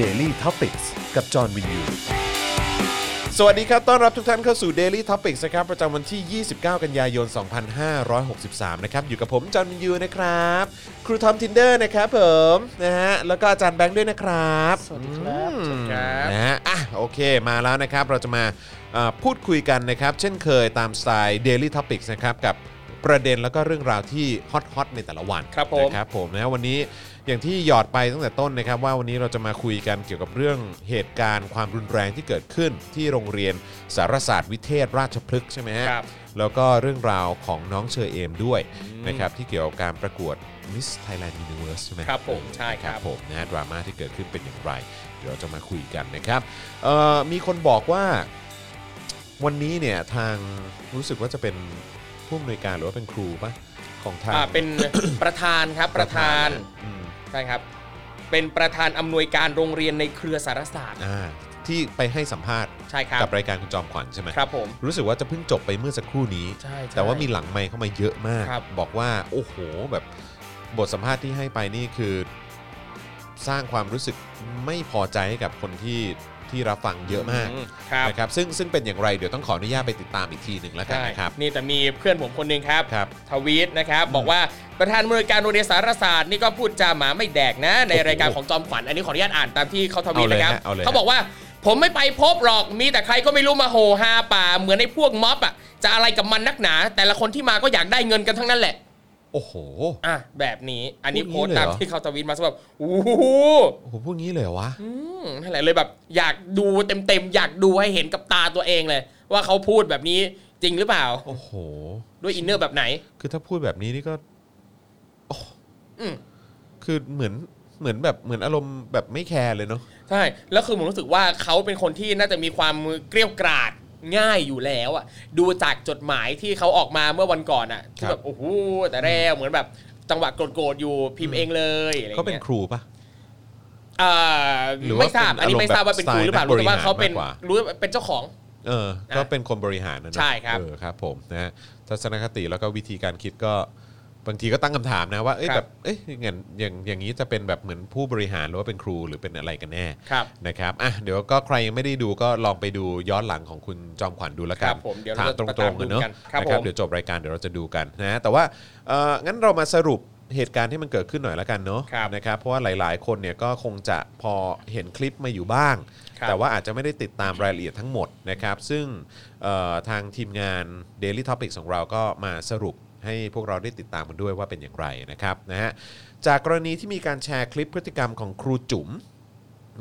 Daily t o p i c กกับจอห์นวินยู สวัสดีครับ ต้อนรับทุกท่านเข้าสู่ Daily Topics นะครับ ประจำวันที่ 29 กันยายน 2563 นะครับ อยู่กับผม จอห์นวินยูนะครับ ครูทอมทินเดอร์นะครับผมนะฮะ แล้วก็อาจารย์แบงค์ด้วยนะครับ สวัสดีครับนะฮะ อ่ะ โอเค มาแล้วนะครับ เราจะมาเอ่อพูดคุยกันนะครับ เช่นเคยตามสไตล์ Daily Topics นะครับ กับประเด็นแล้วก็เรื่องราวที่ฮอตฮอตๆในแต่ละวัน ครับผม นะ ครับผมนะวันนี้อย่างที่หยอดไปตั้งแต่ต้นนะครับ ว่าวันนี้เราจะมาคุยกันเกี่ยวกับเรื่องเหตุการณ์ความรุนแรงที่เกิดขึ้นที่โรงเรียนสารศาสตร์วิเทศราชพฤกษ์ใช่ไหมฮะ ครับ แล้วก็เรื่องราวของน้องเชอเอมด้วยนะครับที่เกี่ยวกับการประกวด Miss Thailand Universe ใช่ไหม ครับผมใช่ครับ ผมนะดราม่าที่เกิดขึ้นเป็นอย่างไร เดี๋ยวเราจะมาคุยกันนะครับเอ่อมีคนบอกว่าวันนี้เนี่ยทางรู้สึกว่าจะเป็นผู้อำนวยการหรือว่าเป็นครูปะของทาง อ่าเป็น ประธานครับประธาน อืม ใช่ครับ เป็นประธานอำนวยการโรงเรียนในเครือสารศาสตร์ อ่าที่ไปให้สัมภาษณ์ ใช่ครับ กับรายการคุณจอมขวัญใช่ไหม ครับผม รู้สึกว่าจะเพิ่งจบไปเมื่อสักครู่นี้ ใช่ใช่ แต่ว่ามีหลังไมค์เข้ามาเยอะมาก ครับ บอกว่าโอ้โหแบบบทสัมภาษณ์ที่ให้ไปนี่คือ สร้างความรู้สึกไม่พอใจให้กับคนที่ที่รับฟังเยอะมาก อืมครับ นะครับซึ่งซึ่งเป็นอย่างไรเดี๋ยวต้องขออนุญาตไปติดตามอีกทีหนึ่งแล้วกัน ใช่ นะครับ นี่แต่มีเพื่อนผมคนหนึ่งครับ ครับ ทวีตนะครับ บอกว่าประธานบริการโรงเรียนสารศาสตร์นี่ก็พูดจาหมาไม่แดกนะ ในรายการของจอมขวัญอันนี้ขออนุญาตอ่านตามที่เขาทวีตนะครับ เอาเลยฮะเอาเลยฮะ บอกว่าผมไม่ไปพบหรอกมีแต่ใครก็ไม่รู้มาโหฮาป่า เหมือนไอ้พวกม็อบอ่ะจะอะไรกับมันนักหนา แต่ละคนที่มาก็อยากได้เงินกันทั้งนั้นแหละ โอ้โห อ่ะแบบนี้อันนี้ พู โพ ด ส งี้ ต์ เลยเหรอ ตามที่เขาทวีตมาสแบบโอ้โห โอ้โหพวกนี้เลยเหรอวะ อืมนั่นแหละเลยแบบ อยากดูเต็มๆอยากดูให้เห็นกับตาตัวเองเลย ว่าเขาพูดแบบนี้จริงหรือเปล่า โอ้โห ด้วยอินเนอร์แบบไหน คือถ้าพูดแบบนี้นี่ก็โอ้ อืม คือเหมือนเหมือนแบบเหมือนอารมณ์แบบไม่แคร์เลยเนาะ ใช่แล้วคือผมรู้สึกว่าเขาเป็นคนที่น่าจะมีความเกรี้ยวกราดง่ายอยู่แล้วอ่ะดูจากจดหมายที่เขาออกมาเมื่อวันก่อนอ่ะที่ ค แบ รับ บโอ้โหแต่แรกเหมือนแบบจังหวะโกรธๆอยู่พิมพ์เองเลยอะไร เขาเป็ เงี้ น ย ครูปะ เอ่อ หรือว่า ไม่ทราบอันนี้ไม่ทราบว่าเป็นครูหรือเปล่ารู้แต่ว่าเขาเป็น สไตล์นักบริหารมากกว่ารู้ รู้ว่าเป็นเจ้าของ เออ อ่ะ ก็เป็นคนบริหารนะเนอะ ใช่ครับ เออครับผมนะฮะทัศนคติแล้วก็วิธีการคิดก็บางทีก็ตั้งคำถามนะว่าเอ้ย ครับ แบบเอ้ยอย่างนั้นอย่างอย่างนี้จะเป็นแบบเหมือนผู้บริหารหรือว่าเป็นครูหรือเป็นอะไรกันแน่ ครับ นะครับ อ่ะ เดี๋ยวก็ใครยังไม่ได้ดูก็ลองไปดูย้อนหลังของคุณจอมขวัญดูแล้วกัน ครับผมเดี๋ยว ถาม เรา ตร จะ งๆกันเนอะ ตามดูกันครับ นะครับ ผม เดี๋ยวจบรายการเดี๋ยวเราจะดูกันนะ แต่ว่าเอ่องั้นเรามาสรุปเหตุการณ์ที่มันเกิดขึ้นหน่อยละกันเนอะ ครับ นะครับ เพราะว่าหลายๆ คนเนี่ยก็คงจะพอเห็นคลิปมาอยู่บ้าง ครับ แต่ว่าอาจจะไม่ได้ติดตามรายละเอียดทั้งหมดนะครับ ซึ่งเอ่อทางทีมงาน Daily Topics ของเราก็มาสรุปให้พวกเราได้ติดตามกันด้วยว่าเป็นอย่างไรนะครับนะฮะ จากกรณีที่มีการแชร์คลิปพฤติกรรมของครูจุ๋ม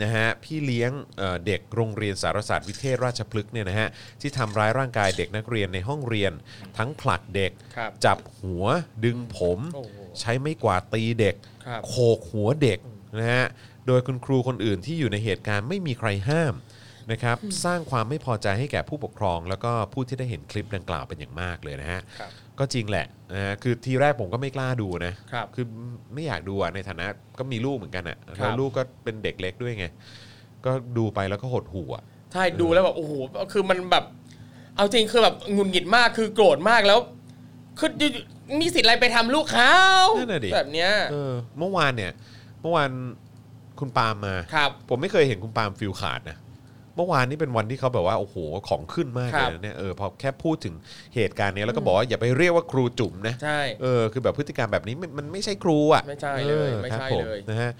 นะฮะพี่เลี้ยงเอ่อเด็กโรงเรียนสารศาสตร์วิเทศราชพฤกษ์เนี่ยนะฮะที่ทำร้ายร่างกายเด็กนักเรียนในห้องเรียน ทั้งผลักเด็ก ครับ จับหัวดึงผม โอ้โห ใช้ไม้กวาดตีเด็ก ครับ โขกหัวเด็กนะฮะโดยคุณครูคนอื่นที่อยู่ในเหตุการณ์ไม่มีใครห้ามนะครับสร้างความไม่พอใจให้แก่ผู้ปกครอง แล้วก็ผู้ที่ได้เห็นคลิปดังกล่าวเป็นอย่างมากเลยนะฮะ ครับ ก็จริงแหละนะฮะคือทีแรกผมก็ไม่กล้าดูนะครับ อไม่อยากดูอะในฐานะก็มีลูกเหมือนกันอะ ครั แล้ว บ ลูกก็เป็นเด็กเล็กด้วยไง ก็ดูไปแล้วก็หดหู่อะ ใช่ดูแล้วแบบโอ้โหคือมันแบบ เอาจริงคือแบบหงุดหงิดมากคือโกรธมากแล้วคืออยู่มีสิทธิ์อะไรไปทำลูกเขา นั่นน่ะดิ แบบเนี้ย เออเมื่อวานเนี่ย เมื่อวานคุณปาล์มมา ครับ ผมไม่เคยเห็นคุณปาล์มฟิลขาดนะ เมื่อวานนี่เป็นวันที่เขาแบบว่าโอ้โหของขึ้นมาก ค เล รั ย บ นะเนี่ยเออพอแค่พูดถึงเหตุการณ์เนี้ยแล้วก็บอกว่าอย่าไปเรียกว่าครูจุ๋มนะ ใช่ เออคือแบบพฤติกรรมแบบนี้มันมันไม่ใช่ครูอ่ะ ไม่ใช่เลย ออ ไม่ ครับ ใช่ ผม เลย นะฮะ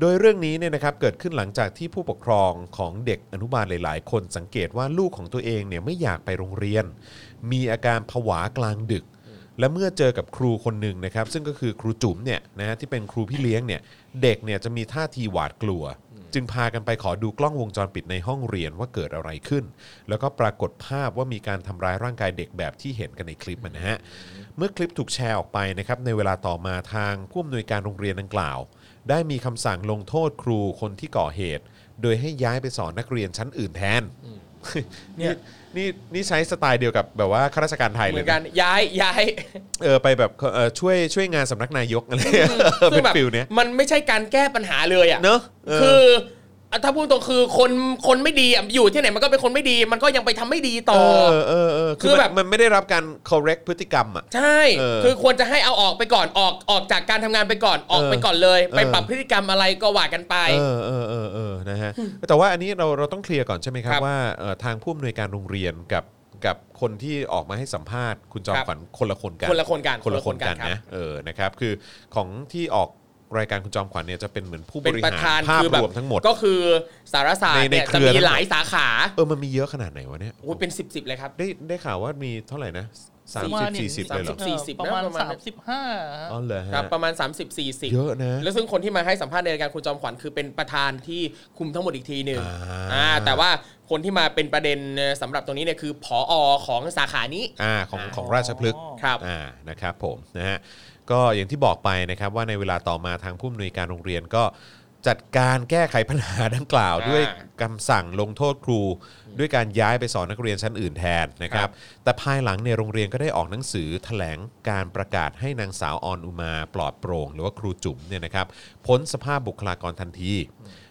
โดยเรื่องนี้เนี่ยนะครับเกิดขึ้นหลังจากที่ผู้ปกครองของเด็กอนุบาลหลาย ๆ คนสังเกตว่าลูกของตัวเองเนี่ยไม่อยากไปโรงเรียน มีอาการผวากลางดึก และเมื่อเจอกับครูคนหนึ่งนะครับ ซึ่งก็คือครูจุ๋มเนี่ยนะฮะที่เป็นครูพี่เลี้ยงเนี่ยเด็กเนี่ยจะมีท่าทีหวาดกลัว จึงพากันไปขอดูกล้องวงจรปิดในห้องเรียนว่าเกิดอะไรขึ้น แล้วก็ปรากฏภาพว่ามีการทำร้ายร่างกายเด็กแบบที่เห็นกันในคลิปอะนะฮะ เมื่อคลิปถูกแชร์ออกไปนะครับในเวลาต่อมาทางผู้อำนวยการโรงเรียนดังกล่าว ได้มีคำสั่งลงโทษครูคนที่ก่อเหตุ โดยให้ย้ายไปสอนนักเรียนชั้นอื่นแทน เนี่ นี่ ย นี่นี่ใช้สไตล์เดียวกับแบบว่าข้าราชการไทย เห เล มือย นกัน นะ ย้ายย้าย เออไปแบบเออช่วยช่วยงานสำนักนายกอะไร ซึ่ เป็ ง น แบบ ฟิลเนี้ย มันไม่ใช่การแก้ปัญหาเลยอ่ะ เนอะเ คืออ่ะถ้าพูดตรงคือคนคนไม่ดีอ่ะอยู่ที่ไหนมันก็เป็นคนไม่ดี มันก็ยังไปทำไม่ดีต่อ เออเออเออคือ คือ แบ แบบ บ มันไม่ได้รับการ correct พฤติกรรมอ่ะ ใช่ เออ คือควรจะให้เอาออกไปก่อนออกออกจากการทำงานไปก่อนออกไป เออ ก่อนเลย ไป เออ ปรับพฤติกรรมอะไรก็ว่ากันไป เออเออเออเออ นะฮะ แต่ว่าอันนี้เราเราต้องเคลียร์ก่อนใช่ไหมครับ ครับ ว่าเอ่อทางผู้อำนวยการโรงเรียนกับกับคนที่ออกมาให้สัมภาษณ์คุณจอม ครับ ขวัญคนละคนกัน คนละคนกัน คนละคนกัน รับ นะเออนะครับคือของที่ออกรายการคุณจอมขวัญเนี่ยจะเป็นเหมือนผู้บ เป็น ริ ประ หา ธาน รภาพ คือแบ ร บ วมทั้งหมด ก็คือสารศาสต ใน ร์เนี่ย ในเค จะ รือ มีหลายสาขา เออมันมีเยอะขนาดไหนวะเนี่ย โอ้ยเป็นสิบสิบเลยครับ ได้ได้ข่าวว่ามีเท่าไหร่นะสามสิบสี่สิบ ประมาเลณยเหรอ สามสิบ 40 ประมาณ นะประมาณ สามสิบห้า อ๋อเหรอฮะ ครับประมาณ 30 40 เยอะนะ แล้วซึ่งคนที่มาให้สัมภาษณ์ในรายการคุณจอมขวัญคือเป็นประธานที่คุมทั้งหมดอีกทีหนึ่ง อ่า อ่าแต่ว่าคนที่มาเป็นประเด็นเอ่อสำหรับตรงนี้เนี่ยคือผออของสาขานี้ อ่าของของราชพฤกษ ครับ อ่านะครับผมนะฮะก็อย่างที่บอกไปนะครับว่าในเวลาต่อมาทางผู้อำนวยการโรงเรียนก็จัดการแก้ไขปัญหาดังกล่าว อ่า ด้วยคำสั่งลงโทษครู ด้วยการย้ายไปสอนนักเรียนชั้นอื่นแทนนะครั ครับ บ แต่ภายหลังเนี่ยโรงเรียนก็ได้ออกหนังสือแถลงการประกาศให้นางสาวออนอุมาปลอดโปร่งหรือว่าครูจุ๋มเนี่ยนะครับพ้นสภาพบุคลากรทันที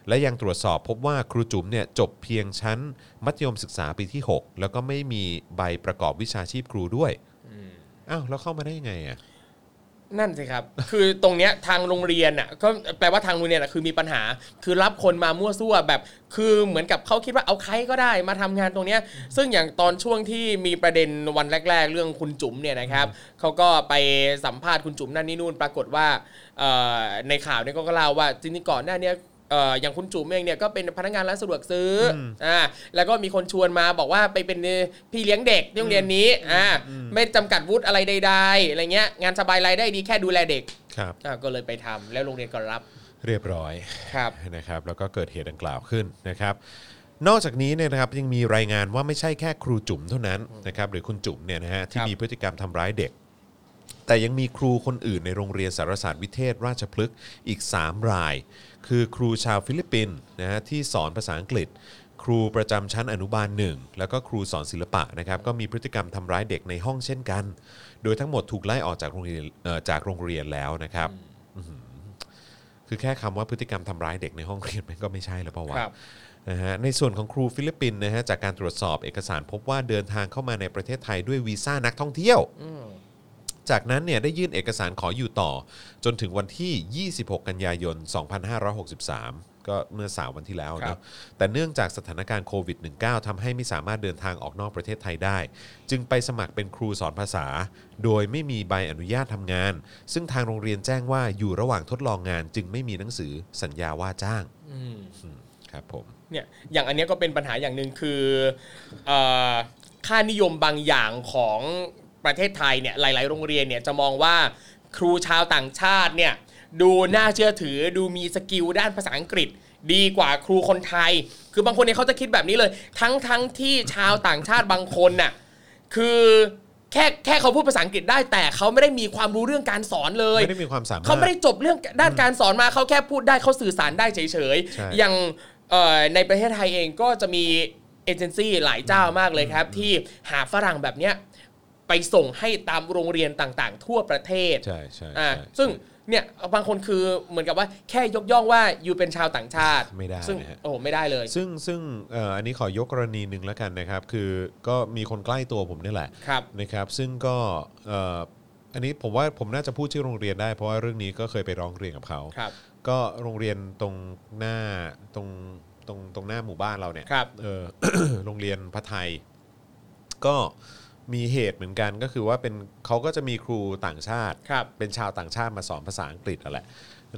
และยังตรวจสอบพบว่าครูจุ๋มเนี่ยจบเพียงชั้นมัธยมศึกษาปีที่หกแล้วก็ไม่มีใบประกอบวิชาชีพครูด้วย อ้าวแล้วเข้ามาได้ยังไงอ่ะ นั่นสิครับ คือตรงเนี้ยทางโรงเรียนอ่ะก็แปลว่าทางโรงเรียนอ่ะคือมีปัญหา คือรับคนมามั่วซั่วแบบ คือเหมือนกับเขาคิดว่าเอาใครก็ได้มาทำงานตรงเนี้ยซึ่งอย่างตอนช่วงที่มีประเด็นวันแรก ๆ เรื่องคุณจุ๋มเนี่ยนะครับเขาก็ไปสัมภาษณ์คุณจุ๋มนั่นนี่นู่นปรากฏว่าเอ่อในข่าวเนี่ยก็เล่าว่าจริงๆก่อนหน้าเนี้ยเอ่ออย่างคุณจุ๋มเองเนี่ยก็เป็นพนักงานร้านสะดวกซื้อออ่าแล้วก็มีคนชวนมาบอกว่าไปเป็นพี่เลี้ยงเด็กที่โรงเรียนนี้อ่าไม่จำกัดวุฒิอะไรใดๆอะไรเงี้ยงานสบายรายได้ดีแค่ดูแลเด็ก ครับ อ่าก็เลยไปทำแล้วโรงเรียนก็รับ เรียบร้อย ครับ นะครับ แล้วก็เกิดเหตุดังกล่าวขึ้นนะครับ นอกจากนี้เนี่ยนะครับยังมีรายงานว่าไม่ใช่แค่ครูจุ๋มเท่านั้นนะครับหรือคุณจุ๋มเนี่ยนะฮะที่ ครับ มีพฤติกรรมทำร้ายเด็ก แต่ยังมีครูคนอื่นในโรงเรียนสารศาสตร์วิเทศ ราชพฤกษ์อีก 3 ราย คือครูชาวฟิลิปปินส์นะฮะที่สอนภาษาอังกฤษ ครูประจำชั้นอนุบาลหนึ่งแล้วก็ครูสอนศิลปะนะครับก็มีพฤติกรรมทำร้ายเด็กในห้องเช่นกัน โดยทั้งหมดถูกไล่ออกจากโรงเรียนเอ่อจากโรงเรียนแล้วนะครับอื้อหือคือแค่คำว่าพฤติกรรมทำร้ายเด็กในห้องเรียนมันก็ไม่ใช่แล้วเปล่าวะ ครับ นะฮะในส่วนของครูฟิลิปปินส์นะฮะจากการตรวจสอบเอกสารพบว่าเดินทางเข้ามาในประเทศไทยด้วยวีซ่านักท่องเที่ยว จากนั้นเนี่ยได้ยื่นเอกสารขออยู่ต่อ จนถึงวันที่ 26 กันยายน 2563 ก็เมื่อ 3 วันที่แล้ว ครั เนาะ บ แต่เนื่องจากสถานการณ์โควิด -19 ทำให้ไม่สามารถเดินทางออกนอกประเทศไทยได้ จึงไปสมัครเป็นครูสอนภาษา โดยไม่มีใบอนุญาตทำงาน ซึ่งทางโรงเรียนแจ้งว่าอยู่ระหว่างทดลองงาน จึงไม่มีหนังสือสัญญาว่าจ้าง อืม ครับผม เนี่ยอย่างอันเนี้ยก็เป็นปัญหาอย่างหนึ่งคือเออค่านิยมบางอย่างของประเทศไทยเนี่ยหลาย ๆ โรงเรียนเนี่ยจะมองว่าครูชาวต่างชาติเนี่ยดูน่าเชื่อถือดูมีสกิลด้านภาษาอังกฤษ ดีกว่าครูคนไทย คือบางคนเนี่ยเขาจะคิดแบบนี้เลย ทั้งทั้งที่ชาวต่างชาติบางคนน่ะคือแค่แค่เขาพูดภาษาอังกฤษได้แต่เขาไม่ได้มีความรู้เรื่องการสอนเลย ไม่ได้มีความสามารถ เขาไม่ได้จบเรื่องด้านการสอนมาเขาแค่พูดได้เขาสื่อสารได้เฉย ใช่ ๆ อย่างเอ่อในประเทศไทยเองก็จะมีเอเจนซี่หลายเจ้ามากเลยครับ ที่หาฝรั่งแบบเนี้ยไปส่งให้ตามโรงเรียนต่างๆ ทั่วประเทศ ใช่ใช่ อ่า ใช่ ซึ่งเนี่ยบางคนคือเหมือนกับว่าแค่ยกย่องว่าอยู่เป็นชาวต่างชาติ ไม่ได้ ซึ่ง นะฮะ โอ้โหไม่ได้เลย ซึ่งซึ่งเอ่ออันนี้ขอยกกรณีหนึ่งแล้วกันนะครับ คือก็มีคนใกล้ตัวผมนี่แหละ ครับ นะครับ ซึ่งก็เอ่ออันนี้ผมว่าผมน่าจะพูดชื่อโรงเรียนได้เพราะว่าเรื่องนี้ก็เคยไปร้องเรียนกับเขา ครับ ก็โรงเรียนตรงหน้าตรงตรงตรงหน้าหมู่บ้านเราเนี่ย ครับ เออ โรงเรียนพระไทย ก็มีเหตุเหมือนกันก็คือว่าเป็นเขาก็จะมีครูต่างชาติ ครับ เป็นชาวต่างชาติมาสอนภาษาอังกฤษนั่นแหละ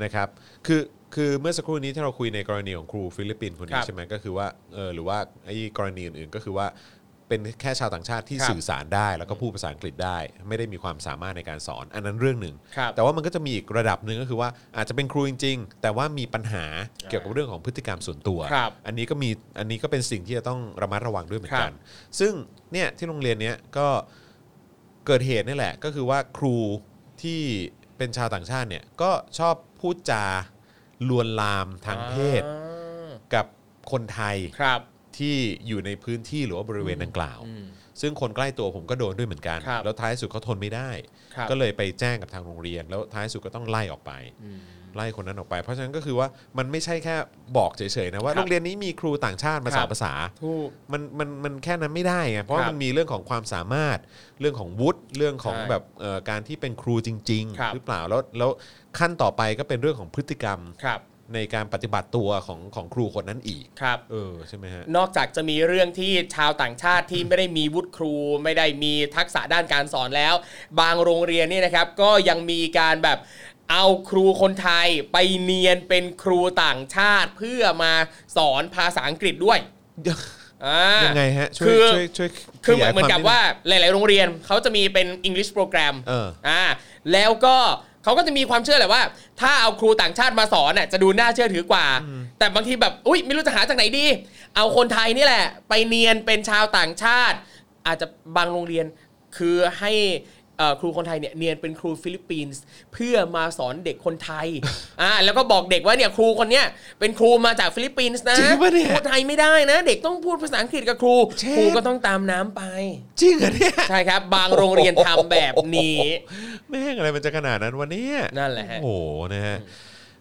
นะครับ คือคือเมื่อสักครู่นี้ที่เราคุยในกรณีของครูฟิลิปปินส์คน ค นี้ รับ ใช่ไหมก็คือว่าเออหรือว่าไอ้กรณีอื่นๆก็คือว่าเป็นแค่ชาวต่างชาติที่ ครับ สื่อสารได้ แล้วก็พูดภาษาอังกฤษได้ ไม่ได้มีความสามารถในการสอน อันนั้นเรื่องหนึ่ง ครับ แต่ว่ามันก็จะมีอีกระดับหนึ่งก็คือว่าอาจจะเป็นครูจริง ๆ แต่ว่ามีปัญหาเกี่ยวกับเรื่องของพฤติกรรมส่วนตัว ครับ อันนี้ก็มีอันนี้ก็เป็นสิ่งที่จะต้องระมัดระวังด้วยเหมือนกั ครั น บ ซึ่งเนี่ยที่โรงเรียนเนี้ยก็ เกิดเหตุนี่แหละก็คือว่าครูที่เป็นชาวต่างชาติเนี่ยก็ชอบพูดจาลวนลามทางเพศ อ่า กับคนไทย ครับ ที่อยู่ในพื้นที่หรือว่าบริเวณดังกล่าว อืม ซึ่งคนใกล้ตัวผมก็โดนด้วยเหมือนกัน ครับ แล้วท้ายสุดเขาทนไม่ได้ ครับ ก็เลยไปแจ้งกับทางโรงเรียน แล้วท้ายสุดก็ต้องไล่ออกไป อืม ไล่คนนั้นออกไป เพราะฉะนั้นก็คือว่ามันไม่ใช่แค่บอกเฉยๆนะว่า ครับ โรงเรียนนี้มีครูต่างชาติมาสอน ครับ ภาษา ถูก มันมันมันแค่นั้นไม่ได้ไงเพราะ ครับ มันมีเรื่องของความสามารถเรื่องของวุฒิเรื่องของ ใช่ แบบเอ่อการที่เป็นครูจริง ครั ๆ บ หรือเปล่าแล้วแล้วขั้นต่อไปก็เป็นเรื่องของพฤติกรรม ครับ ในการปฏิบัติตัวของของครูคนนั้นอีก ครับ เออใช่ไหมฮะ นอกจากจะมีเรื่องที่ชาวต่างชาติที่ไม่ได้มีวุฒิครู ไม่ได้มีทักษะด้านการสอนแล้ว บางโรงเรียนเนี่ยนะครับ ก็ยังมีการแบบเอาครูคนไทยไปเนียนเป็นครูต่างชาติเพื่อมาสอนภาษาอังกฤษด้วยอ่า ยังไงฮะ ช่วย คือ ช่วยช่วย คือเห ข มือย น ย เหมือนกับ ค ว่า ด หลาย ๆ โรงเรียนเขาจะมีเป็น English program เออ อ่าแล้วก็เขาก็จะมีความเชื่อแหละว่า ถ้าเอาครูต่างชาติมาสอนน่ะจะดูน่าเชื่อถือกว่า แต่บางทีแบบอุ้ยไม่รู้จะหาจากไหนดี เอาคนไทยนี่แหละ ไปเนียนเป็นชาวต่างชาติ อาจจะบางโรงเรียนคือให้เอ่อครูคนไทยเนี่ยเนียนเป็นครูฟิลิปปินส์เพื่อมาสอนเด็กคนไท ย อ่าแล้วก็บอกเด็กว่าเนี่ยครูคนเนี้ยเป็นครูมาจากฟิลิปปินส์นะ จริงปะเนี่ย พูดไทยไม่ได้นะ เด็กต้องพูดภาษาอังกฤษกับครู เชฟ ครูก็ต้องตามน้ำไป จริงเหรอเนี่ย ใช่ครับ บางโรงเรียนทำแบบนี้ แม่งอะไรมันจะขนาดนั้นวันนี้ นั่นแหละฮะ โอ้โหนะฮะ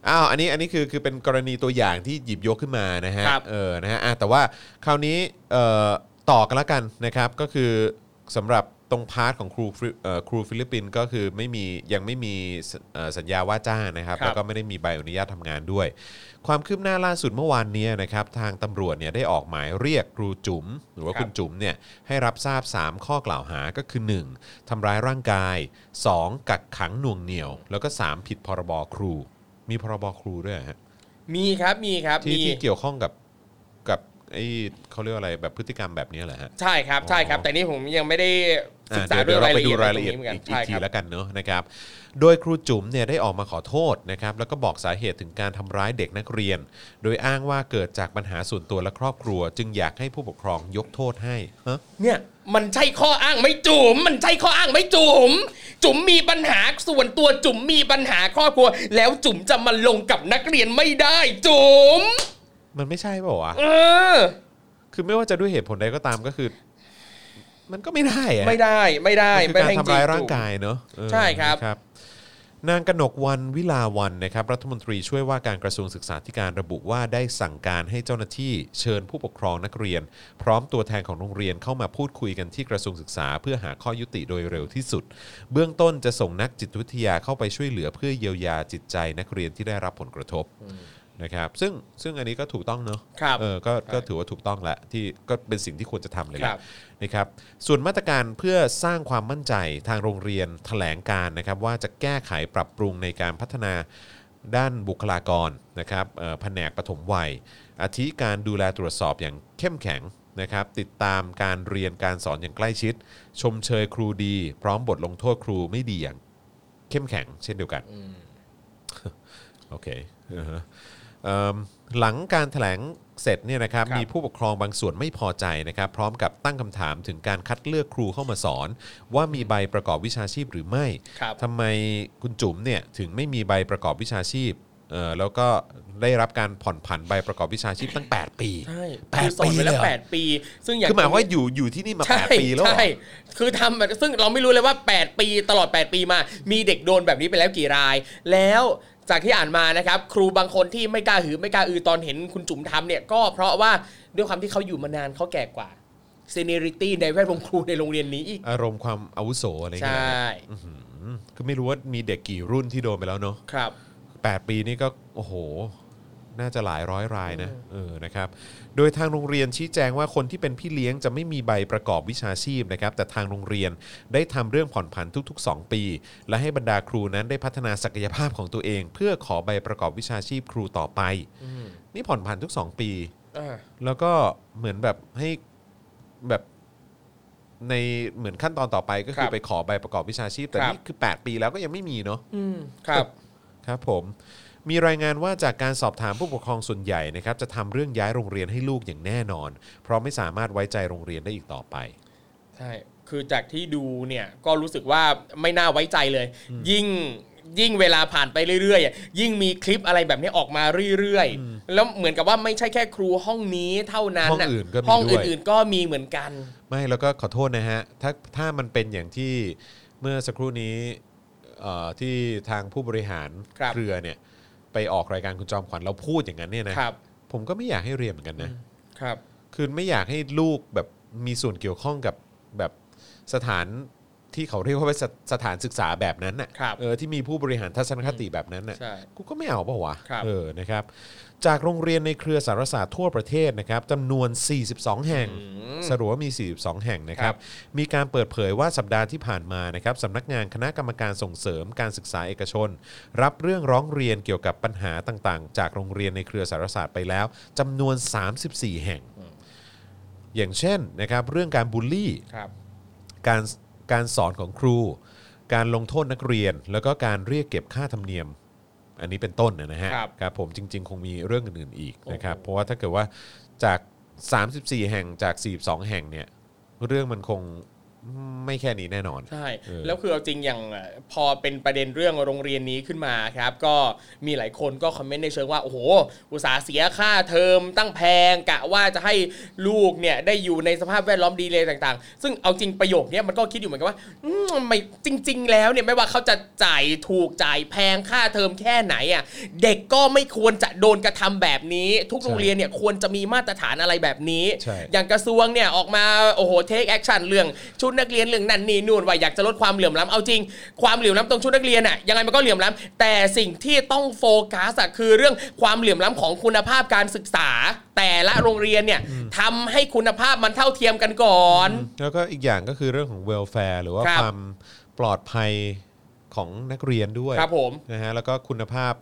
อ้าวอันนี้อันนี้คือคือเป็นกรณีตัวอย่างที่หยิบยกขึ้นมานะฮะ ครับ เออนะฮะอ่ะแต่ว่าคราวนี้เอ่อต่อกันละกันนะครับก็คือสำหรับตรงพาร์ทของครูฟิลิเอ่อครูฟิลิปปินส์ก็คือไม่มียังไม่มีสเอ่อสัญญาว่าจ้างนะครับ ครับ แล้วก็ไม่ได้มีใบอนุญาตทำงานด้วย ความคืบหน้าล่าสุดเมื่อวานเนี้ยนะครับทางตำรวจเนี่ยได้ออกหมายเรียกครูจุ๋มหรือว่า ครับ คุณจุ๋มเนี่ยให้รับทราบ 3 ข้อกล่าวหาก็คือ 1. ทำร้ายร่างกาย 2. กักขังหน่วงเหนี่ยว แล้วก็ 3 ผิดพรบครู มีพรบครูด้วยเหรอฮะ มีครับมีครับ ที่ มี ที่เกี่ยวข้องกับกับไอ้เขาเรียกว่าอะไรแบบพฤติกรรมแบบเนี้ยเหรอฮะ ใช่ครับใช่ครับ อ๋อ แต่นี่ผมยังไม่ได้ศึ อ่ะ กษา เดี๋ เรื่ ย อ ว ง เรา ราย ไป ละ ดู เอียด ราย ตร ละ ง เอียด นี้เหมือนกัน อีกอี ใช่ ก ค ที รับ แล้วกันเนอะนะครับ โดยครูจุ๋มเนี่ยได้ออกมาขอโทษนะครับแล้วก็บอกสาเหตุถึงการทำร้ายเด็กนักเรียน โดยอ้างว่าเกิดจากปัญหาส่วนตัวและครอบครัว จึงอยากให้ผู้ปกครองยกโทษให้ฮะ เนี่ยมันใช่ข้ออ้างไหม่จุ๋มมันใช่ข้ออ้างไหม่จุ๋มจุ๋มมีปัญหาส่วนตัวจุ๋มมีปัญหาครอบครัว แล้วจุ๋มจะมาลงกับนักเรียนไม่ได้จุ๋ม มันไม่ใช่เปล่าวะ เออ คือไม่ว่าจะด้วยเหตุผลใดก็ตามก็คือ มันก็ไม่ได้อะ ไม่ได้ไม่ได้ มันคือ ไม่ การทำได้จร้าย ๆ ร่าง จุ๋ม กายเนอะเออ ใช่ครับ นะนางกนกวันวิลาวันนะครับรัฐมนตรีช่วยว่าการกระทรวงศึกษาธิการระบุว่าได้สั่งการให้เจ้าหน้าที่เชิญผู้ปกครองนักเรียน พร้อมตัวแทนของโรงเรียนเข้ามาพูดคุยกันที่กระทรวงศึกษา เพื่อหาข้อยุติโดยเร็วที่สุด เบื้องต้นจะส่งนักจิตวิทยาเข้าไปช่วยเหลือเพื่อเยียวยาจิตใจนักเรียนที่ได้รับผลกระทบนะครับซึ่งซึ่งอันนี้ก็ถูกต้องเนอะ ครับ เออก็ก็ถือว่าถูกต้องแหละที่ก็เป็นสิ่งที่ควรจะทำเลยแห ครั ละ บ นะครับ ส่วนมาตรการเพื่อสร้างความมั่นใจทางโรงเรียนแถลงการนะครับว่าจะแก้ไขปรับปรุงในการพัฒนาด้านบุคลากรนะครับเอ่อแผนกปฐมวัย อาทิการดูแลตรวจสอบอย่างเข้มแข็งนะครับ ติดตามการเรียนการสอนอย่างใกล้ชิด ชมเชยครูดี พร้อมบทลงโทษครูไม่ดีอย่างเข้มแข็ง เช่นเดียวกัน โอเคอือฮะเอิ่มหลังการแถลงเสร็จเนี่ยนะครับ ครับ มีผู้ปกครองบางส่วนไม่พอใจนะครับ พร้อมกับตั้งคำถามถึงการคัดเลือกครูเข้ามาสอน ว่ามีใบประกอบวิชาชีพหรือไม่ ครับ ทำไมคุณจุ๋มเนี่ยถึงไม่มีใบประกอบวิชาชีพเอ่อแล้วก็ได้รับการผ่อนผันใบประกอบวิชาชีพตั้ง 8 ปี ใช่ แป คื ด อสอน ปี ไป เล แล้ ยว เหรอ แปดปี ซึ่งอย่าง คือหมายว่าอยู่อยู่ที่นี่มา ใช่ 8 ปีแล้วเหรอ ใช่ คือทำแบบซึ่งเราไม่รู้เลยว่า 8 ปีตลอด 8 ปีมา มีเด็กโดนแบบนี้ไปแล้วกี่ราย แล้วจากที่อ่านมานะครับ ครูบางคนที่ไม่กล้าหือไม่กล้าอือตอนเห็นคุณจุ๋มทำเนี่ย ก็เพราะว่าด้วยความที่เขาอยู่มานานเขาแก่กว่าเซเนริตี้ในแวดวงครูในโรงเรียนนี้อีก อารมณ์ความอาวุโสอะไรอย่าง ใช เงี้ย่ อืมคือไม่รู้ว่ามีเด็กกี่รุ่นที่โดนไปแล้วเนาะ ครับ 8 ปีนี่ก็โอ้โห น่าจะหลายร้อยรายนะเออนะครับ โดยทางโรงเรียนชี้แจงว่าคนที่เป็นพี่เลี้ยงจะไม่มีใบประกอบวิชาชีพนะครับ แต่ทางโรงเรียนได้ทำเรื่องผ่อนผันทุก ๆ 2 ปี และให้บรรดาครูนั้นได้พัฒนาศักยภาพของตัวเอง เพื่อขอใบประกอบวิชาชีพครูต่อไป นี่ผ่อนผันทุก 2 ปี อ่า แล้วก็เหมือนแบบให้แบบในเหมือนขั้นตอนต่อไปก็คื ค อ รับ ไปขอใบประกอบวิชาชีพแต่ ครับ นี่คือ 8 ปีแล้วก็ยังไม่มีเนาะ อืม ครับ ครับผมมีรายงานว่าจากการสอบถามผู้ปกครองส่วนใหญ่นะครับจะทำเรื่องย้ายโรงเรียนให้ลูกอย่างแน่นอน เพราะไม่สามารถไว้ใจโรงเรียนได้อีกต่อไป ใช่ คือจากที่ดูเนี่ย ก็รู้สึกว่าไม่น่าไว้ใจเลย ยิ่งยิ่งเวลาผ่านไปเรื่อยๆอ่ะยิ่งมีคลิปอะไรแบบนี้ออกมาเรื่อยๆ แล้วเหมือนกับว่าไม่ใช่แค่ครูห้องนี้เท่านั้นะ ห้องอื่นก็มี ห้อง ด้วย อื่นๆก็มีเหมือนกัน ไม่แล้วก็ขอโทษนะฮะถ้าถ้ามันเป็นอย่างที่เมื่อสักครู่นี้เอ่อที่ทางผู้บริหาร ครับ เครือเนี่ยไปออกรายการคุณจอมขวัญเราพูดอย่างนั้นเนี่ยนะครับ ผมก็ไม่อยากให้เรียนเหมือนกันนะครับ คือไม่อยากให้ลูกแบบมีส่วนเกี่ยวข้องกับแบบสถาน ที่เขาเรียกว่าเป็นสถสถานศึกษาแบบนั้นน่ะ ครับ เออที่มีผู้บริหารทัศนคติแบบนั้นน่ะ ใช่ กูก็ไม่เอาเปล่าวะ ครับ เออนะครับ จากโรงเรียนในเครือสารศาสตร์ทั่วประเทศนะครับจำนวน 42 แห่ง สรุปว่ามี 42 แห่งนะครับ มีการเปิดเผยว่าสัปดาห์ที่ผ่านมานะครับสำนักงานคณะกรรมการส่งเสริมการศึกษาเอกชน รับเรื่องร้องเรียนเกี่ยวกับปัญหาต่างๆ จากโรงเรียนในเครือสารศาสตร์ไปแล้วจำนวน 34 แห่ง อย่างเช่นนะครับเรื่องการบูลลี่ ครับ การการสอนของครู การลงโทษนักเรียน แล้วก็การเรียกเก็บค่าธรรมเนียม อันนี้เป็นต้นนะฮะ ครับ ครับผมจริง ๆ คงมีเรื่องอื่นๆอีกนะครับ โอ้โห เพราะว่าถ้าเกิดว่าจาก 34 แห่งจาก 42 แห่งเนี่ย เรื่องมันคงไม่แค่นี้แน่นอน ใช่ เออ แล้วคือเอาจริงอย่างเอ่อพอเป็นประเด็นเรื่องโรงเรียนนี้ขึ้นมาครับ ก็มีหลายคนก็คอมเมนต์ในเชิงว่า โอ้โห อุตสาห์เสียค่าเทอมตั้งแพงกะว่าจะให้ลูกเนี่ยได้อยู่ในสภาพแวดล้อมดีเลยต่างๆ ซึ่งเอาจริงประโยคเนี้ยมันก็คิดอยู่เหมือนกันว่าอืมไม่จริง ๆ แล้วเนี่ยไม่ว่าเขาจะจ่ายถูกจ่ายแพงค่าเทอมแค่ไหนอ่ะเด็กก็ไม่ควรจะโดนกระทำแบบนี้ ทุกโรงเรียนเนี่ยควรจะมีมาตรฐานอะไรแบบนี้ ใช่ อย่างกระทรวงเนี่ยออกมาโอ้โหเทคแอคชั่นเรื่องชุดนักเรียนเรื่องนั่นนี่นู่นว่าอยากจะลดความเหลื่อมล้ำเอาจริง ความเหลื่อมล้ำตรงชุดนักเรียนอะยังไงมันก็เหลื่อมล้ำแต่สิ่งที่ต้องโฟกัสอะคือเรื่องความเหลื่อมล้ำของคุณภาพการศึกษา แต่ละโรงเรียนเนี่ยทำให้คุณภาพมันเท่าเทียมกันก่อน แล้วก็อีกอย่างก็คือเรื่องของ welfare หรือว่า ครับ ความปลอดภัยของนักเรียนด้วย ครับผม นะฮะแล้วก็คุณภาพ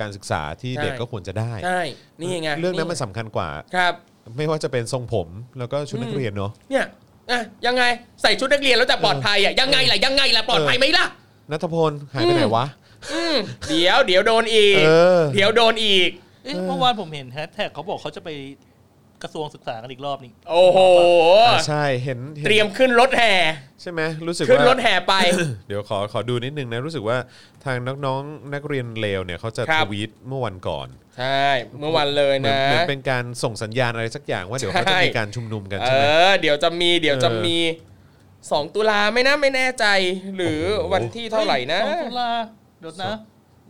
การศึกษาที่เด็กก็ควรจะได้ ใช่นี่ไง เรื่องนั้นมันสำคัญกว่า ครับ ไม่ว่าจะเป็นทรงผมแล้วก็ชุดนักเรียนเนาะ เนี่ยอะยังไงใส่ชุดนักเรียนแล้วจะปลอดภัยอะยังไงล่ะยังไงล่ะปลอดภัยไหมล่ะ นัทพลหายไปไหนวะ อืมเดี๋ยวเดี๋ยวโดนอีก เออ เดี๋ยวโดนอีก เอ๊ะเมื่อวานผมเห็นแฮชแท็กเขาบอกเขาจะไปกระทรวงศึกษากันอีกรอบนี่ โอ้โห อ่าใช่เห็นห็น เตรียมขึ้นรถแห่ ใช่ไหมรู้สึก ขึ้น ว่าร ถแห่ไป เดี๋ยวขอขอดูนิดนึงนะรู้สึกว่าทางน้องๆนักเรียนเลวเนี่ยเขาจะ ครั ท บ วีตเมื่อวันก่อน ใช่ เมื่อวันเลย เหมือน นะ เหมือนเป็นการส่งสัญญาณอะไรสักอย่างว่าเดี๋ยวเขาจะ ใช่ มีการชุมนุมกัน เอ ใช่ไหม อ เดี๋ยวจะมี เดี๋ยวจะ เออ มี 2 ตุลาไม่นะไม่แน่ใจ หรือวันที่เท่าไหร่นะ สองตุลาเดี๋ยวนะ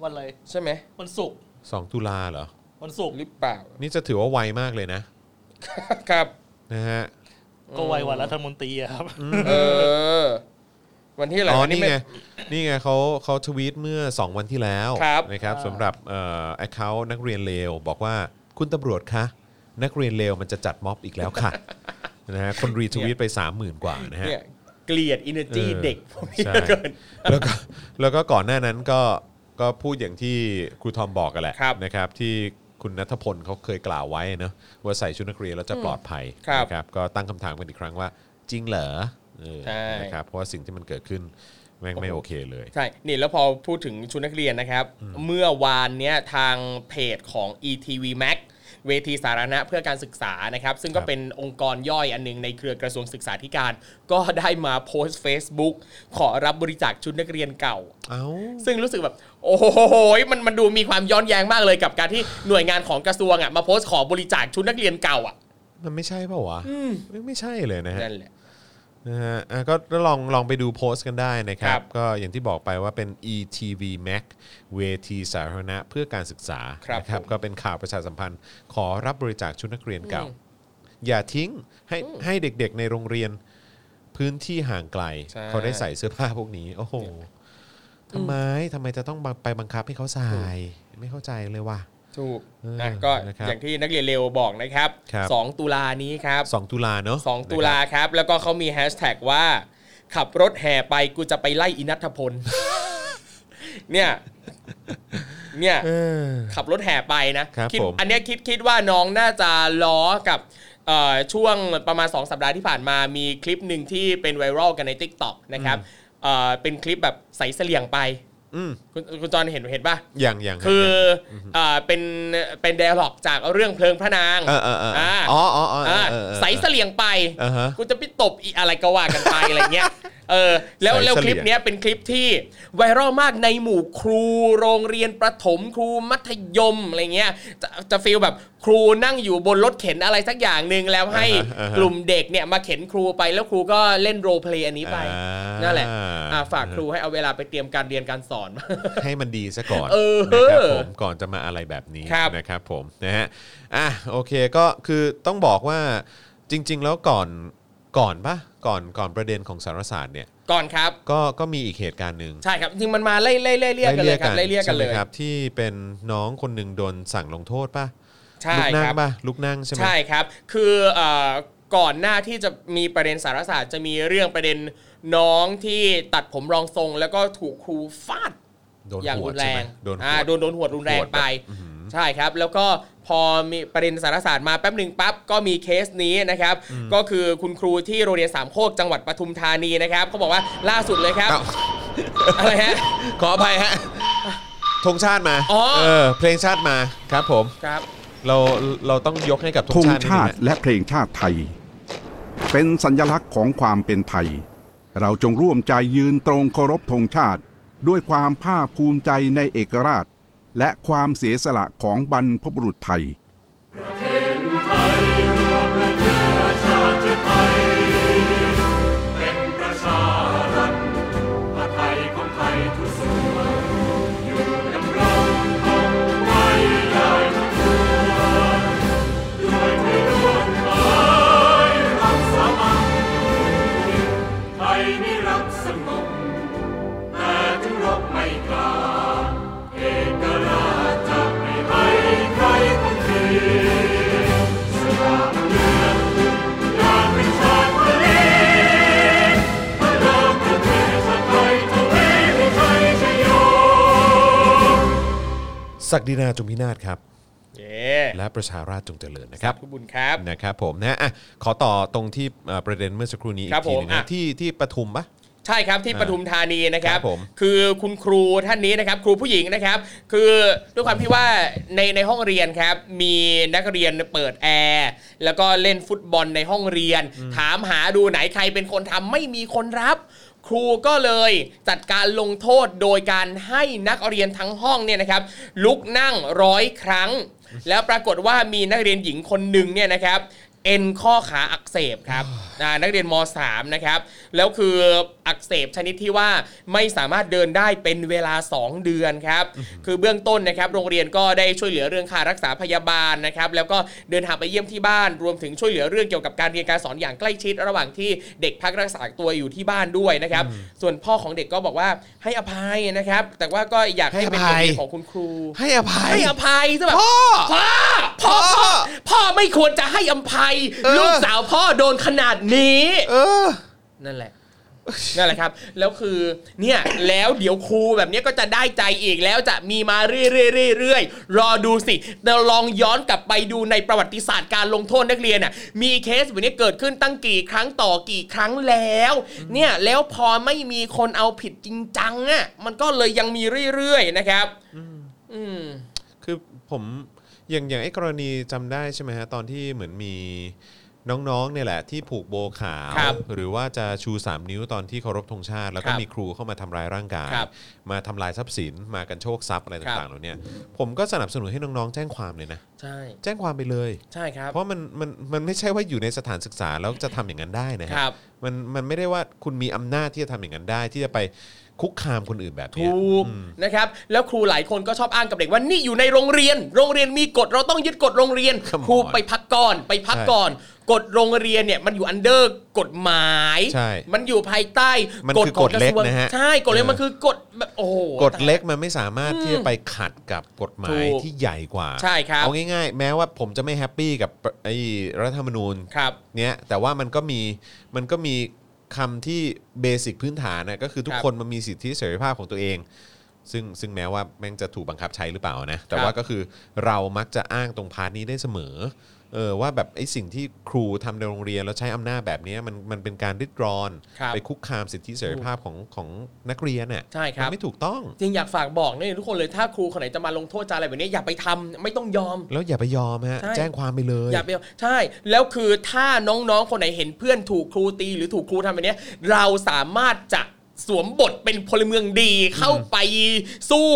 วันอะไร ใช่ไหม วันศุกร์ สองตุลาเหรอ วันศุกร์ หรือเปล่า นี่จะถือว่าไวมากเลยนะ ครับ นะฮะ ก็ไววันรัฐมนตรีอะครับ เออ วันที่อะไร อ๋อ วั นี่ ม่ ไงนี่ไงเขาเขาทวีตเมื่อ 2 วันที่แล้ว ครับ นะครับ อ่า สำหรับเอ่อแอคเคาท์นักเรียนเลวบอกว่าคุณตำรวจคะนักเรียนเลวมันจะจัดม็อบอีกแล้วค่ะ นะฮะคนรีทวีตไป 30,000 กว่านะฮะ เนี่ย เกลียดอินเนอร์จี เออ เด็กพวกนี้ ใช่ เหลือเกิน แล้วก็ แล้วก็ก่อนหน้านั้นก็ก็พูดอย่างที่ครูทอมบอกกันแหละ ครับ นะครับที่คุณนัทพลเขาเคยกล่าวไว้เนอะว่าใส่ชุดนักเรียนแล้วจะปลอดภัย ครับ นะครับก็ตั้งคำถามกันอีกครั้งว่าจริงเหรอเออ ใช่ นะครับเพราะว่าสิ่งที่มันเกิดขึ้นแม่งไม่โอเคเลย ใช่ นี่แล้วพอพูดถึงชุดนักเรียนนะครับ เมื่อวานเนี้ยทางเพจของ ETV Max เวทีสาธารณะเพื่อการศึกษานะครับ ซึ่งก็ ครับ เป็นองค์กรย่อยอันหนึงในเครือกระทรวงศึกษาธิการ ก็ได้มาโพสต์ Facebook ขอรับบริจาคชุดนักเรียนเก่า เอ้า ซึ่งรู้สึกแบบ โอ้โหมันมันดูมีความย้อนแย้งมากเลยกับการที่หน่วยงานของกระทรวงอ่ะมาโพสต์ขอบริจาคชุดนักเรียนเก่าอ่ะ มันไม่ใช่เปล่าวะไม่ไม่ใช่เลยนะฮะ นั่นแหละ นะฮะอ่ะก็ลองลองไปดูโพสต์กันได้นะครั ครับ บ ก็อย่างที่บอกไปว่าเป็น ETV Mac เวทีสาธารณะเพื่อการศึกษา ครับ นะก็เป็นข่าวประชาสัมพันธ์ ขอรับบริจาคชุดนักเรียนเก่า อืม อย่าทิ้งให้ให้เด็กๆในโรงเรียนพื้นที่ห่างไกล ใช่ เขาได้ใส่เสื้อผ้าพวกนี้ โอ้โหทำไมทำไมจะต้องบังไปบังคับให้เขาใส่ไม่เข้าใจเลยว่ะ ถูก เออ นะก็ นะครับ อย่างที่นักเรียนเร็วบอกนะครับ ครับ สองตุลานี้ครับ สองตุลาเนอะ สองตุลาครับ แล้วก็เขามีแฮชแท็กว่า ขับรถแห่ไปกูจะไปไล่อินัทพ ล เนี่ยเนี่ย เออ ขับรถแห่ไปนะครับ คิด ผม อันเนี้ยคิดคิดว่าน้องน่าจะล้อกับเอ่อช่วงประมาณ 2 สัปดาห์ที่ผ่านมามีคลิปหนึ่งที่เป็นไวรัลกันใน t ิ k t o k นะครับเอ่อเป็นคลิปแบบใส่เสลี่ยงไป อืม คุณคุณจอนเห็นเห็นป่ะ อย่างอย่าง คือเอ่อเป็นเป็นไดอะล็อกจากเรื่องเพลิงพระนาง เออเออเออ อ่า อ๋ออ๋ออ๋อ อ่า เออเออ ใส่เสลี่ยงไป อ่าฮะ กูจะไปตบอีอะไรก็ว่ากันไป อะไรเงี้ย เออ แล้ว ใส่เสลี่ยง แล้วคลิปเนี้ยเป็นคลิปที่ไวรัลมากในหมู่ครูโรงเรียนประถมครูมัธยมอะไรเงี้ย จะจะฟีลแบบครูนั่งอยู่บนรถเข็นอะไรสักอย่างหนึ่งแล้วให้กลุ่มเด็กเนี่ยมาเข็นครูไปแล้วครูก็เล่นโรลเพลย์อันนี้ไป อ่า นั่นแหละอ่ะฝากครูให้เอาเวลาไปเตรียมการเรียนการสอน ให้มันดีซะก่อน เออ นะครับผมก่อนจะมาอะไรแบบนี้ ครับ นะครับผมนะฮะอ่ะโอเคก็คือต้องบอกว่าจริง ๆ แล้วก่อนก่อนปะก่อนก่อนประเด็นของสารศาสตร์เนี่ย ก่อนครับ ก็ก็มีอีกเหตุการณ์หนึ่ง ใช่ครับจริงมันมาไล่ไล่ไล่เรียกกันเลยครับไล่เรียกกันเล ใช่ ย ไหมครับที่เป็นน้องคนหนึ่งโดนสั่งลงโทษป่ะ ใช่ ลูกนั่ ค ง รับ ป่ะลูกนั่งใช่ไหม ใช่ครับ คือเอ่อก่อนหน้าที่จะมีประเด็นสารศาสตร์จะมีเรื่องประเด็นน้องที่ตัดผมรองทรง แล้วก็ถูกครูฟาด โดน อย่าง หัว รุน ใช่ แร ไหม ง โดนหัว อ่าโดนโดนหัวรุนแรงไป ใช่ครับ แล้วก็พอมีประเด็นสารศาสตร์มาแป๊บหนึ่งปั๊บก็มีเคสนี้นะครับ ก็คือคุณครูที่โรงเรียนสามโคกจังหวัดปทุมธานีนะครับเขาบอกว่าล่าสุดเลยครับ เอ้า อะไรฮะ ขออภัยฮะธงชาติมา อ๋อ เออ เพลงชาติมาครับผม ครับ เราเราต้องยกให้กับธ ธ ง ง ชาตินิดนึชาง ติ นะ และเพลงชาติไทย เป็นสัญลักษณ์ของความเป็นไทย เราจงร่วมใจยืนตรงเคารพธงชาติ ด้วยความภาคภูมิใจในเอกราช และความเสียสละของบรรพบุรุษไทย ประชารัฐอาไทยของไทยทุกส่วนอยู่ดำรงคงไว้ได้ทุกส่วนด้วยเพื่อนร่วมหมายรักสามัคคีไทยนิรักสงบแต่ถึงรบไม่กล้าเอกราชจะไม่ให้ใครคนทีสยามเมืองอยากเป็นชาติทะเล ศักดินาจงพินาศครับ เย้ และประชาราชจงเจริญนะครับ ขอบคุณครับ นะครับผมนะอ่ะขอต่อตรงที่เอ่อประเด็นเมื่อสักครู่นี้อี ครั ก บ ทีหนึง ผม นะ อ่ะ ที่ที่ปทุมปะ ใช่ครับที่ปทุมธานีนะครับ ครับผม คือคุณครูท่านนี้นะครับ ครูผู้หญิงนะครับ คือด้วยความที่ว่าในในห้องเรียนครับ มีนักเรียนเปิดแอร์แล้วก็เล่นฟุตบอลในห้องเรียน ถามหาดูไหนใครเป็นคนทำไม่มีคนรับ ครูก็เลยจัดการลงโทษโดยการให้นักเรียนทั้งห้องเนี่ยนะครับ ลุกนั่งร้อยครั้ง แล้วปรากฏว่ามีนักเรียนหญิงคนหนึ่งเนี่ยนะครับ เอ็นข้อขาอักเสบ ครับ อ่านักเรียนม .3 นะครับ แล้วคืออักเสบชนิดที่ว่าไม่สามารถเดินได้เป็นเวลา 2 เดือนครับ คือเบื้องต้นนะครับ โรงเรียนก็ได้ช่วยเหลือเรื่องค่ารักษาพยาบาลนะครับ แล้วก็เดินทางไปเยี่ยมที่บ้าน รวมถึงช่วยเหลือเรื่องเกี่ยวกับการเรียนการสอนอย่างใกล้ชิด ระหว่างที่เด็กพักรักษาตัวอยู่ที่บ้านด้วยนะครับ ส่วนพ่อของเด็กก็บอกว่าให้อภัยนะครับ แต่ว่าก็อยากให้เป็น ให้ บ อ ท ภัย เรียนของคุณครู ให้อภัย ให้อภัยซะแบบ พ่อ พ่อพ่พ่อพ่ อ อพ่อไม่ควรจะให้อภัย เออ ลูกสาวพ่อโดนขนาดนี้ เออ นั่นแหละ นั่นแหละครับ แล้วคือเนี่ยแล้วเดี๋ยวครูแบบเนี้ยก็จะได้ใจอีกแล้วจะมีมาเรื่อยๆเรื่อยๆรอดูสิเราลองย้อนกลับไปดูในประวัติศาสตร์การลงโทษนักเรียนอ่ะมีเคสแบบนี้เกิดขึ้นตั้งกี่ครั้งต่อกี่ครั้งแล้ว เนี่ยแล้วพอไม่มีคนเอาผิดจริงจังอ่ะมันก็เลยยังมีเรื่อยๆนะครับ อืม คือผมอย่างอย่างไอ้กรณีจำได้ใช่ไหมฮะ ตอนที่เหมือนมีน้องๆเนี่ยแหละ ที่ผูกโบขาว ครับ หรือว่าจะชู 3 นิ้วตอนที่เคารพธงชาติ แล้วก็ ครับ มีครูเข้ามาทำร้ายร่างกาย ครับ มาทำลายทรัพย์สิน มากันโชคทรัพย์อะไร ครั ต่า บ งๆเหล่าเนี้ยผมก็สนับสนุนให้น้องๆ แจ้งความเลยนะ ใช่ แจ้งความไปเลย ใช่ครับ เพราะมันมันมันไม่ใช่ว่าอยู่ในสถานศึกษาแล้วจะทำอย่างนั้นได้นะฮะ ครับ มันมันไม่ได้ว่าคุณมีอำนาจที่จะทำอย่างนั้นได้ ที่จะไปคุกคามคนอื่นแบบเนี้ย ถูกนะครับ แล้วครูหลายคนก็ชอบอ้างกับเด็กว่านี่อยู่ในโรงเรียน โรงเรียนมีกฎเราต้องยึดกฎโรงเรียน Come on ครูไปพักก่อนไปพัก ใช่ ก่อนกฎโรงเรียนเนี่ยมันอยู่อันเดอร์กฎหมาย ใช่ มันอยู่ภายใต้ มันคือก ของกรทรวงฎเล็กนะฮะ ใช่กฎเล็ก เออ มันคือกฎแบบโอ้โห กฎเล็กมันไม่สามารถที่จะไปขัดกับกฎหมา ถู ย ก ที่ใหญ่กว่า ใช่ครับ เอาง่ายๆ แม้ว่าผมจะไม่แฮปปี้กับไอ้รัฐธรรมนูญ ครับ เนี้ยแต่ว่ามันก็มีมันก็มีคำที่เบสิกพื้นฐานนะก็คือทุก ครับ คนมันมีสิทธิเสรีภาพของตัวเอง ซึ่งซึ่งแม้ว่าแม่งจะถูกบังคับใช้หรือเปล่านะแต่ ครับ ว่าก็คือเรามักจะอ้างตรงพาร์ทนี้ได้เสมอเออว่าแบบไอ้สิ่งที่ครูทำในโรงเรียนแล้วใช้อำนาจแบบเนี้ยมันมันเป็นการริดรอน ครับ ไปคุกคามสิทธิเสรีภาพของของนักเรียนเนี่ย ใช่ครับ มันไม่ถูกต้อง จริงอยากฝากบอกเนี่ยทุกคนเลยถ้าครูคนไหนจะมาลงโทษจะอะไรแบบนี้อย่าไปทำไม่ต้องยอม แล้วอย่าไปยอมฮะ ใช่ แจ้งความไปเลย อย่าไปเอาใช่ แล้วคือถ้าน้องๆ คนไหนเห็นเพื่อนถูกครูตีหรือถูกครูทำแบบเนี้ย เราสามารถจะสวมบทเป็นพลเมืองดีเข้าไปสู้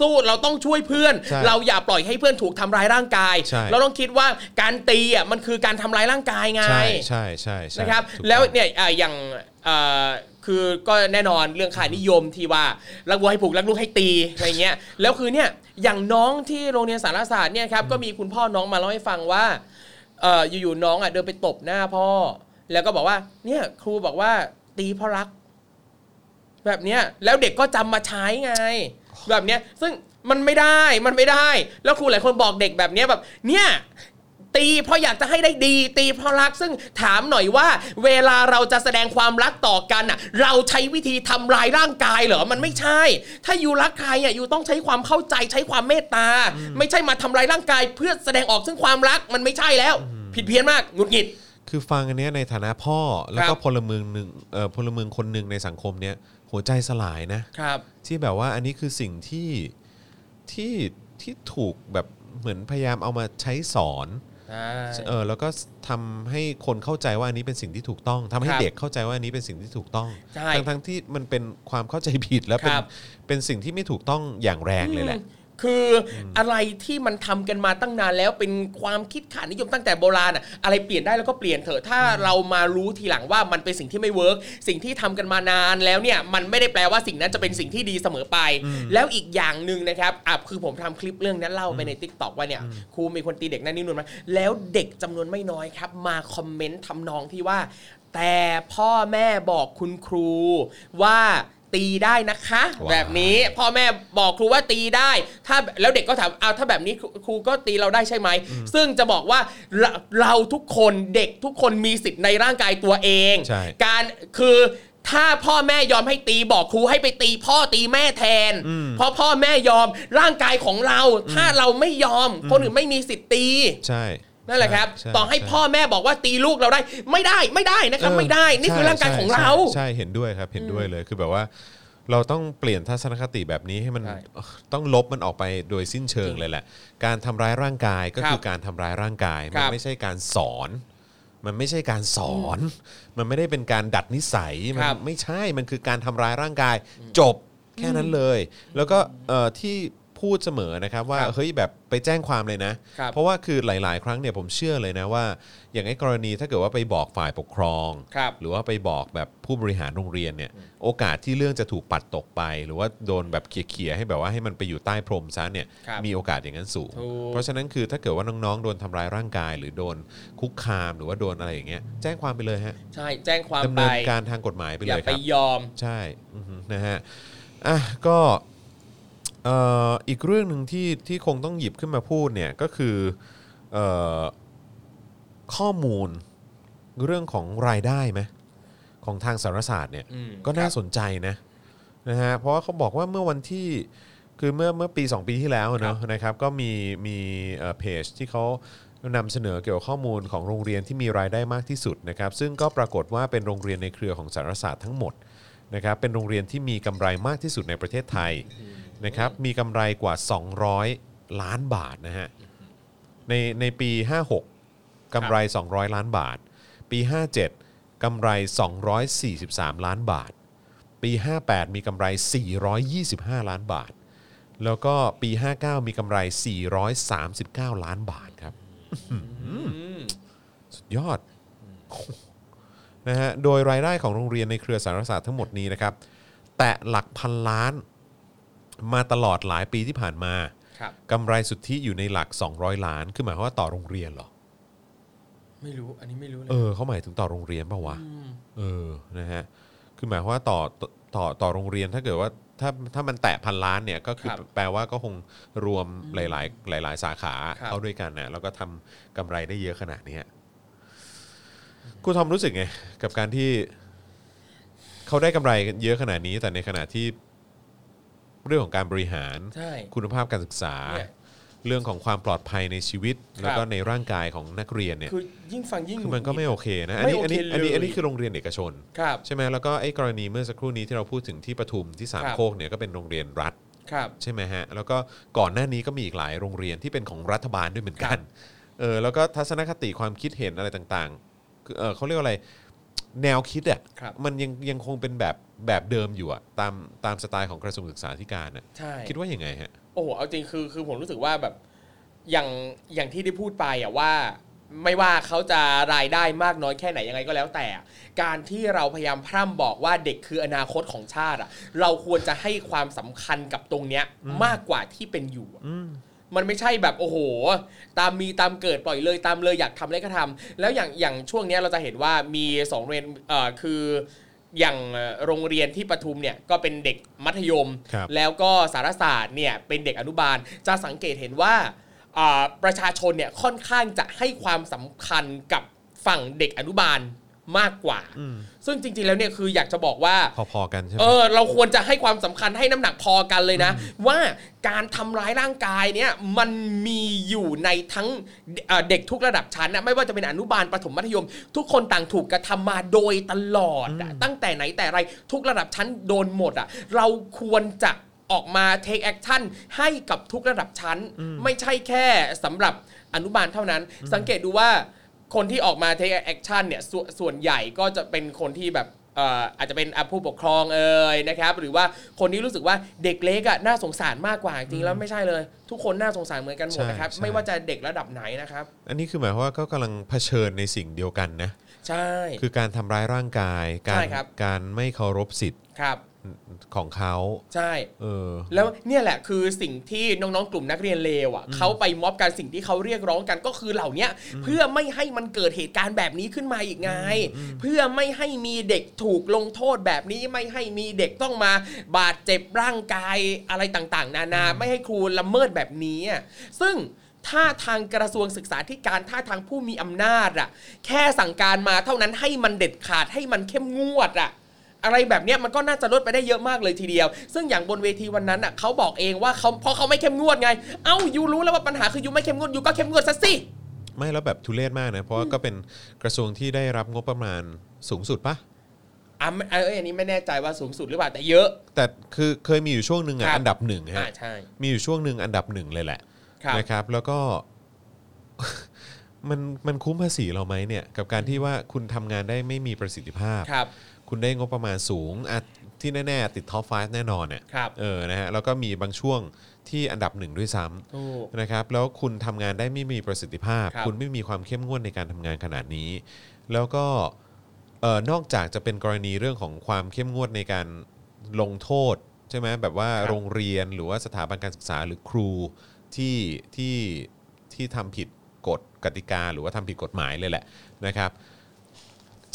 สู้เราต้องช่วยเพื่อน ใช่ เราอย่าปล่อยให้เพื่อนถูกทำร้ายร่างกาย ใช่ เราต้องคิดว่าการตีอ่ะมันคือการทำร้ายร่างกายไง ใช่ใช่ใช่ใช่ นะครับ ถูกต้อง แล้วเนี่ยอ่าอย่างอ่าคือก็แน่นอนเรื่องค่านิยมที่ว่ารักวัวให้ผูกรักลูกให้ตีอะไรเงี้ย แล้วคือเนี่ยอย่างน้องที่โรงเรียนสารศาสตร์เนี่ยครับก็มีคุณพ่อน้องมาเล่าให้ฟังว่าเอ่ออยู่ๆน้องอ่ะเดินไปตบหน้าพ่อ แล้วก็บอกว่าเนี่ยครูบอกว่าตีเพราะรัก แบบเนี้ยแล้วเด็กก็จำมาใช้ไง แบบเนี้ยซึ่งมันไม่ได้มันไม่ได้ แล้วครูหลายคนบอกเด็กแบบเนี้ยแบบเนี่ย ตีเพราะอยากจะให้ได้ดี ตีเพราะรักซึ่งถามหน่อยว่า เวลาเราจะแสดงความรักต่อกันอ่ะ เราใช้วิธีทำลายร่างกายเหรอมันไม่ใช่ ถ้าอยู่รักใครอ่ะอยู่ต้องใช้ความเข้าใจใช้ความเมตตา ไม่ใช่มาทำลายร่างกาย เพื่อแสดงออกซึ่งความรักมันไม่ใช่แล้ว ผิดเพี้ยนมากหงุดหงิด คือฟังอันเนี้ยในฐานะพ่อแล้ว ค ก็ รับ พลเมืองหนึ่งเอ่อพลเมืองคนหนึ่งในสังคมเนี้ยหัวใจสลายนะ ครับ ที่แบบว่าอันนี้คือสิ่งที่ที่ที่ถูกแบบเหมือนพยายามเอามาใช้สอนเออแล้วก็ทำให้คนเข้าใจว่าอันนี้เป็นสิ่งที่ถูกต้องทำให้ ครับ เด็กเข้าใจว่าอันนี้เป็นสิ่งที่ถูกต้อง ใช่ ทั้งทั้งที่มันเป็นความเข้าใจผิดและเป็ คน รับ เป็นสิ่งที่ไม่ถูกต้องอย่างแรงเลยแหละ คืออะไรที่มันทำกันมาตั้งนานแล้วเป็นความคิดขานิยมตั้งแต่โบราณอะอะไรเปลี่ยนได้แล้วก็เปลี่ยนเถอะถ้าเรามารู้ทีหลังว่ามันเป็นสิ่งที่ไม่เวิร์กสิ่งที่ทำกันมานานแล้วเนี่ยมันไม่ได้แปลว่าสิ่งนั้นจะเป็นสิ่งที่ดีเสมอไป แล้วอีกอย่างหนึ่งนะครับอ่ะคือผมทำคลิปเรื่องนั้นเล่าไปในทิกตอกว่าเนี่ยครูมีคนตีเด็กนั่นนี่นู่นมาแล้วเด็กจำนวนไม่น้อยครับ มาคอมเมนต์ทำนองที่ว่า แต่พ่อแม่บอกคุณครูว่าตีได้นะคะ ว้าว แบบนี้พ่อแม่บอกครูว่าตีได้ ถ้าแล้วเด็กก็ถามเอาถ้าแบบนี้ครูครูก็ตีเราได้ใช่ไหม ซึ่งจะบอกว่าเราเราทุกคนเด็กทุกคนมีสิทธิ์ในร่างกายตัวเอง ใช่ การคือถ้าพ่อแม่ยอมให้ตีบอกครูให้ไปตีพ่อตีแม่แทน เพราะพ่อแม่ยอมร่างกายของเรา ถ้าเราไม่ยอม คนอื่นไม่มีสิทธิ์ตี ใช่ นั่นแหละครับ ช่ ต่อให้ ช่ พ่อแม่บอกว่าตีลูกเราได้ ไม่ได้ไม่ได้นะครับ เออ ไม่ได้นี่คือ ใช่ ร่างกายของ ใช่ เรา ใช่เห็นด้วยครับเห็นด้วยเลยคือแบบว่า เราต้องเปลี่ยนทัศนคติแบบนี้ให้มัน ใช่ ต้องลบมันออกไปโดยสิ้นเชิงเลยแหละ การทำร้ายร่างกายก็ ครับ คือการทำร้ายร่างกาย ค มั รั น บ ไม่ใช่การสอน มันไม่ใช่การสอน มันไม่ได้เป็นการดัดนิสัยมั ครับ ไม่ใช่มันคือการทำร้ายร่างกาย จบแค่นั้นเลย แล้วก็เอ่อที่พูดเสมอนะครับว่า ครับ เฮ้ยแบบไปแจ้งความเลยนะ ครับ เพราะว่าคือหลาย ๆ ครั้งเนี่ยผมเชื่อเลยนะว่า อย่างไอ้กรณีถ้าเกิดว่าไปบอกฝ่ายปกครอง ครับ หรือว่าไปบอกแบบผู้บริหารโรงเรียนเนี่ยโอกาสที่เรื่องจะถูกปัดตกไป หรือว่าโดนแบบเขี่ยๆให้แบบว่าให้มันไปอยู่ใต้พรมซะเนี่ย ครับ มีโอกาสอย่างนั้นสูง ถูก เพราะฉะนั้นคือถ้าเกิดว่าน้องๆโดนทำร้ายร่างกาย หรือโดนคุกคามหรือว่าโดนอะไรอย่างเงี้ยแจ้งความไปเลยฮะ ใช่แจ้งความ ดำ ไป เนินการทางกฎหมายไป อ เล ย่าย ค ไป รับ ยอม ใช่อือฮึนะฮะอ่ะก็เอ่ออีกเรื่องหนึ่งที่ที่คงต้องหยิบขึ้นมาพูดเนี่ยก็คือเอ่อข้อมูลเรื่องของรายได้ไหมของทางสารศาสตร์เนี่ย อืม ก็น่า ครับ สนใจนะนะฮะเพราะว่าเขาบอกว่าเมื่อวันที่คือเมื่อเมื่อปี 2 ปีที่แล้วเนอะนะครับก็มีมีเอ่อเพจที่เขานำเสนอเกี่ยวกับข้อมูลของโรงเรียนที่มีรายได้มากที่สุดนะครับซึ่งก็ปรากฏว่าเป็นโรงเรียนในเครือของสารศาสตร์ทั้งหมด นะครับเป็นโรงเรียนที่มีกำไรมากที่สุดในประเทศไทยนะครับมีกำไรกว่า 200 ล้านบาทนะฮะในในปี 56กำไร 200 ล้านบาท ปี 57กำไร 243 ล้านบาท ปี 58 มีกำไร 425 ล้านบาท แล้วก็ปี 59 มีกำไร 439 ล้านบาทครับ สุดยอด นะฮะ โดยรายได้ของโรงเรียนในเครือสารศาสตร์ทั้งหมดนี้นะครับ แตะหลักพันล้านมาตลอดหลายปีที่ผ่านมา ครับ กำไรสุทธิอยู่ในหลัก 200 ล้าน คือหมายความว่าต่อโรงเรียนเหรอ ไม่รู้อันนี้ไม่รู้เล เอย อเขาหมายถึงต่อโรงเรียนเปล่าวะเออนะฮะคือหมายความว่าต่อต่อต่อต่อโรงเรียนถ้าเกิดว่าถ้าถ้ามันแตะพันล้านเนี่ยก็คือ ครับ แปลว่าก็คงรวมหลาย ๆ หลาย ๆ สาขา ครับ เข้าด้วยกันนะแล้วก็ทำกำไรได้เยอะขนาดเนี้ยครูทอมรู้สึกไงกับการที่เขาได้กำไรกันเยอะขนาดนี้ แต่ในขณะที่เรื่องของการบริหาร ใช่ คุณภาพการศึกษา เนี่ย เรื่องของความปลอดภัยในชีวิต แล้วก็ ครับ ในร่างกายของนักเรียนเนี่ย คือยิ่งฟังยิ่ง คือมันก็ หงุดห ไม่ งิด โอเคนะ อันนี้ ไม่ อันนี้ โอเคเลย อันนี้อันนี้คือโรงเรียนเอกชน ครับ ใช่ไหมแล้วก็ไอ้กรณีเมื่อสักครู่นี้ที่เราพูดถึงที่ปทุมที่สาม ครับ โคกเนี่ยก็เป็นโรงเรียนรัฐ ครับ ใช่ไหมฮะ แล้วก็ก่อนหน้านี้ก็มีอีกหลายโรงเรียนที่เป็นของรัฐบาลด้วยเหมือนกั ครั น บ เออแล้วก็ทัศนคติความคิดเห็นอะไรต่างๆคือเออเขาเรียกว่าอะไร แนวคิดอ่ะ ครับ มันยังยังคงเป็นแบบแบบเดิมอยู่อ่ะตามตามสไตล์ของกระทรวงศึกษาธิการอ่ะ ใช่ คิดว่าอย่างไงฮะ โอ้โหเอาจริงคือคือผมรู้สึกว่าแบบอย่างอย่างที่ได้พูดไปอะว่า ไม่ว่าเขาจะรายได้มากน้อยแค่ไหนยังไงก็แล้วแต่อะการที่เราพยายามพร่ำบอกว่าเด็กคืออนาคตของชาติอะเราควรจะให้ความสำคัญกับตรงเนี้ยมากกว่าที่เป็นอยู่อะ มันไม่ใช่แบบโอ้โห ตามมีตามเกิดปล่อยเลยตามเลยอยากทำอะไรก็ทำแล้วอย่างอย่างช่วงเนี้ยเราจะเห็นว่ามีสองเรียนเอ่อคือ อย่างเอ่อโรงเรียนที่ปทุมเนี่ยก็เป็นเด็กมัธยม ครับ แล้วก็สารศาสตร์เนี่ยเป็นเด็กอนุบาลจะสังเกตเห็นว่าอ่าประชาชนเนี่ยค่อนข้างจะให้ความสำคัญกับฝั่งเด็กอนุบาลมากกว่า ซึ่งจริงๆแล้วเนี่ยคืออยากจะบอกว่า พอๆกันใช่ไหม เออเราควรจะให้ความสำคัญให้น้ำหนักพอกันเลยนะ ว่าการทำร้ายร่างกายเนี่ยมันมีอยู่ในทั้งเอ่อเด็กทุกระดับชั้นนะไม่ว่าจะเป็นอนุบาลประถมมัธยม ทุกคนต่างถูกกระทำมาโดยตลอดอะตั้งแต่ไหนแต่ไรทุกระดับชั้นโดนหมดอ่ะเราควรจะออกมา take action ให้กับทุกระดับชั้น ไม่ใช่แค่สำหรับอนุบาลเท่านั้น สังเกตดูว่า คนที่ออกมา take action เนี่ยสส่วนใหญ่ก็จะเป็นคนที่แบบเอ่ออาจจะเป็นอ่ะผู้ปกครองเอ่ยนะครับหรือว่าคนที่รู้สึกว่าเด็กเล็กอะน่าสงสารมากกว่าจริงๆแล้วไม่ใช่เลย ทุกคนน่าสงสารเหมือนกันหมดนะครับ ใช่ใช่ ไม่ว่าจะเด็กระดับไหนนะครับ อันนี้คือหมายความว่าก็กำลังเผชิญในสิ่งเดียวกันนะ ใช่ คือการทำร้ายร่างกาย การ ใช่ครับ การไม่เคารพสิทธิ์ ครับ ของเขา ใช่ เออ แล้วเนี่ยแหละคือสิ่งที่น้องๆกลุ่มนักเรียนเลวอ่ะเขาไปม็อบกันสิ่งที่เขาเรียกร้องกันก็คือเหล่าเนี้ยเพื่อไม่ให้มันเกิดเหตุการณ์แบบนี้ขึ้นมาอีกไง เพื่อไม่ให้มีเด็กถูกลงโทษแบบนี้ไม่ให้มีเด็กต้องมาบาดเจ็บร่างกายอะไรต่างๆ นานาไม่ให้ครูละเมิดแบบนี้อะซึ่ง ถ้าทางกระทรวงศึกษาธิการท่าทางผู้มีอำนาจอะแค่สั่งการมาเท่านั้นให้มันเด็ดขาดให้มันเข้มงวดอะอะไรแบบเนี้ยมันก็น่าจะลดไปได้เยอะมากเลยทีเดียว ซึ่งอย่างบนเวทีวันนั้นอะเขาบอกเองว่าเขาเพราะเขาไม่เข้มงวดไง เอ้ายูรู้แล้วว่าปัญหาคือยูไม่เข้มงวดยูก็เข้มงวดซะสิ ไม่แล้วแบบทุเรศมากนะ เพราะว่าก็เป็นกระทรวงที่ได้รับงบประมาณสูงสุดปะ อ่ะไม่เอ้ยอันนี้ไม่แน่ใจว่าสูงสุดหรือเปล่าแต่เยอะ แต่คือเคยมีอยู่ช่วงหนึ่ง ค อ่ะ รับ อันดับหนึ่ง อ่า ฮะ ใช่ มีอยู่ช่วงหนึ่งอันดับหนึ่งเลยแหละ ครับ นะครับ แล้วก็ มันมันคุ้มภาษีเราไหมเนี่ย กับการที่ว่าคุณทำงานได้ไม่มีประสิทธิภาพ ครับ คุณได้งบประมาณสูงอ่ะที่แน่ๆ ติดท็อป5แน่นอนเนี่ย ครับ เออนะฮะแล้วก็มีบางช่วงที่อันดับหนึ่งด้วยซ้ ถูก ำนะครับแล้วคุณทำงานได้ไม่มีประสิทธิภาพ ครับ คุณไม่มีความเข้มงวดในการทำงานขนาดนี้ แล้วก็เอ่อนอกจากจะเป็นกรณีเรื่องของความเข้มงวดในการลงโทษใช่ไหมแบบว่า ครับ โรงเรียนหรือว่าสถาบันการศึกษาหรือครูที่ที่ที่ทำผิดกฎกติกา หรือว่าทำผิดกฎหมายเลยแหละนะครับ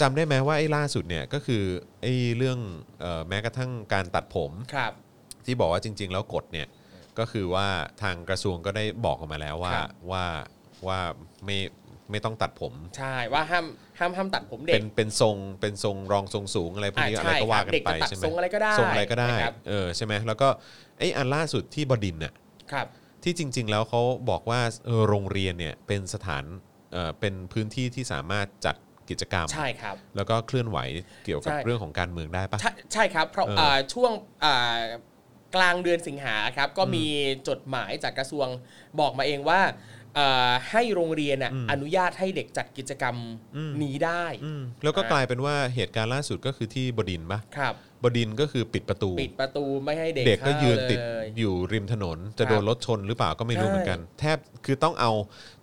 จำได้ไหมว่าไอ้ล่าสุดเนี่ยก็คือไอ้เรื่องเออแม้กระทั่งการตัดผม ครับ ที่บอกว่าจริง ๆ แล้วกฎเนี่ยก็คือว่าทางกระทรวงก็ได้บอกออกมาแล้วว่า ครับ ว่าว่าไม่ไม่ต้องตัดผม ใช่ว่าห้ามห้ามห้ามตัดผมเด็ เป็ ก นเป็นทรงเป็นทรงรองทรงสูงอะไรพวกนี้ อ่า อะ ใช่ ไรก็ว่า ครับ กัน เด็ก ไป จะตัด ใช่ไหม ทรงอะไรก็ได้ ทรงอะไรก็ได้ นะครับ เออใช่ไหมแล้วก็ไอ้อันล่าสุดที่บดินทร์น่ะ ครับ ที่จริง ๆ แล้วเขาบอกว่าเออโรงเรียนเนี่ยเป็นสถานเอ่อเป็นพื้นที่ที่สามารถจัดกิจกรรม ใช่ครับ แล้วก็เคลื่อนไหวเกี่ยวกับ ใช่ เรื่องของการเมืองได้ปะ ใช่ใช่ครับเพราะ เออ เอ่อช่วงเอ่อกลางเดือนสิงหาครับก็มีจดหมายจากกระทรวงบอกมาเองว่าเอ่อให้โรงเรียนน่ะ อืม อนุญาตให้เด็กจัดกิจกรรม อืม นี้ได้ อืมแล้วก็กลายเป็นว่าเหตุการณ์ล่าสุดก็คือที่บดินทร์ปะ ครับ บดินทร์ก็คือปิดประตู ปิดประตูไม่ให้เด็ก เด็กก็ เข้า ยืนติด เลย อยู่ริมถนน จะ ครับ โดนรถชนหรือเปล่าก็ไม่รู้ ใช่ เหมือนกัน แทบคือต้องเอา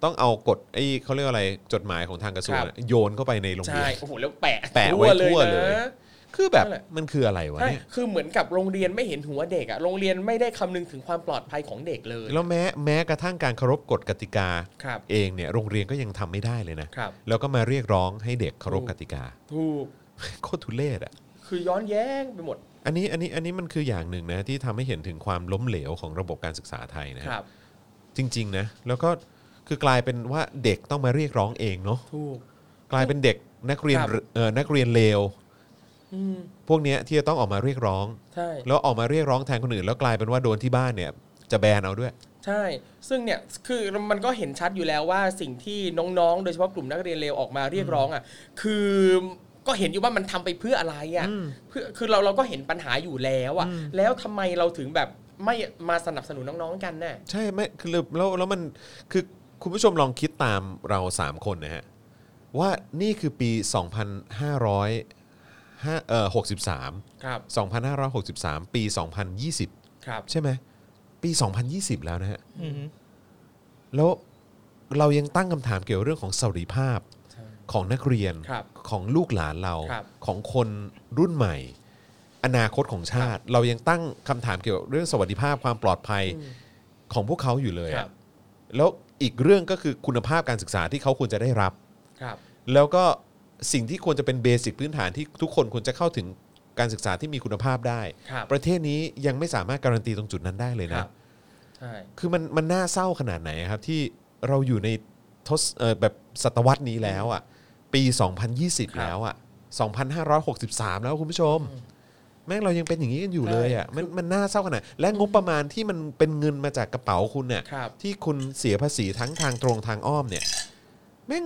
ต้องเอากฎไอ้เขาเรียกว่าอะไรจดหมายของทางกระทรวง ครับ โยนเข้าไปในโรงเรี ใช่ ยน โอ้โหแล้วแปะ แปะไว้ทั่วเลย นะ คือแบบ นั่นแหละ มันคืออะไรวะ ใช่ เนี่ย คือเหมือนกับโรงเรียนไม่เห็นหัวเด็กอะโรงเรียนไม่ได้คำนึงถึงความปลอดภัยของเด็กเลย แล้วแม้แม้กระทั่งการเคารพกฎกติกา ครับ เองเนี่ยโรงเรียนก็ยังทำไม่ได้เลยนะครับ แล้วก็มาเรียกร้องให้เด็กเคารพกติกา ถูก โคตรทุเรศอ่ะ คือย้อนแย้งไปหมด อันนี้อันนี้อันนี้มันคืออย่างหนึ่งนะที่ทำให้เห็นถึงความล้มเหลวของระบบการศึกษาไทยนะฮะ ครับ จริงๆนะแล้วก็คือกลายเป็นว่าเด็กต้องมาเรียกร้องเองเนาะ ถูก กลายเป็นเด็กนักเรียน ครับ เอ่อนักเรียนเลว อืม พวกเนี้ยที่จะต้องออกมาเรียกร้อง ใช่ แล้วออกมาเรียกร้องแทนคนอื่น แล้วกลายเป็นว่าโดนที่บ้านเนี่ยจะแบนเอาด้วย ใช่ ซึ่งเนี่ย คือมันก็เห็นชัดอยู่แล้วว่าสิ่งที่น้องๆ โดยเฉพาะกลุ่มนักเรียนเลวออกมาเรียกร้องอ่ะ คือก็เห็นอยู่ว่ามันทำไปเพื่ออะไรอ่ะ เพื่อ คือเราเราก็เห็นปัญหาอยู่แล้วอ่ะ แล้วทำไมเราถึงแบบไม่มาสนับสนุนน้องๆกันน่ะ ใช่ไหมคือแล้วแล้วมันคือคุณผู้ชมลองคิดตามเรา 3 คนนะฮะ ว่านี่คือปี 2500ห้าเอ่อ63 ครับ 2563 ปี 2020 ครับ ใช่ไหมปี 2020 แล้วนะฮะ อือฮึ แล้วเรายังตั้งคำถามเกี่ยวเรื่องของเสรีภาพ ใช่ ของนักเรียน ครับ ของลูกหลานเรา ครับ ของคนรุ่นใหม่ อนาคตของชาติ เรายังตั้งคำถามเกี่ยวกับเรื่องสวัสดิภาพความปลอดภัย อืม ของพวกเขาอยู่เลยอะ ครับ แล้วอีกเรื่องก็คือคุณภาพการศึกษาที่เขาควรจะได้รับ ครับ แล้วก็ สิ่งที่ควรจะเป็นเบสิกพื้นฐานที่ทุกคนควรจะเข้าถึงการศึกษาที่มีคุณภาพได้ ครับ ประเทศนี้ยังไม่สามารถการันตีตรงจุดนั้นได้เลย ครั นะ บ ใช่ คือมันมันน่าเศร้าขนาดไหนครับที่เราอยู่ในทศเอ่อแบบศตวรรษนี้แล้วอ่ะปี 2020 แล้วอ่ะ2563 แล้วคุณผู้ชม แม่งเรายังเป็นอย่างนี้กันอยู่เลยอ่ะมันมันน่าเศร้าขนาด และงบประมาณที่มันเป็นเงินมาจากกระเป๋าคุณเนี่ย ครับ ที่คุณเสียภาษีทั้งทางตรงทางอ้อมเนี่ยแม่ง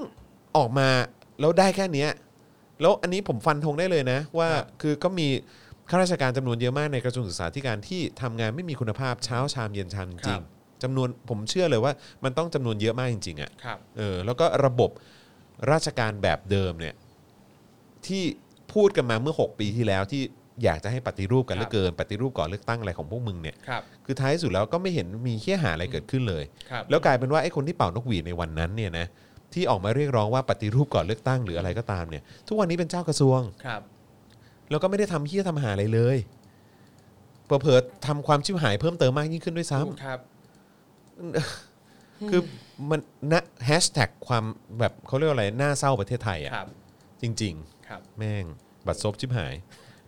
ออกมาแล้วได้แค่เนี้ยแล้วอันนี้ผมฟันธงได้เลยนะ ว่าคือก็มีข้าราชการจำนวนเยอะมากในกระทรวงศึกษาธิการที่ทำงานไม่มีคุณภาพเช้าชามเย็นชามจ ครั ริง บ ๆจำนวนผมเชื่อเลยว่ามันต้องจำนวนเยอะมากจริงๆอ่ะ ครับ เออแล้วก็ระบบราชการแบบเดิมเนี่ยที่พูดกันมาเมื่อ 6 ปีที่แล้วที่อยากจะให้ปฏิรูปกันเหลือ ครับ เกิน ปฏิรูปก่อนเลือกตั้งอะไรของพวกมึงเนี่ย ครับ คือท้ายสุดแล้วก็ไม่เห็นมีเขี้ยหาอะไรเกิดขึ้นเลย ครับ แล้วกลายเป็นว่าไอ้คนที่เป่านกหวีดในวันนั้นเนี่ยนะที่ออกมาเรียกร้องว่าปฏิรูปก่อนเลือกตั้งหรืออะไรก็ตามเนี่ย ทุกวันนี้เป็นเจ้ากระทรวง ครับ แล้วก็ไม่ได้ทำเฮี้ยทำหาอะไรเลยเผลอๆทำความชิบหายเพิ่มเติมมากยิ่งขึ้นด้วยซ้ำ ครับ คือมันนะแฮชแท็กความแบบเขาเรียกว่าอะไรน่าเศร้าประเทศไทย ครั อะ่ะ บ จริง ครับ ๆ แม่ง บัตรซบชิบหาย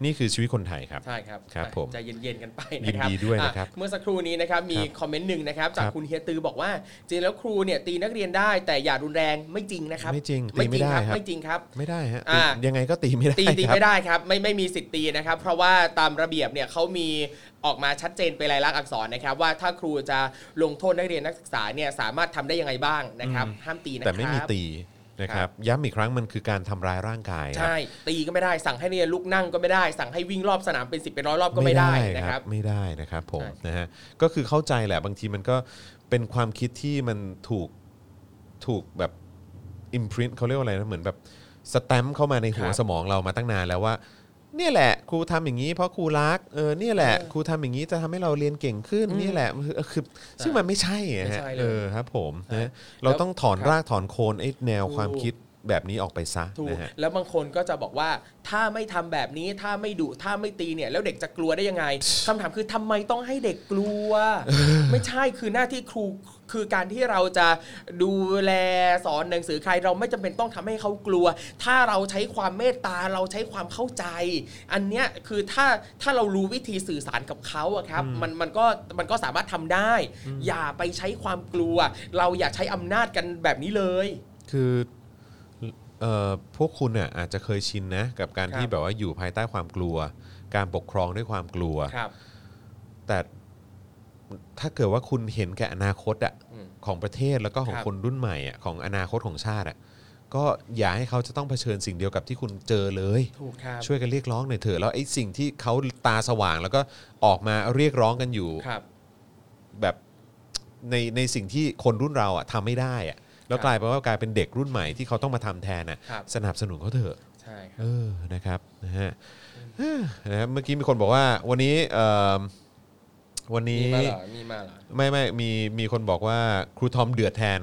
นี่คือชีวิตคนไทยครับ ใช่ครับ ครับผม ใจเย็นๆกันไปนะครับ ยินดีด้วยนะครับ อ่เมื่อสักครู่นี้นะครับมี ครับ คอมเมนต์หนึ่งนะครับจาก ครับ คุณเฮียตือบอกว่าจริงแล้วครูเนี่ยตีนักเรียนได้แต่อย่ารุนแรงไม่จริงนะครับ ไม่จริงตี ไม่ ไม่ จริง ได้ ครับ ครับ ไม่จริงครับ ไม่ได้ฮะ อ่า ยังไงก็ตีไม่ได้ ตีตี ครับ ไม่ได้ครับไม่ไม่มีสิทธิ์ตีนะครับ เพราะว่าตามระเบียบเนี่ยเขามีออกมาชัดเจนเป็นลายลักษณ์อักษรนะครับ ว่าถ้าครูจะลงโทษนักเรียนนักศึกษาเนี่ยสามารถทำได้ยังไงบ้างนะครับ อืม ห้ามตีนะครับ แต่ไม่มีตีนะค ครั รับ บ ย้ำอีกครั้งมันคือการทำร้ายร่างกายครับ ใช่ ตีก็ไม่ได้ สั่งให้นักเรียนลุกนั่งก็ไม่ได้ สั่งให้วิ่งรอบสนามเป็นสิบเป็นร้อยรอบก็ไม่ได้นะครับ ไม่ได้นะครับผม ใช่ นะฮะก็คือเข้าใจแหละบางทีมันก็เป็นความคิดที่มันถูกถูกแบบ imprint เขาเรียกว่าอะไรนะเหมือนแบบสแตมป์เข้ามาในหัวสมองเรามาตั้งนานแล้วว่า เนี่ยแหละครูทำอย่างนี้เพราะครูรักเออเนี่ยแหละครูทำอย่างนี้จะทำให้เราเรียนเก่งขึ้นเนี่ยแหละคือคือซึ่งมันไม่ใช่อะ ไม่ ฮะ ใช่เลย เออครับผมนะเราต้องถอน ครับ รากถอนโคนไอ้แนว ถูก ความคิดแบบนี้ออกไปซะ ถูก นะฮะ แล้วบางคนก็จะบอกว่าถ้าไม่ทำแบบนี้ถ้าไม่ดุถ้าไม่ตีเนี่ย แล้วเด็กจะกลัวได้ยังไง คำถามคือทำไมต้องให้เด็กกลัว ไม่ใช่คือหน้าที่ครูคือการที่เราจะดูแลสอนหนังสือใครเราไม่จำเป็นต้องทำให้เขากลัว ถ้าเราใช้ความเมตตาเราใช้ความเข้าใจ อันเนี้ยคือถ้าถ้าเรารู้วิธีสื่อสารกับเขาอะครับมันมันก็มันก็สามารถทำได้ อย่าไปใช้ความกลัว เราอย่าใช้อำนาจกันแบบนี้เลย คือเอ่อพวกคุณน่ะอาจจะเคยชินนะกับการ ครับ ที่แบบว่าอยู่ภายใต้ความกลัว การปกครองด้วยความกลัว ครับ แต่ถ้าเกิดว่าคุณเห็นแก่อนาคตอะ อืม ของประเทศแล้วก็ของ ครับ คนรุ่นใหม่อะของอนาคตของชาติอะก็อย่าให้เขาจะต้องเผชิญสิ่งเดียวกับที่คุณเจอเลย ถูกครับ ช่วยกันเรียกร้องหน่อยเถอะแล้วไอ้สิ่งที่เขาตาสว่างแล้วก็ออกมาเรียกร้องกันอยู่ ครับ แบบในในสิ่งที่คนรุ่นเราอ่ะทำไม่ได้อ่ะแล้ว ครับ กลายเป็นว่ากลายเป็นเด็กรุ่นใหม่ที่เขาต้องมาทำแทนน่ะ ครับ สนับสนุนเขาเถอะ ใช่ค เอ รับ อนะครับนะฮะเอ้อนะครับเมื่อกี้มีคนบอกว่าวันนี้เอ่อวัน มี นี้ มาเหรอมีมาเหรอ ไม่ไม่มีมีคนบอกว่าครูทอมเดือดแทน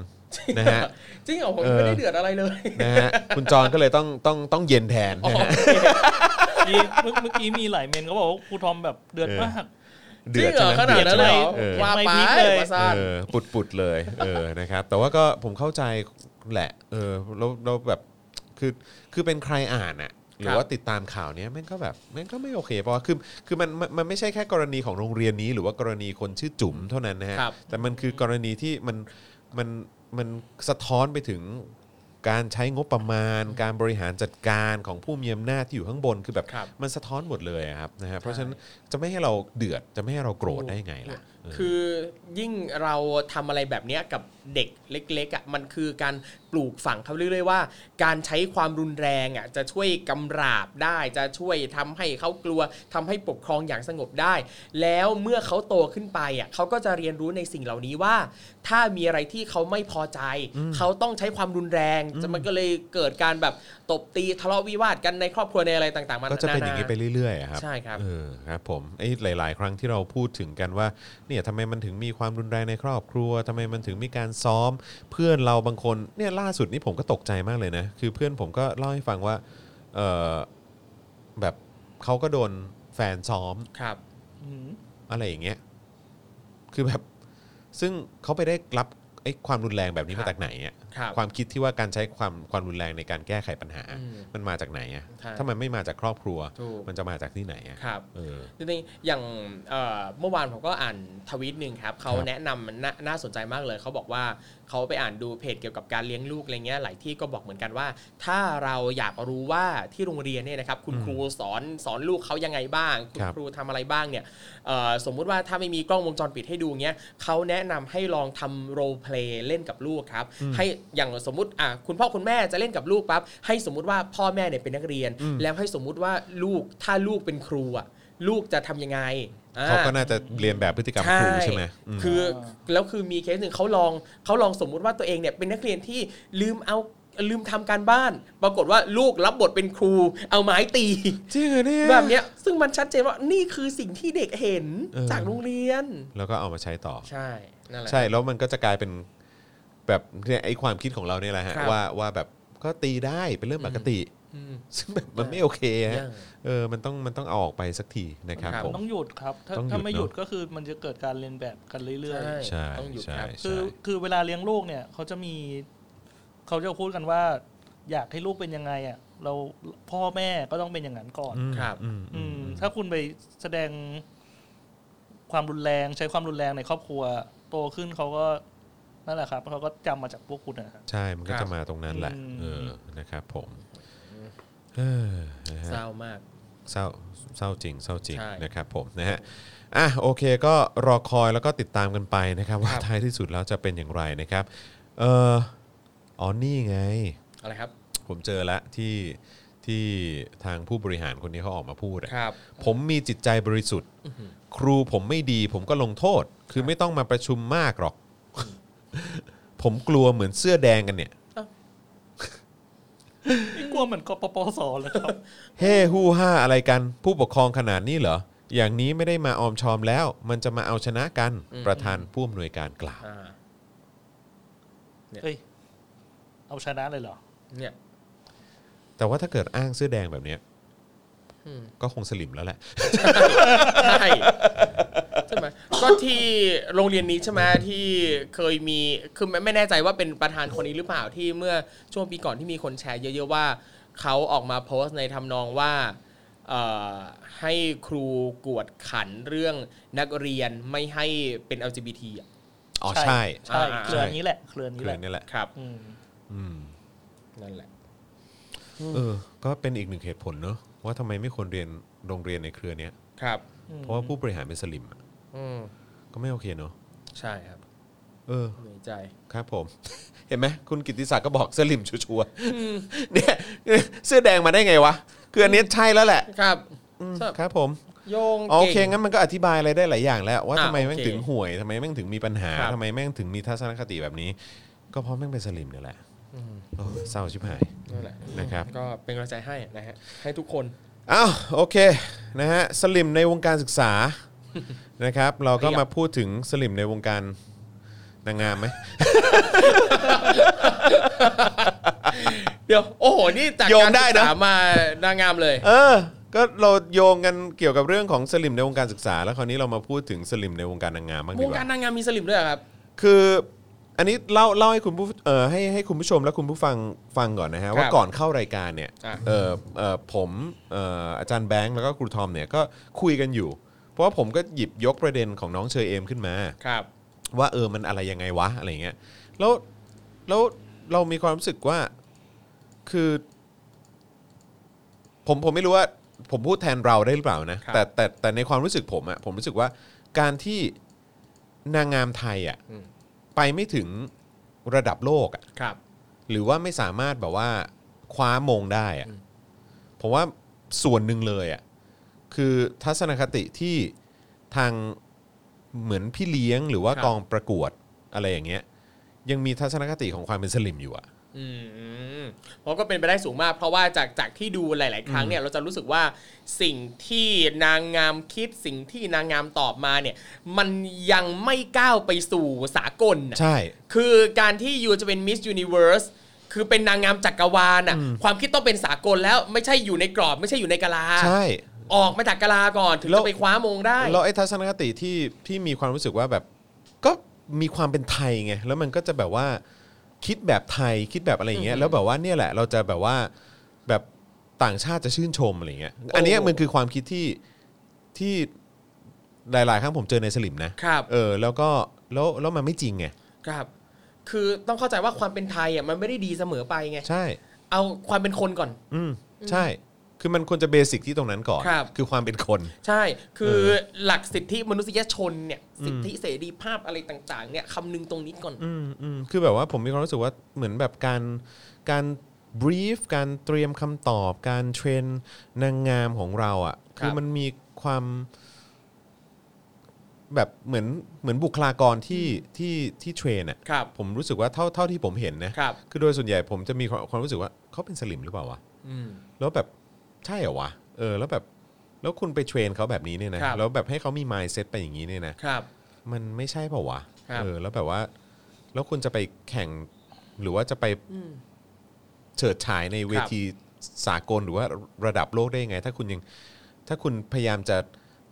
นะฮะ จริงเหรอผม เออ ไม่ได้เดือดอะไรเลย นะฮะคุณจอนก็เลยต้องต้องต้องเย็นแทนนะฮะ มีเมื่อเมื่อกี้มีหลายเมนเขาบอกว่าครูทอมแบบเดือดมาก เดือด จริงเหรอขนาดนั้นเลยเหรอ ออ ว่าไป ไม่พลิกเลย ว่าซ่าน เออปุดๆเลยเออนะครับ แต่ว่าก็ผมเข้าใจแหละเออแล้วแล้วแบบคือคือเป็นใครอ่านอะหรือว่าติดตามข่าวเนี้ยแม่งก็แบบแม่งก็ไม่โอเคเพราะว่าคือคือมันมันมันไม่ใช่แค่กรณีของโรงเรียนนี้ หรือว่ากรณีคนชื่อจุ๋มเท่านั้นนะฮะ ครับ แต่มันคือกรณีที่มันมันมันสะท้อนไปถึงการใช้งบประมาณ การบริหารจัดการของผู้มีอำนาจที่อยู่ข้างบนคือแบบ ครับ มันสะท้อนหมดเลยอะครับนะฮะเพราะฉะนั้นจะไม่ให้เราเดือดจะไม่ให้เราโกรธได้ไงล่ะเออ คือยิ่งเราทำอะไรแบบเนี้ยกับเด็กเล็กๆอ่ะมันคือการปลูกฝังเขาเรื่อยๆว่า การใช้ความรุนแรงอ่ะจะช่วยกำราบได้ จะช่วยทำให้เขากลัวทำให้ปกครองอย่างสงบได้ แล้วเมื่อเขาโตขึ้นไปอ่ะเขาก็จะเรียนรู้ในสิ่งเหล่านี้ว่า ถ้ามีอะไรที่เขาไม่พอใจ เขาต้องใช้ความรุนแรงจะมันก็เลยเกิดการแบบตบตีทะเลาะวิวาทกันในครอบครัวในอะไรต่างๆมัน ก็จะเป็นอย่างนี้ไปเรื่อยๆอะครับ ใช่ครับ เออครับผมไอ้หลาย ๆ ครั้งที่เราพูดถึงกันว่าเนี่ยทำไมมันถึงมีความรุนแรงในครอบครัวทำไมมันถึงมีการซ้อม เพื่อนเราบางคนเนี่ยล่าสุดนี่ผมก็ตกใจมากเลยนะ คือเพื่อนผมก็เล่าให้ฟังว่าเออแบบเขาก็โดนแฟนซ้อม ครับ อืม อะไรอย่างเงี้ยคือแบบซึ่งเขาไปได้รับไอ้ความรุนแรงแบบนี้ ครั มา บ จากไหนอ่ะ ครับ ความคิดที่ว่าการใช้ความความรุนแรงในการแก้ไขปัญหา อืม มันมาจากไหนอะ ใช่ ถ้ามันไม่มาจากครอบครัว ถูก มันจะมาจากที่ไหนอะ ครับ เออ จริงๆอย่างเอ่อเมื่อวานผมก็อ่านทวีตหนึ่งครับเขา ครับ แนะนำมันน่าน่าสนใจมากเลยเขาบอกว่าเขาไปอ่านดูเพจเกี่ยวกับการเลี้ยงลูกอะไรเงี้ยหลายที่ก็บอกเหมือนกันว่า ถ้าเราอยากรู้ว่าที่โรงเรียนเนี่ยนะครับคุณ อืม ครูสอนสอนลูกเขายังไงบ้าง คุณ ครับ ครูทำอะไรบ้างเนี่ยเอ่อสมมุติว่าถ้าไม่มีกล้องวงจรปิดให้ดูเงี้ยเขาแนะนำให้ลองทำโรเพลย์เล่นกับลูกครับให้อย่างสมมติอ่ะคุณพ่อคุณแม่จะเล่นกับลูกปั๊บให้สมมติว่าพ่อแม่เนี่ยเป็นนักเรียน แล้วให้สมมุติว่าลูกถ้าลูกเป็นครูอ่ะ ลูกจะทำยังไงอ่ เขาก็น่าจะเรียนแบบพฤติกรรมครูใช่ไหมม คือแล้วคือมีเคสหนึ่งเขาลองเขาลองสมมุติว่าตัวเองเนี่ยเป็นนักเรียนที่ลืมเอาลืมทำการบ้าน ปรากฏว่าลูกรับบทเป็นครู เอาไม้ตี จริงเหรอเนี่ย แบบเนี้ยซึ่งมันชัดเจนว่านี่คือสิ่งที่เด็กเห็น เออ จากโรงเรียน แล้วก็เอามาใช้ต่อ ใช่ นั่นแหละ ใช่แล้วมันก็จะกลายเป็นแบบเนี่ยไอ้ความคิดของเราเนี่ยแหละฮะ ครับ ว่าว่าแบบก็ตีได้เป็นเรื่องปกติ อืม ซึ่งแบบมันไม่โอเคฮะ ยัง เออมันต้องมันต้องเอาออกไปสักทีนะครับผม ต้องหยุดครับ ถ้า ต้องหยุด ถ้าไม่หยุด เนอะ ก็คือมันจะเกิดการเรียนแบบกันเรื่อยๆ ใช่ ต้องหยุด ใช่ ครับ ใช่ คือคือเวลาเลี้ยงลูกเนี่ยเขาจะมีเขาจะพูดกันว่า อยากให้ลูกเป็นยังไงอ่ะเราพ่อแม่ก็ต้องเป็นอย่างนั้นก่อน อืม ครับ อืม อื อื ม ม ถ้าคุณไปแสดงความรุนแรงใช้ความรุนแรงในครอบครัว โตขึ้นเขาก็นั่นแหละครับเขาก็จำมาจากพวกคุณนะครับ ใช่ มันก็ ครับ จะมาตรงนั้นแหละ อืม เออ นะครับผมเออนะฮะเศร้ามาก เศร้า เศร้าจริง เศร้าจริง ใช่ นะครับผม นะฮะ อ่ะ โอเค ก็รอคอยแล้วก็ติดตามกันไปนะครับ ว่า ครับ ท้ายที่สุดแล้วจะเป็นอย่างไรนะครับ เอออ๋อนี่ไง อะไรครับ ผมเจอละที่ที่ทางผู้บริหารคนนี้เขาออกมาพูดอะ ครับ ผมมีจิตใจบริสุทธิ์ ครูผมไม่ดี ผมก็ลงโทษ คือไม่ต้องมาประชุมมากหรอก ผมกลัวเหมือนเสื้อแดงกันเนี่ย นี่กลัวเหมือนกปปสเลยครับ เฮ้ฮู้ห้าอะไรกัน ผู้ปกครองขนาดนี้เหรอ อย่างนี้ไม่ได้มาออมชอมแล้ว มันจะมาเอาชนะกัน อืม ประธานผู้อำนวยการกล่าว อ่า เฮ้ยเอาชนะเลยเหรอ เนี่ย แต่ว่าถ้าเกิดอ้างเสื้อแดงแบบเนี้ย อืม ก็คงสลิมแล้วแหละ ใช่ใช่ไหมก็ที่โรงเรียนนี้ใช่ไหมที่เคยมีคือไม่ไม่แน่ใจว่าเป็นประธานคนนี้หรือเปล่าที่เมื่อช่วงปีก่อนที่มีคนแชร์เยอะๆว่าเขาออกมาโพสต์ในทำนองว่าเอ่อให้ครูกวดขันเรื่องนักเรียนไม่ให้เป็น LGBT อ่ะ อ๋อ ใช่ ใช่ ใช่ อ่า เครือนี้แหละเครือนี้ คือ แห อ ละ นี่แหละ ครับ อืม อืม นั่นแหละ เออ ก็เป็นอีกหนึ่งเหตุผลเนอะว่าทำไมไม่ควรเรียนโรงเรียนในเครือเนี้ย ครับ อืม เพราะว่าผู้บริหารเป็นสลิมอะ อืม ก็ไม่โอเคเนอะ ใช่ครับ เออ เหนื่อยใจ ครับผม เห็นไหมคุณกิตติศักดิ์ก็บอกสลิมชัวร์ๆเนี่ย เสื้อแดงมาได้ไงวะคืออันเนี้ยใช่แล้วแหละ ครับ อืม ครับ ครับผม โยง อ๋อโอเค เก่ง งั้นมันก็อธิบายอะไรได้หลายอย่างแล้ว ว่า อ่ะ ทำไมแม่ง โอเค ถึงห่วยทำไมแม่งถึงมีปัญหา ครับ ทำไมแม่งถึงมีทัศนคติแบบนี้ ก็เพราะแม่งเป็นสลิมเนี่ยแหละโอ้เศร้าชิบหาย นั่นแหละ นะครับ ก็เป็นกำลังใจให้นะฮะให้ทุกคน อ้าวโอเคนะฮะสลิมในวงการศึก ษา นะครับ เราก็มาพูดถึงสลิมในวงการนางงาม ไหม เดี๋ยวโอ้โหนี่จาก โยง การ ได้ ศึก นะ ษามานางงามเลย เออ ก็เราโยงกันเกี่ยวกับเรื่องของสลิมในวงการศึกษา แล้วคราวนี้เรามาพูดถึงสลิมในวงการนางงามบ้าง ว ดี ง ก การ ว่า นางงามมีสลิมด้วยเหรอครับ คืออันนี้เล่าเล่าให้คุณผู้เอ่อให้ให้คุณผู้ชมและคุณผู้ฟังฟังก่อนนะฮะว่าก่อนเข้ารายการเนี่ย อ่ะ เอ่อเอ่อผมเอ่ออาจารย์แบงค์แล้วก็ครูทอมเนี่ยก็คุยกันอยู่ เพราะว่าผมก็หยิบยกประเด็นของน้องเชอเอมขึ้นมา ครับ ว่าเออมันอะไรยังไงวะอะไรเงี้ยแล้วแล้วเรามีความรู้สึกว่าคือ ผมผมไม่รู้ว่าผมพูดแทนเราได้หรือเปล่านะครับแต่แต่แต่ในความรู้สึกผมอะผมรู้สึกว่าการที่นางงามไทยอะ อืม ไปไม่ถึงระดับโลกอะ ครับ หรือว่าไม่สามารถแบบว่าคว้ามงได้อะ อืม ผมว่าส่วนหนึ่งเลยอะคือทัศนคติที่ทาง เหมือนพี่เลี้ยงหรือว่า ครับ กองประกวดอะไรอย่างเงี้ย ยังมีทัศนคติของความเป็นสลิมอยู่อะ อืมเพราะก็เป็นไปได้สูงมาก เพราะว่าจากจากที่ดูหลาย ๆ ครั้งเนี่ยเราจะรู้สึกว่าสิ่งที่นางงามคิดสิ่งที่นางงามตอบมาเนี่ย มันยังไม่ก้าวไปสู่สากลน่ะ ใช่ คือการที่ยูจะเป็นมิสยูนิเวิร์สคือเป็นนางงามจักรวาลอ่ะความคิดต้องเป็นสากลแล้วไม่ใช่อยู่ในกรอบ ไม่ใช่อยู่ในกะลา ใช่ ออกมาจากกะลาก่อนถึง แล้ว จะไปคว้ามงได้ แล้วไอ้ทัศนคติที่ที่มีความรู้สึกว่าแบบ ก็มีความเป็นไทยไง แล้วมันก็จะแบบว่า คิดแบบไทยคิดแบบอะไรอย่างเงี้ยแล้วแบบว่าเนี่ยแหละเราจะแบบว่าแบบต่างชาติจะชื่นชมอะไรอย่างเงี้ยอันเนี้ยมันคือความคิดที่ที่หลายๆครั้งผมเจอในสลิมนะครับ เออแล้วก็แล้วแล้วมันไม่จริงไง ครับ คือต้องเข้าใจว่าความเป็นไทยอ่ะมันไม่ได้ดีเสมอไปไง ใช่ เอาความเป็นคนก่อน อืมใช่ คือมันควรจะเบสิกที่ตรงนั้นก่อน ครับ อความเป็นคน ใช่ คือ เออ หลักสิทธิมนุษยชนเนี่ย สิทธิเสรีภาพอะไรต่าง ๆ เนี่ยคำนึงตรงนี้ก่อน อืมอืมคือแบบว่าผมมีความรู้สึกว่าเหมือนแบบการการ brief การเตรียมคำตอบ การเทรนนางงามของเราอะ่ะ ครับ คือมันมีความแบบเหมือนเหมือนบุคลากรที่ที่ที่เทรนอะ่ะ ครับ ผมรู้สึกว่าเท่าเท่าที่ผมเห็นนะครับ อโดยส่วนใหญ่ผมจะมีความความรู้สึกว่าเขาเป็นสลิมหรือเปล่าวะ อืม แล้วแบบใช่เหรอวะ เออ แล้วแบบแล้วคุณไปเทรนเขาแบบนี้เนี่ยนะครับ แล้วแบบให้เขามี mindset ไปอย่างนี้เนี่ยนะ ครับ มันไม่ใช่เปล่าวะ ครับ เออ แล้วแบบว่า แล้วคุณจะไปแข่ง หรือว่าจะไป อืม เฉิดฉายในเวทีสากลหรือว่าระดับโลกได้ยังไง ถ้าคุณยัง ถ้าคุณพยายามจะ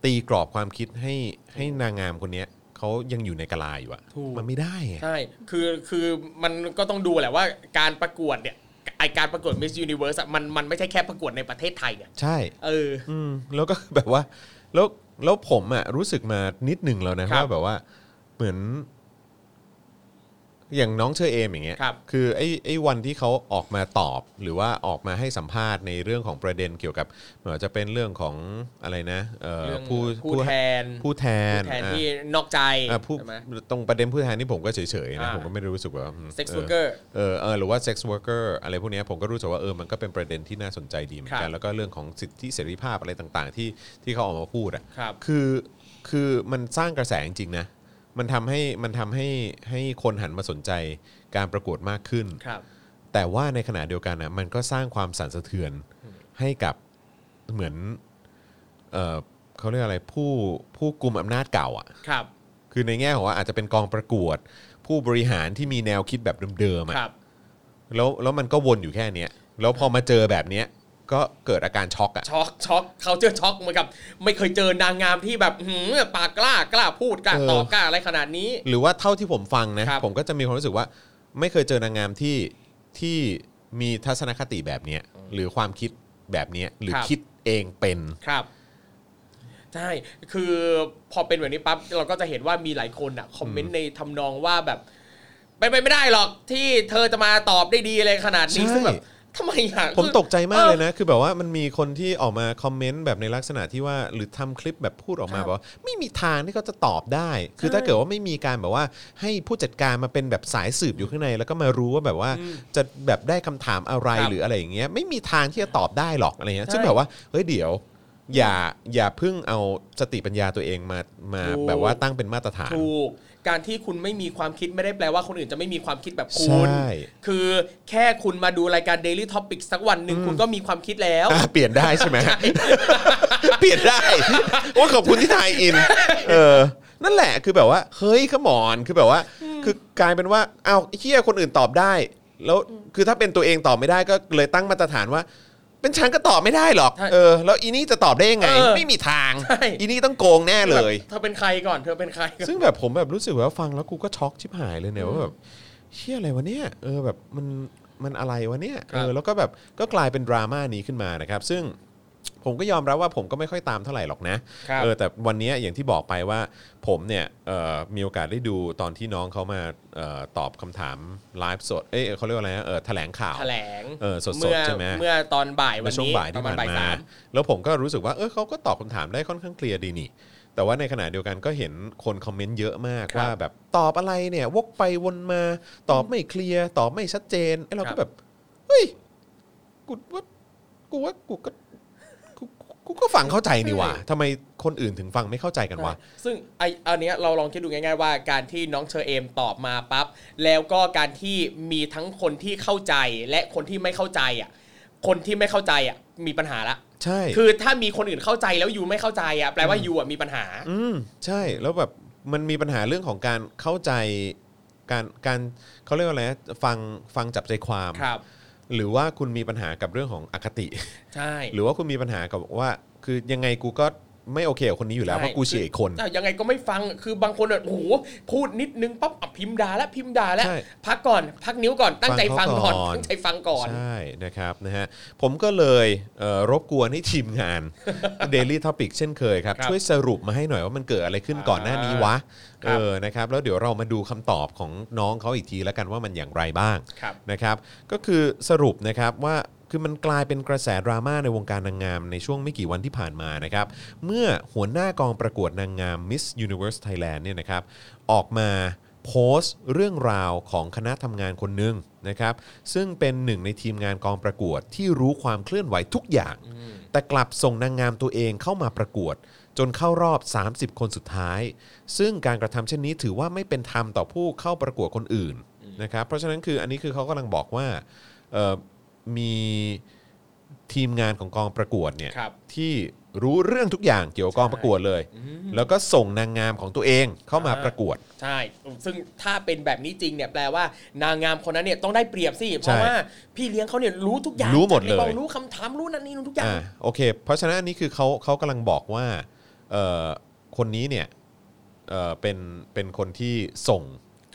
ตีกรอบความคิดให้ให้นางงามคนเนี้ยเขายังอยู่ในกะลาอยู่อะ ถูก มันไม่ได้อะ ใช่ คือ คือมันก็ต้องดูแหละว่าการประกวดเนี่ยไอการประกวด Miss Universe อะมัน มันไม่ใช่แค่ประกวดในประเทศไทยเนี่ย ใช่ เออ อืมแล้วก็ แบบว่า แล้วแล้วผมอ่ะรู้สึกมานิดหนึ่งแล้วนะครับ ว่าแบบว่าเหมือน อย่างน้องเชอเอมอย่างเงี้ย ครับ คือไอ้ไอ้วันที่เขาออกมาตอบ หรือว่าออกมาให้สัมภาษณ์ในเรื่องของประเด็นเกี่ยวกับไม่ว่าจะเป็นเรื่องของอะไรนะเอ่อ เรื่อง ผู้ ผู้แทน ผู้แทน แทน อ่ะ ที่นอกใจ อ่ะผู้ ใช่ไหม ตรงประเด็นผู้แทนนี่ผมก็เฉยๆนะ อ่า ผมก็ไม่ได้รู้สึกว่าอืม Sex Worker เออเออหรือว่า sex worker อะไรพวกเนี้ยผมก็รู้สึกว่าเออมันก็เป็นประเด็นที่น่าสนใจดีเหมือน ค กั รั น บ แล้วก็เรื่องของสิทธิเสรีภาพอะไรต่างๆ ที่ที่เขาออกมาพูดอ่ะ ครับ คือคือมันสร้างกระแสจริงๆนะ มันทำให้มันทำให้ให้คนหันมาสนใจการประกวดมากขึ้น ครับ แต่ว่าในขณะเดียวกันนะมันก็สร้างความสั่นสะเทือนให้กับเหมือนเออเขาเรียกอะไรผู้ผู้กลุ่มอำนาจเก่าอ่ะ ครับ คือในแง่ของว่าอาจจะเป็นกองประกวด ผู้บริหารที่มีแนวคิดแบบเดิมๆ ค อ่ะ รับ แล้วแล้วมันก็วนอยู่แค่เนี้ยแล้วพอมาเจอแบบเนี้ยก็เกิดอาการช็อกอะ ช็อก ช็อกเขาเจอช็อกเหมือนกับ ไม่เคยเจอนางงามที่แบบหืมปากกล้า กล้าพูด กล้าตอบ กล้าอะไรขนาดนี้ หรือว่าเท่าที่ผมฟังนะ ครับ ผมก็จะมีความรู้สึกว่า ไม่เคยเจอนางงามที่ที่มีทัศนคติแบบเนี้ยหรือความคิดแบบเนี้ยหรือคิดเองเป็น ครับ ใช่ คือพอเป็นแบบนี้ปั๊บเราก็จะเห็นว่ามีหลายคนอ่ะคอมเมนต์ในทำนองว่าแบบเป็นไปไม่ได้หรอกที่เธอจะมาตอบได้ดีอะไรขนาดนี้ ใช่ ซึ่งแบบทำไมอ่ะ ผม คือ ตกใจมาก เออ เลยนะ คือแบบว่ามันมีคนที่ออกมาคอมเมนต์แบบในลักษณะที่ว่าหรือทำคลิปแบบพูดออกมา ครับ บอกว่าไม่มีทางที่เขาจะตอบได้ คือถ้าเกิดว่าไม่มีการแบบว่า ให้ผู้จัดการมาเป็นแบบสายสืบอยู่ข้างใน แล้วก็มารู้ว่าแบบว่าจะแบบได้คำถามอะไร ครับ หรืออะไรอย่างเงี้ยไม่มีทางที่จะตอบได้หรอกอะไรเงี้ย ใช่ ซึ่งแบบว่าเฮ้ยเดี๋ยว อย่าอย่าเพิ่งเอาสติปัญญาตัวเองมามา ถูก แบบว่าตั้งเป็นมาตรฐาน ถูก การที่คุณไม่มีความคิดไม่ได้แปลว่าคนอื่นจะไม่มีความคิดแบบ ใช่ คุณ คือแค่คุณมาดูรายการ Daily Topic สักวันหนึ่งคุณก็มีความคิดแล้ว อ่ะเปลี่ยนได้ใช่ไหม เปลี่ยนได้ โอ้ขอบคุณที่ทาย อิน เออ นั่นแหละคือแบบว่า เฮ้ยขมอนคือแบบว่า คือกลายเป็นว่าอ้าวเฮียคนอื่นตอบได้ แล้วคือถ้าเป็นตัวเองตอบไม่ได้ก็เลยตั้งมาตรฐานว่า เป็นฉันก็ตอบไม่ได้หรอก ใช่ เออ แล้วอีนี่จะตอบได้ยังไง เออ ไม่มีทาง ใช่ อีนี่ต้องโกงแน่เลย เธอเป็นใครก่อน เธอเป็นใครก่อ นซึ่งแบบผมแบบรู้สึกว่าฟังแล้วกูก็ช็อกชิบหายเลยเนี่ยว่าแบบเชี่ยอะไรวะเนี่ยเออแบบมันมันอะไรวะเนี่ยเออแล้วก็แบบก็กลายเป็นดราม่านี้ขึ้นมานะครับ ซึ่งผมก็ยอมรับว่าผมก็ไม่ค่อยตามเท่าไหร่หรอกนะครับ เออแต่วันเนี้ยอย่างที่บอกไปว่าผมเนี่ยเอ่อมีโอกาสได้ดูตอนที่น้องเขามาเอ่อตอบคำถามไลฟ์สดเอ้ยเขาเรียกว่าอะไรนะเออแถลงข่าว แถลง เออสดๆ มื่ ใช่ไหม เมื่อตอนบ่ายวั เมื่ น อช่วง นี้ บ่าย ป ที่ ระมาณ ผ่าน บ่าย มา สาม แล้วผมก็รู้สึกว่า เออเขาก็ตอบคำถามได้ค่อนข้างเคลียร์ดีนี่ แต่ว่าในขณะเดียวกันก็เห็นคนคอมเมนต์เยอะมาก ครับ ว่าแบบตอบอะไรเนี่ยวกไปวนมา ตอบไม่เคลียร์ตอบไม่ชัดเจนไอ้เรา ครั ก็ บ แบบ เฮ้ย กูว่ากูว่ากูก็กูกูก็ฟังเข้าใจนี่หว่าทำไมคนอื่นถึงฟังไม่เข้าใจกันวะ ซึ่งไออันเนี้ยเราลองคิดดูง่ายๆว่าการที่น้องเชอเอมตอบมาปั๊บแล้วก็การที่มีทั้งคนที่เข้าใจและคนที่ไม่เข้าใจอ่ะคนที่ไม่เข้าใจอ่ะมีปัญหาละ ใช่ คือถ้ามีคนอื่นเข้าใจแล้วยูไม่เข้าใจอ่ะแปลว่ายูอ่ะมีปัญหา ืมใช่แล้วแบบมันมีปัญหาเรื่องของการเข้าใจการการเขาเรียกว่าอะไรนะฟังฟังจับใจความ ครับ หรือว่า คุณมีปัญหากับเรื่องของอคติ ใช่ หรือว่าคุณมีปัญหากับว่า คือยังไงกูก็ ไม่โอเคกับคนนี้อยู่แล้ว ใช่ เพราะกูเชียร์อีกคน อ้าวยังไงก็ไม่ฟังคือบางคนอะโอ้โหพูดนิดนึงปั๊บอ่ะพิมพ์ด่าแล้วพิมพ์ด่าแล้ว ใช่ พักก่อน พักนิ้วก่อนตั้งใจ ฟั ฟั ง ง เขา ก่อน ก่อน ตั้งใจฟังก่อน ใช่ นะครับนะฮะผมก็เลยเอ่อรบกวนให้ทีม งาน Daily Topic เช่นเคยครับ ครับ ช่วยสรุปมาให้หน่อยว่ามันเกิดอะไรขึ้น อ่า ก่อนหน้านี้วะ ค เอ รับ อนะครับแล้วเดี๋ยวเรามาดูคำตอบของน้องเขาอีกทีแล้วกันว่ามันอย่างไรบ้าง ครับ นะครับก็คือสรุปนะครับว่าคือมันกลายเป็นกระแสดราม่าในวงการนางงามในช่วงไม่กี่วันที่ผ่านมานะครับเมื่อหัวหน้ากองประกวดนางงาม Miss Universe Thailand เนี่ยนะครับออกมาโพสต์เรื่องราวของคณะทำงานคนหนึ่งนะครับซึ่งเป็นหนึ่งในทีมงานกองประกวดที่รู้ความเคลื่อนไหวทุกอย่าง แต่กลับส่งนางงามตัวเองเข้ามาประกวด จนเข้ารอบ 30 คนสุดท้าย ซึ่งการกระทำเช่นนี้ถือว่าไม่เป็นธรรมต่อผู้เข้าประกวดคนอื่นนะครับเพราะฉะนั้นคืออันนี้คือเขากำลังบอกว่าเอ่อมีทีมงานของกองประกวดเนี่ย ครับ ที่รู้เรื่องทุกอย่างเกี่ยวกับกองประกวดเลย แล้วก็ส่งนางงามของตัวเองเข้ามา อ่า ประกวด ใช่ ซึ่งถ้าเป็นแบบนี้จริงเนี่ยแปลว่านางงามคนนั้นเนี่ยต้องได้เปรียบสิ เพ ใช่ ราะว่าพี่เลี้ยงเขาเนี่ยรู้ทุกอย่าง รู้หมดเลย จักในกองรู้คำถามรู้นั่นนี่รู้ทุกอย่าง อ่าโอเค เพราะฉะนั้นอันนี้คือเขาเขากำลังบอกว่าเอ่อคนนี้เนี่ยเอ่อเป็นเป็นคนที่ส่ง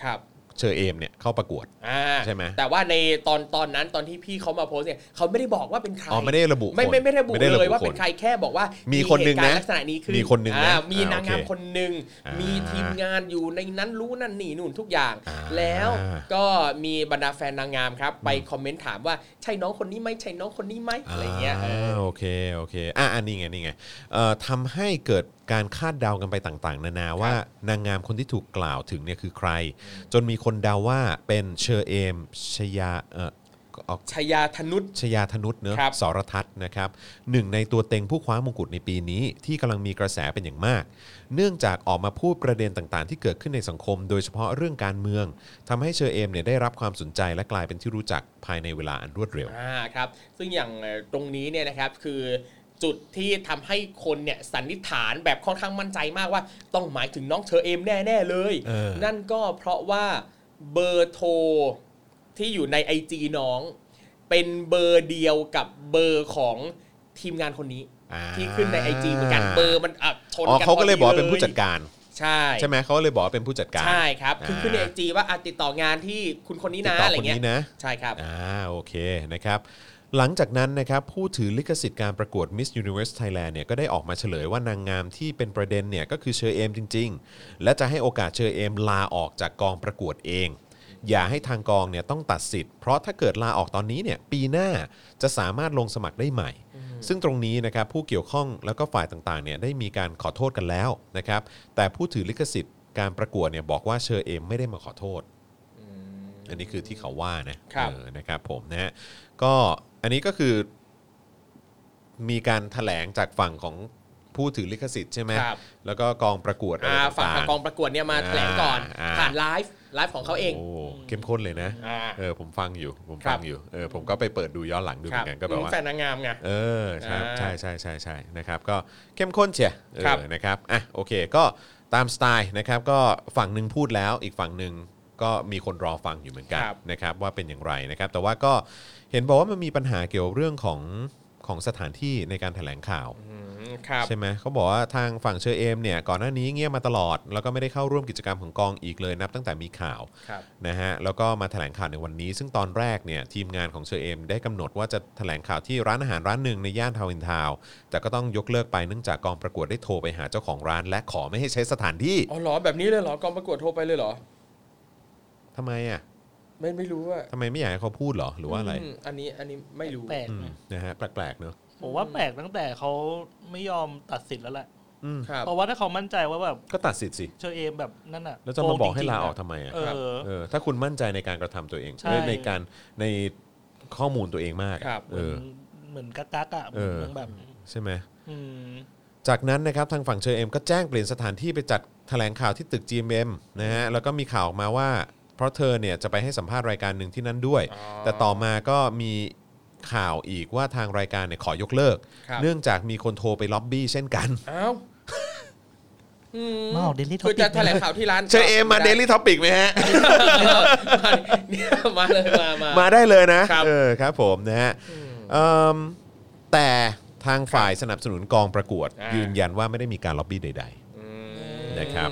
ครับ เชอเอมเนี่ยเข้าประกวด อ่า ใช่ไหม แต่ว่าในตอนตอนนั้นตอนที่พี่เขามาโพสต์เนี่ยเขาไม่ได้บอกว่าเป็นใคร อ๋อไม่ได้ระบุ ไม่ คน ไม่ไม่ระบุเลยว่า ค เป็นใครแค่บอกว่า มี มี คนหนึ่ง เหตุการนะณ์ลักษณะนี้คือ มีคนหนึ่งนะ อ่าอ่านมีางงาม โอเค คนหนึ่ง อ่ามี มีทีมงานอยู่ในนั้นรู้นั่นนี่นู่นทุกอย่าง อ่า แล้วก็มีบรรดาแฟนนางงามครับ ไปคอมเมนต์ถามว่าใช่น้องคนนี้ไหมใช่น้องคนนี้ไหมาอะไรเงี้ยเออ โอเคโอเคอ่ะอันนี้ไงนี่ไงเอ่อทำให้เกิดการคาดเดากันไปต่าง ๆ นานาว่านางงามคนที่ถูกกล่าวถึงเนี่ยคือใคร จนมีคนเดาว่าเป็นเชอเอมชยาเอ่อออก ชยาธนุษ ชยาธนุษย์เนื้อะ ครับ สรทัศน์นะครับหนึ่งในตัวเต็งผู้คว้ามงกุฎในปีนี้ ที่กำลังมีกระแสเป็นอย่างมาก เนื่องจากออกมาพูดประเด็นต่างๆ ที่เกิดขึ้นในสังคม โดยเฉพาะเรื่องการเมืองทำให้เชอเอมเนี่ยได้รับความสนใจและกลายเป็นที่รู้จักภายในเวลาอันรวดเร็ว อ่าครับ ซึ่งอย่างเอ่อตรงนี้เนี่ยนะครับคือจุดที่ทำให้คนเนี่ยสันนิษฐานแบบค่อนข้างมั่นใจมากว่า ต้องหมายถึงน้องเชอเอมแน่ ๆ เลย เออ นั่นก็เพราะว่าเบอร์โทรที่อยู่ใน IG น้อง เป็นเบอร์เดียวกับเบอร์ของทีมงานคนนี้ อ่า ที่ขึ้นใน IG เหมือนกันเบอร์มันอ่ะชน อ๋อ กัน เขาก็เลย พ บอกว่าเป็นผู้จัดการ ใช่ ใช่ไหมเขาเลยบอกว่าเป็นผู้จัดการ ใช่ครับ คือขึ้นในไอ อ่า จีว่าอ่ะติดต่องานที่คุณคนนี้ ติด นะ ต่อ อะไร คน เงี้ย นี้นะ ใช่ครับ อ่าโอเคนะครับหลังจากนั้นนะครับผู้ถือลิขสิทธิ์การประกวด Miss Universe Thailand เนี่ยก็ได้ออกมาเฉลยว่านางงามที่เป็นประเด็นเนี่ยก็คือเชอเอมจริง ๆ และจะให้โอกาสเชอเอมลาออกจากกองประกวดเอง อย่าให้ทางกองเนี่ยต้องตัดสิทธิ์เพราะถ้าเกิดลาออกตอนนี้เนี่ยปีหน้าจะสามารถลงสมัครได้ใหม่ ซึ่งตรงนี้นะครับผู้เกี่ยวข้องแล้วก็ฝ่ายต่างๆเนี่ยได้มีการขอโทษกันแล้วนะครับแต่ผู้ถือลิขสิทธิ์การประกวดเนี่ยบอกว่าเชอเอมไม่ได้มาขอโทษ อันนี้คือที่เขาว่านะครับ เออนะครับผมนะฮะก็อันนี้ก็คือมีการแถลงจากฝั่งของผู้ถือลิขสิทธิ์ใช่ไหม ครับ แล้วก็กองประกวดอะไร อ่าฝั่ง ต่าง ทางกองประกวดเนี่ยมาแถลงก่อน อ่า ผ่านไลฟ์ไลฟ์ของเขาเอง โอ้เข้มข้นเลยนะ อ่า เออผมฟังอยู่ผม ครั ฟั บ งอยู่เออผมก็ไปเปิดดูย้อนหลังดูเห ค มือนกัรันก็แบบว่า แฟนนางงามไง เออใช่ อ่า ใช่ใช่ใช่ใช่นะครับก็เข้มข้นเชียเอ ครับ อนะครับอ่ะโอเคก็ตามสไตล์นะครับก็ฝั่งหนึ่งพูดแล้วอีกฝั่งหนึ่งก็มีคนรอฟังอยู่เหมือนกัน ครับ นะครับว่าเป็นอย่างไรนะครับ แต่ว่าก็เห็นบอกว่ามันมีปัญหาเกี่ยวเรื่องของของสถานที่ในการแถลงข่าว ใช่ไหมเขาบอกว่าทางฝั่งเชอเอมเนี่ยก่อนหน้านี้เงียบมาตลอด แล้วก็ไม่ได้เข้าร่วมกิจกรรมของกองอีกเลยนับตั้งแต่มีข่าว ครับ นะฮะแล้วก็มาแถลงข่าวในวันนี้ ซึ่งตอนแรกเนี่ยทีมงานของเชอเอมได้กำหนดว่าจะแถลงข่าวที่ร้านอาหารร้านหนึ่งในย่านทาวน์อินทาวน์แต่ก็ต้องยกเลิกไปเนื่องจากกองประกวดได้โทรไปหาเจ้าของร้าน และขอไม่ให้ใช้สถานที่ อ๋อเหรอแบบนี้เลยเหรอกองประกวดโทรไปเลยเหรอ ทำไมอ่ะ ไม่ไม่รู้ว่า ทำไมไม่อยากให้เขาพูดเหรอหรือว่าอะไร มอันนี้อันนี้ไม่รู้ แปลก อืม นะ นะฮะแปลกๆเนอะ ผมว่าแปลกตั้งแต่เขาไม่ยอมตัดสินแล้วแหละ อืม ครับ เพราะว่าถ้าเขามั่นใจว่าแบบ ก็ตัดสิทธิ์สิ เชอเอมแบบนั่นน่ะ แล้วจะมาบอกให้ โง ลา จริงๆะ ออกทำไมอ่ะ เออ เออถ้าคุณมั่นใจในการกระทำตัวเอง ใช่ เอ้ยในการในข้อมูลตัวเองมากอะ ครับ เออ เหมือนกักกักๆอ่ะเห เออ มือนแบบ ใช่ไหม อืม จากนั้นนะครับทางฝั่งเชอเอมก็แจ้งเปลี่ยนสถานที่ไปจัดแถลงข่าวที่ตึก GMM นะฮะแล้วก็มีข่าวออกมาว่า เพราะเธอเนี่ยจะไปให้สัมภาษณ์รายการหนึ่งที่นั่นด้วย แต่ต่อมาก็มีข่าวอีกว่าทางรายการเนี่ยขอยกเลิก ครับ เนื่องจากมีคนโทรไปล็อบบี้เช่น กัน อ้าวอื มาออก Daily Topic คือจะแถลงข่าวที่ร้าน เชอเอมมาเดลี่ท็อปิกไหมฮะ เนี่ยมาเลยมามา มาได้เลยนะครับ เออครับผมนะฮะเอิ่มแต่ ทางฝ่ายสนับสนุนกองประกวด อ่ายื ยืนยันว่าไม่ได้มีการล็อบบี้ใด ๆ นะครับ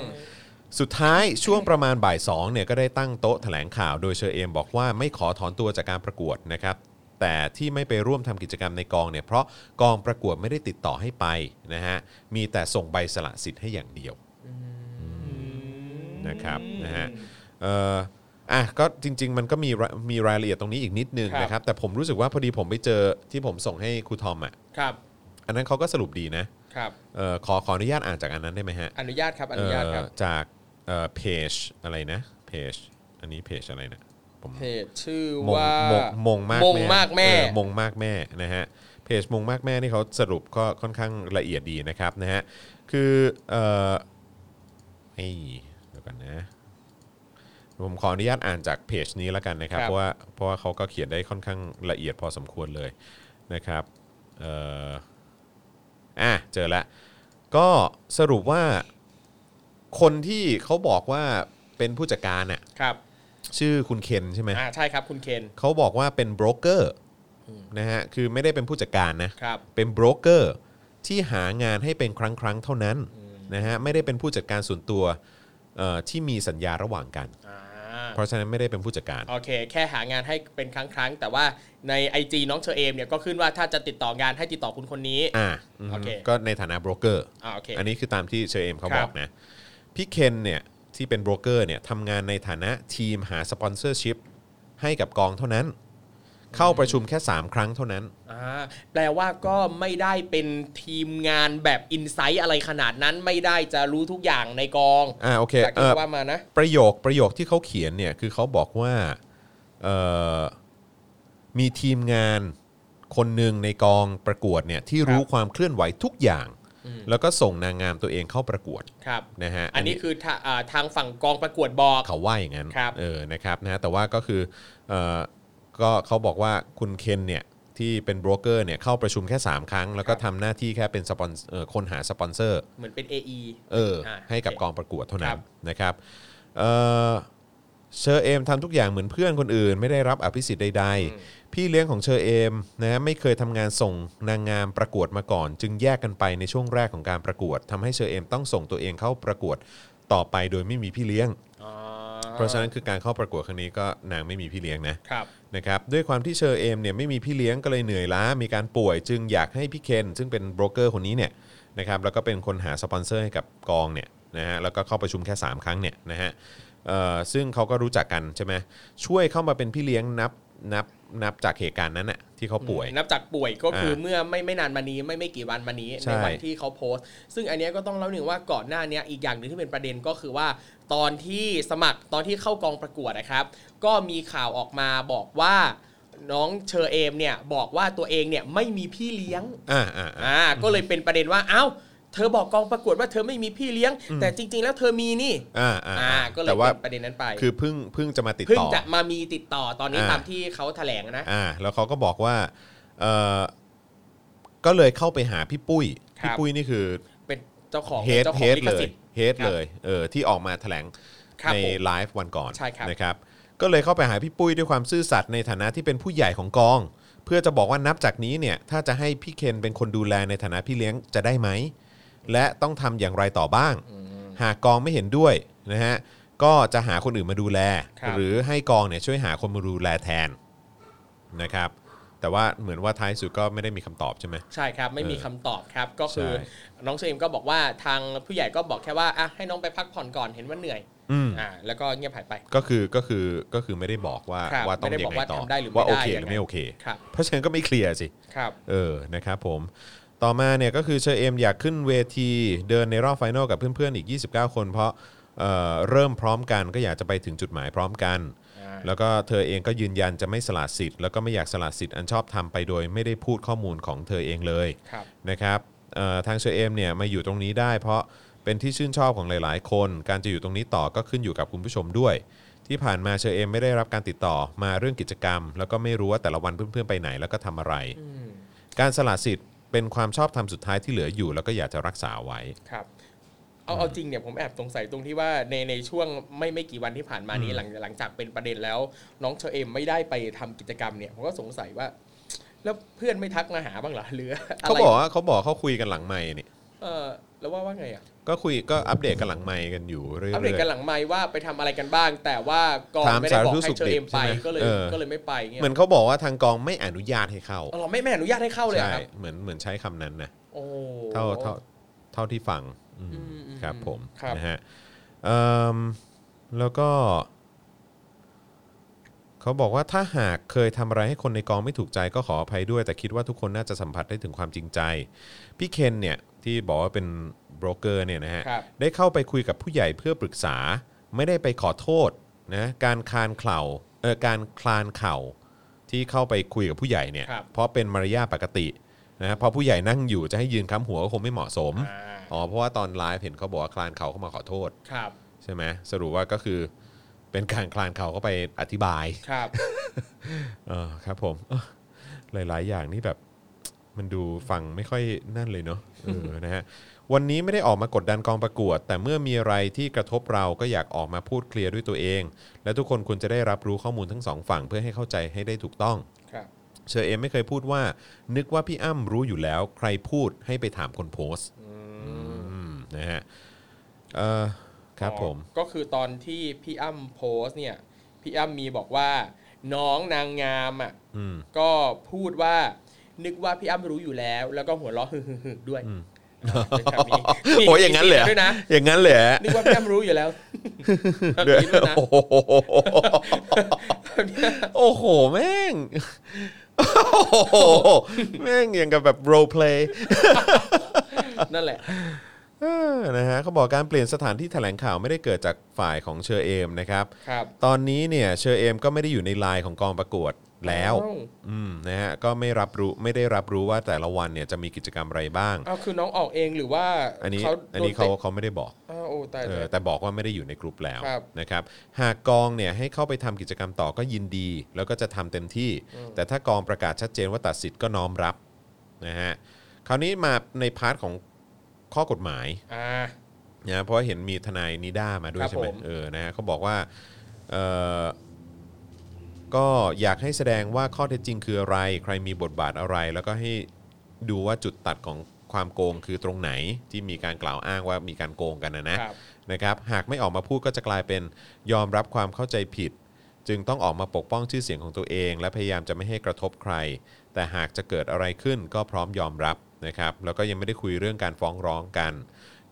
สุดท้ายช่วงประมาณบ่าย2เนี่ยก็ได้ตั้งโต๊ะแถลงข่าวโดยเชอเอมบอกว่าไม่ขอถอนตัวจากการประกวดนะครับ แต่ที่ไม่ไปร่วมทำกิจกรรมในกองเนี่ยเพราะกองประกวดไม่ได้ติดต่อให้ไปนะฮะมีแต่ส่งใบสละสิทธิ์ให้อย่างเดียวนะครับนะฮะเอ่ออ่ะก็จริง ๆ มันก็มีมีรายละเอียดตรงนี้อีกนิดนึง ครับ นะครับแต่ผมรู้สึกว่าพอดีผมไปเจอที่ผมส่งให้ครูทอมอ่ะ ครับ อันนั้นเขาก็สรุปดีนะครับ เอ่อขอขออนุญาตอ่านจากอันนั้นได้ไหมฮะ อนุญาตครับอนุญาตครับ เอ่อจากเอ่อเพจอะไรนะเพจอันนี้เพจอะไรนะผม เพจชื่อง ว่าง ม งมงมาก มงมากแม่ เออมงมากแม่นะฮะเพจมงมากแม่นี่เขาสรุปก็ค่อนข้างละเอียดดีนะครับนะฮะคือเอ่อเฮ้ยเดี๋ยวกันนะผมขออนุญาตอ่านจากเพจนี้แล้วกันนะครับ ครับ เพราะว่าเพราะว่าเขาก็เขียนได้ค่อนข้างละเอียดพอสมควรเลยนะครับเอ่ออ่ะเจอละก็สรุปว่า คนที่เขาบอกว่าเป็นผู้จัดการน่ะ ครับ ชื่อคุณเคนใช่ไหม อ่าใช่ครับคุณเคน เขาบอกว่าเป็นโบรกเกอร์นะฮะคือไม่ได้เป็นผู้จัดการนะครับ เป็นโบรกเกอร์ที่หางานให้เป็นครั้งครั้งๆเท่านั้นนะฮะไม่ได้เป็นผู้จัดการส่วนตัวเอ่อที่มีสัญญาระหว่างกัน อ่า เพราะฉะนั้นไม่ได้เป็นผู้จัดการ โอเค แค่หางานให้เป็นครั้งครั้งๆแต่ว่าใน IG น้องเชอเอมเนี่ยก็ขึ้นว่าถ้าจะติดต่องานให้ติดต่อคุณคนนี้ อ่าอืม โอเค ก็ในฐานะโบรกเกอร์ อ่าโอเค อันนี้คือตามที่เชอเอมเขา ครับ บ อกนะพี่เคนเนี่ยที่เป็นโบรกเกอร์เนี่ยทำงานในฐานะทีมหาสปอนเซอร์ชิพให้กับกองเท่านั้น เข้าประชุมแค่ 3 ครั้งเท่านั้น อ่าแปลว่าก็ไม่ได้เป็นทีมงานแบบอินไซต์อะไรขนาดนั้นไม่ได้จะรู้ทุกอย่างในกอง อ่าโอเค จาก เอ ที่ อ ว่ามานะ ประโยคประโยคที่เขาเขียนเนี่ยคือเขาบอกว่าเอ่อมีทีมงานคนหนึ่งในกองประกวดเนี่ยที่รู้ความเคลื่อนไหวทุกอย่าง แล้วก็ส่งนางงามตัวเองเข้าประกวด ครับ นะฮะ อันนี้คือทาอ่าทางฝั่งกองประกวดบอก เขาว่าอย่างนั้น ครับ เออ นะครับ นะ แต่ว่าก็คือเออก็เขาบอกว่าคุณเคนเนี่ยที่เป็นโบรกเกอร์เนี่ยเข้าประชุมแค่ 3 ครั้ง แล้วก็ ครับ ทำหน้าที่แค่เป็นสปอนเอ่อคนหาสปอนเซอร์ เหมือนเป็น AE เออ อ่า ให้กับ โอเค กองประกวดเท่านั้ ครั น บ นะครับ เออเชอเอมทำทุกอย่างเหมือนเพื่อนคนอื่น ไม่ได้รับอภิสิทธิ์ใดๆ พี่เลี้ยงของเชอเอมนะไม่เคยทำงานส่งนางงามประกวดมาก่อน จึงแยกกันไปในช่วงแรกของการประกวดทำให้เชอเอมต้องส่งตัวเองเข้าประกวดต่อไปโดยไม่มีพี่เลี้ยง อ๋อ เพราะฉะนั้นคือการเข้าประกวดครั้งนี้ก็นางไม่มีพี่เลี้ยงนะครับ นะครับด้วยความที่เชอเอมเนี่ยไม่มีพี่เลี้ยงก็เลยเหนื่อยล้ามีการป่วยจึงอยากให้พี่เคนซึ่งเป็นโบรกเกอร์คนนี้เนี่ยนะครับแล้วก็เป็นคนหาสปอนเซอร์ให้กับกองเนี่ยนะฮะแล้วก็เข้าประชุมแค่ 3 ครั้งเนี่ยนะฮะเอ่อซึ่งเขาก็รู้จักกันใช่ไหมช่วยเข้ามาเป็นพี่เลี้ยงนับนับนับจากเหตุการณ์นั้นน่ะที่เขาป่วย นับจากป่วยก็คืออา เมื่อไม่ไม่นานมานี้ไม่ไม่กี่วันมานี้ ใช่ ในวันที่เขาโพสต์ ซึ่งอันเนี้ยก็ต้องเล่าหนึ่งว่าก่อนหน้าเนี้ยอีกอย่างหนึ่งที่เป็นประเด็นก็คือว่า ตอนที่สมัครตอนที่เข้ากองประกวดนะครับ ก็มีข่าวออกมาบอกว่าน้องเชอเอมเนี่ยบอกว่าตัวเองเนี่ยไม่มีพี่เลี้ยง อ่าอ่าอ่า อ่าก็เลยเป็นประเด็นว่าเอ้า เธอบอกกองประกวดว่าเธอไม่มีพี่เลี้ยง แต่จริง ๆ แล้วเธอมีนี่ อ่าอ่าอ่า ก็เลย แต่ว่า เป็นประเด็นนั้นไป คือเพิ่งเพิ่งจะมาติด เพิ่ง ต่อ จะมามีติดต่อตอนนี้ อ่า ตามที่เขาแถลงนะ อ่าแล้วเขาก็บอกว่าเออก็เลยเข้าไปหาพี่ปุ้ย ครับ พี่ปุ้ยนี่คือ เป็นเจ้าของ เฮด เจ้าข เฮ อง ด ลิข เลย สิทธิ์ เฮด ครับ เลยเออที่ออกมาแถลง ครับ ใน ผม ไลฟ์วันก่อน ใช่ครับ นะครับ ก็เลยเข้าไปหาพี่ปุ้ยด้วยความซื่อสัตย์ในฐานะที่เป็นผู้ใหญ่ของกอง เพื่อจะบอกว่านับจากนี้เนี่ยถ้าจะให้พี่เคนเป็นคนดูแลในฐานะพี่เลี้ยงจะได้ไหม และต้องทำอย่างไรต่อบ้าง หากกองไม่เห็นด้วยนะฮะก็จะหาคนอื่นมาดูแล ครับ หรือให้กองเนี่ยช่วยหาคนมาดูแลแทน นะครับ แต่ว่าเหมือนว่าท้ายสุดก็ไม่ได้มีคำตอบใช่ไหม ใช่ครับไม่มี เออ คำตอบครับก็คือ ใช่ น้องเซมก็บอกว่าทางผู้ใหญ่ก็บอกแค่ว่าอ่ะให้น้องไปพักผ่อนก่อนเห็นว่าเหนื่อย อืม อ่าแล้วก็เงียบหายไป ก็คือก็คือก็คือไม่ได้บอกว่า ครับ ว่าต้อง ไม่ได้ ยั บองไงกว่า ต่อ ทำได้หรือไม่ ว่าโอ ได้ เค ยั หรื ง อ ไง ไม่โอเค ครับ เพราะฉะนั้นก็ไม่เคลียร์สิ ครับ เออ นะครับผม ต่อมาเนี่ยก็คือเชอเอมอยากขึ้นเวทีเดินในรอบไฟนอลกับเพื่อนๆอีก 29 คน เพราะเอ่อเริ่มพร้อมกันก็อยากจะไปถึงจุดหมายพร้อมกัน อ่า แล้วก็เธอเองก็ยืนยันจะไม่สละสิทธิ์แล้วก็ไม่อยากสละสิทธิ์อันชอบทำไปโดยไม่ได้พูดข้อมูลของเธอเองเลย ครับ นะครับเอ่อทางเชอเอมเนี่ยมาอยู่ตรงนี้ได้ เพราะเป็นที่ชื่นชอบของหลาย ๆ คน การจะอยู่ตรงนี้ต่อก็ขึ้นอยู่กับคุณผู้ชมด้วย ที่ผ่านมาเชอเอมไม่ได้รับการติดต่อมาเรื่องกิจกรรม แล้วก็ไม่รู้ว่าแต่ละวันเพื่อน ๆ ไปไหนแล้วก็ทำอะไร การสละสิทธิ์เป็นความชอบธรรมสุดท้ายที่เหลืออยู่ แล้วก็อยากจะรักษาไว้ ครับเอาเอาจริงเนี่ยผมแอบสงสัยตรงที่ว่าในในช่วงไม่ไม่กี่วันที่ผ่านมานี้หลังหลังจากเป็นประเด็นแล้ว น้องเชอเอมไม่ได้ไปทำกิจกรรมเนี่ยผมก็สงสัยว่า แล้วเพื่อนไม่ทักมาหาบ้างเหรอหรืออะไร เขาบอกว่าเขาบอกเขาคุยกันหลังไมค์นี่ เออแล้วว่าว่าไงอ่ะ ก็คุยก็อัปเดตกันหลังไมค์กันอยู่เรื่อยๆ อัปเดตกันหลังไมค์ว่าไปทำอะไรกันบ้าง แต่ว่าก่อน ถาม ไม่ได้บอก สารทุกข์ ให้ สุข เชอ ดิบ เอมไป ใช่ไหม ก็เลย เออ ก็เลยไม่ไปเงี้ย เหมือนเขาบอกว่าทางกองไม่อนุญาตให้เข้า อ๋อเราไม่ไม่อนุญาตให้เข้าเลยเหร ใช่ อครับ เหมือนเหมือนใช้คำนั้นนะ โอ้ เท่าเท่าเท่าที่ฟังอืม อืมอืม ครับผม ครับ นะฮะเอิ่มแล้วก็เขาบอกว่าถ้าหากเคยทำอะไรให้คนในกองไม่ถูกใจก็ขออภัยด้วย แต่คิดว่าทุกคนน่าจะสัมผัสได้ถึงความจริงใจ พี่เคนเนี่ยที่บอกว่าเป็นโบรกเกอร์เนี่ยนะฮะ ครับ ได้เข้าไปคุยกับผู้ใหญ่เพื่อปรึกษา ไม่ได้ไปขอโทษนะการคลานเข่าเออการคลานเข่าที่เข้าไปคุยกับผู้ใหญ่เนี่ย ครับ เพราะเป็นมารยาทปกตินะพอผู้ใหญ่นั่งอยู่จะให้ยืนค้ำหัวก็คงไม่เหมาะสม อ่า อ๋อเพราะว่าตอนไลฟ์เห็นเขาบอกว่าคลานเข่าเข้ามาขอโทษ ครับ ใช่ไหมสรุปว่าก็คือเป็นการคลานเข่าเข้าไปอธิบาย ครับ เออครับผม เออหลาย ๆ อย่างนี่แบบมันดูฟังไม่ค่อยนั่นเลยเนาะเออนะฮะ วันนี้ไม่ได้ออกมากดดันกองประกวด แต่เมื่อมีอะไรที่กระทบเราก็อยากออกมาพูดเคลียร์ด้วยตัวเอง และทุกคนควรจะได้รับรู้ข้อมูลทั้งสองฝั่งเพื่อให้เข้าใจให้ได้ถูกต้อง ครับ เชอเอมไม่เคยพูดว่า นึกว่าพี่อ้ำรู้อยู่แล้ว ใครพูดให้ไปถามคนโพสต์อืมนะฮะเออครับผม อ๋อก็คือตอนที่พี่อ้ำโพสต์เนี่ย พี่อ้ำมีบอกว่า น้องนางงามอ่ะ อืม ก็พูดว่า นึกว่าพี่อ้ำรู้อยู่แล้ว แล้วก็หัวเราะฮึ่ยๆๆด้วยเป็นคำนี้ โอ้ยอย่างนั้นเลยเหรอ ด้วยนะ อย่างนั้นเลยเหรอ นึกว่าพี่อ้ำรู้อยู่แล้ว แบบ เดี๋ยว นี้ด้วยนะ โอ้โหโอ้โหแม่งโอ้โหแม่งอย่างกับแบบโรลเพลย์ นั่นแหละ เออนะฮะเขาบอกการเปลี่ยนสถานที่แถลงข่าวไม่ได้เกิดจากฝ่ายของเชอเอมนะครับ ครับ ตอนนี้เนี่ยเชอเอมก็ไม่ได้อยู่ในไลน์ของกองประกวดแล้ว อ้า อืมนะฮะก็ไม่รับรู้ไม่ได้รับรู้ว่าแต่ละวันเนี่ยจะมีกิจกรรมอะไรบ้าง อ้าวคือน้องออกเองหรือว่า อันนี้ เขา อันนี้ โด เขา ตะ เขาไม่ได้บอก อ้าวโอ้ตาย เอ ตา อย แต่บอกว่าไม่ได้อยู่ในกลุ่มแล้ว ครับ นะครับหากกองเนี่ยให้เข้าไปทำกิจกรรมต่อก็ยินดี แล้วก็จะทำเต็มที่ อืม แต่ถ้ากองประกาศชัดเจนว่าตัดสิทธิ์ก็น้อมรับนะฮะคราวนี้มาในพาร์ทของข้อกฎหมาย อ่า นะเพราะเห็นมีทนายนิด้ามาด้วย ครับ ใช่ไหม ผม เออนะฮะเขาบอกว่าเอ่อก็อยากให้แสดงว่าข้อเท็จจริงคืออะไร ใครมีบทบาทอะไร แล้วก็ให้ดูว่าจุดตัดของความโกงคือตรงไหนที่มีการกล่าวอ้างว่ามีการโกงกันนะนะ ครับ นะครับหากไม่ออกมาพูดก็จะกลายเป็นยอมรับความเข้าใจผิด จึงต้องออกมาปกป้องชื่อเสียงของตัวเอง และพยายามจะไม่ให้กระทบใคร แต่หากจะเกิดอะไรขึ้นก็พร้อมยอมรับนะครับแล้วก็ยังไม่ได้คุยเรื่องการฟ้องร้องกัน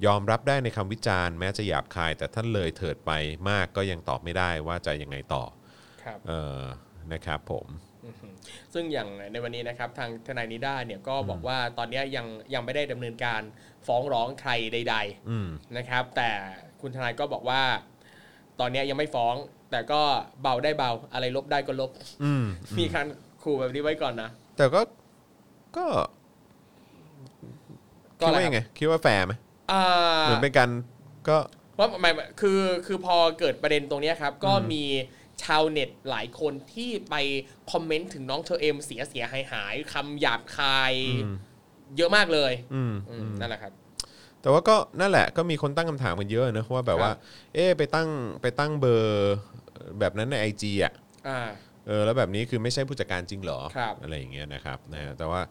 ยอมรับได้ในคำวิจารณ์แม้จะหยาบคาย แต่ท่านเลยเถิดไปมากก็ยังตอบไม่ได้ว่าจะยังไงต่อ ครับ เออนะครับผม ซึ่งอย่างในวันนี้นะครับทางทนายนิด้าเนี่ยก็บอกว่าตอนเนี้ยยังยังไม่ได้ดำเนินการฟ้องร้องใครใด อืม ๆนะครับ แต่คุณทนายก็บอกว่า ตอนเนี้ยยังไม่ฟ้อง แต่ก็เบาได้เบาอะไรลบได้ก็ลบ อืม มีการขู่แบบนี้ไว้ก่อนนะ แต่ก็ก็ ก็ คิด อะไร ว่ายังไงคิดว่าแฟร์ไหม อ่า เหมือนเป็นการก็ เพราะหมายคือคือพอเกิดประเด็นตรงเนี้ยครับ ก็มีชาวเน็ตหลายคนที่ไปคอมเมนต์ถึงน้องเธอเอ็มเสียเสียหายหายคำหยาบคาย อืม เยอะมากเลย อืม อื อื ม ม นั่นแหละครับ แต่ว่าก็นั่นแหละก็มีคนตั้งคำถามกันเยอะนะว่าแบบว่า ครับ เอ๊ะไปตั้งไปตั้งเบอร์แบบนั้นใน IG อ่ะ อ่า เออแล้วแบบนี้คือไม่ใช่ผู้จัดการจริงเหรอ ครับ อะไรอย่างเงี้ยนะครับนะฮะแต่ว่า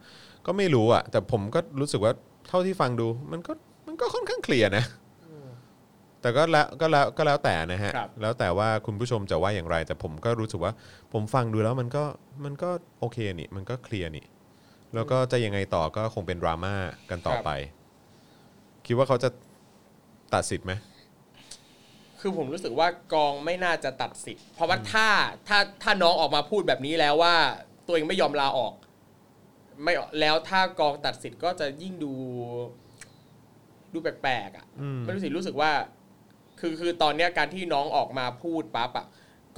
ก็ไม่รู้อ่ะ แต่ผมก็รู้สึกว่าเท่าที่ฟังดู มันก็มันก็ค่อนข้างเคลียร์นะ แต่ก็แล้วก็แล้วก็แล้วแต่นะฮะ ครับ แล้วแต่ว่าคุณผู้ชมจะว่าอย่างไร แต่ผมก็รู้สึกว่า ผมฟังดูแล้วมันก็มันก็โอเคนี่มันก็เคลียร์นี่ แล้วก็จะยังไงต่อก็คงเป็นดราม่ากันต่อไป คิดว่าเขาจะตัดสิทธิ์ไหม คือผมรู้สึกว่ากองไม่น่าจะตัดสิทธิ์เพราะว่าถ้าถ้าถ้าน้องออกมาพูดแบบนี้แล้วว่า ตัวเองไม่ยอมลาออก ไม่แล้วถ้ากองตัดสิทธิ์ก็จะยิ่งดู ดูแปลกๆอ่ะ อืม ไม่รู้สิรู้สึกว่า คือคือตอนเนี้ยการที่น้องออกมาพูดปั๊บอ่ะ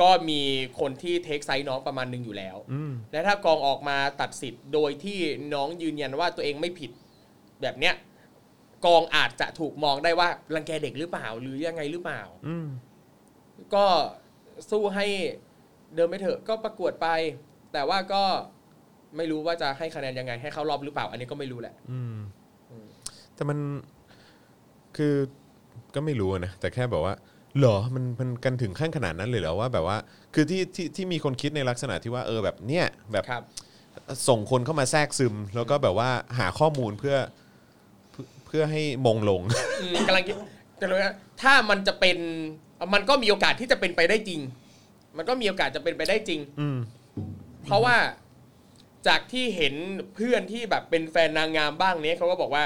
ก็มีคนที่เทคไซส์น้องประมาณหนึงอยู่แล้ว อืม และถ้ากองออกมาตัดสิทธิ์โดยที่น้องยืนยันว่าตัวเองไม่ผิดแบบเนี้ยกองอาจจะถูกมองได้ว่ารังแกเด็กหรือเปล่า หรือยังไงหรือเปล่า อืม ก็สู้ให้เดินไปเถอะก็ประกวดไป แต่ว่าก็ไม่รู้ว่าจะให้คะแนนยังไง ให้เข้ารอบหรือเปล่า อันนี้ก็ไม่รู้แหละ อืม แต่มันคือก็ไม่รู้อะนะแต่แค่แบบว่าเหรอมันมันกันถึงขั้นขนาดนั้นเลยเหรอว่าแบบว่า คือที่ที่ที่มีคนคิดในลักษณะที่ว่าเออแบบเนี้ยแบบ ครับ ส่งคนเข้ามาแทรกซึม แล้วก็แบบว่าหาข้อมูลเพื่อเพื่อเพื่อให้มงลง อืมกำลังคิดกำลังว่าถ้ามันจะเป็นมันก็มีโอกาสที่จะเป็นไปได้จริง มันก็มีโอกาสจะเป็นไปได้จริง อืม เพราะว่าจากที่เห็นเพื่อนที่แบบเป็นแฟนนางงามบ้างเนี้ยเขาก็บอกว่า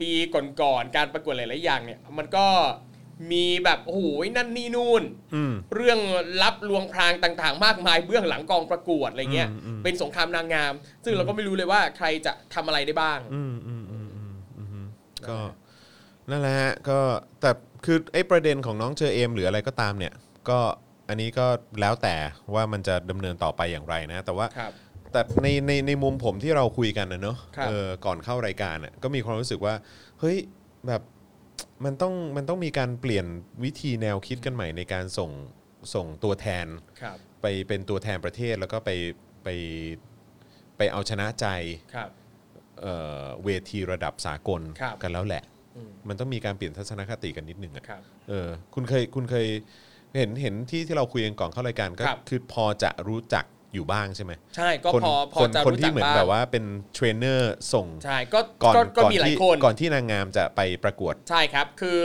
ปีก่อนๆการประกวดหลายๆอย่างเนี่ย มันก็มีแบบโอ้โหนั่นนี่นู่น อืม เรื่องลับลวงพรางต่างๆ มากมายเบื้องหลังกองประกวดอะไรเงี้ย อืมอืม เป็นสงครามนางงาม ซึ่งเราก็ไม่รู้เลยว่าใครจะทำอะไรได้บ้าง อืมอืมอืมอืมอืมอืมก็นั่นแหละฮะก็แต่คือไอ้ประเด็นของน้องเชอเอมหรืออะไรก็ตามเนี่ย ก็อันนี้ก็แล้วแต่ว่ามันจะดำเนินต่อไปอย่างไรนะ แต่ว่า ครับ แต่ในในในมุมผมที่เราคุยกันนะเนอะ ครับ เออก่อนเข้ารายการน่ะก็มีความรู้สึกว่า เฮ้ยแบบมันต้องมันต้องมีการเปลี่ยนวิธีแนวคิดกันใหม่ในการส่งส่งตัวแทน ครับ ไปเป็นตัวแทนประเทศแล้วก็ไปไปไปเอาชนะใจ ครับ เอ่อเวทีระดับสากล ครับ กันแล้วแหละ อืม มันต้องมีการเปลี่ยนทัศนคติกันนิดนึงอะ ครับ เออคุณเคยคุณเคยเห็นเห็นที่ที่เราคุยกันก่อนเข้ารายการก็ ครับ คือพอจะรู้จักอยู่บ้างใช่ไหม ใช่ก็ คน พอพอ คน จะ คน รู้จั ที่ ก เหมือน บ้าง แบบว่าเป็นเทรนเนอร์ส่ง ใช่ก็ ก่อน ก็ก็ ก่อน มีหลาย ที่ คน ก่อนที่นางงามจะไปประกวด ใช่ครับ คือ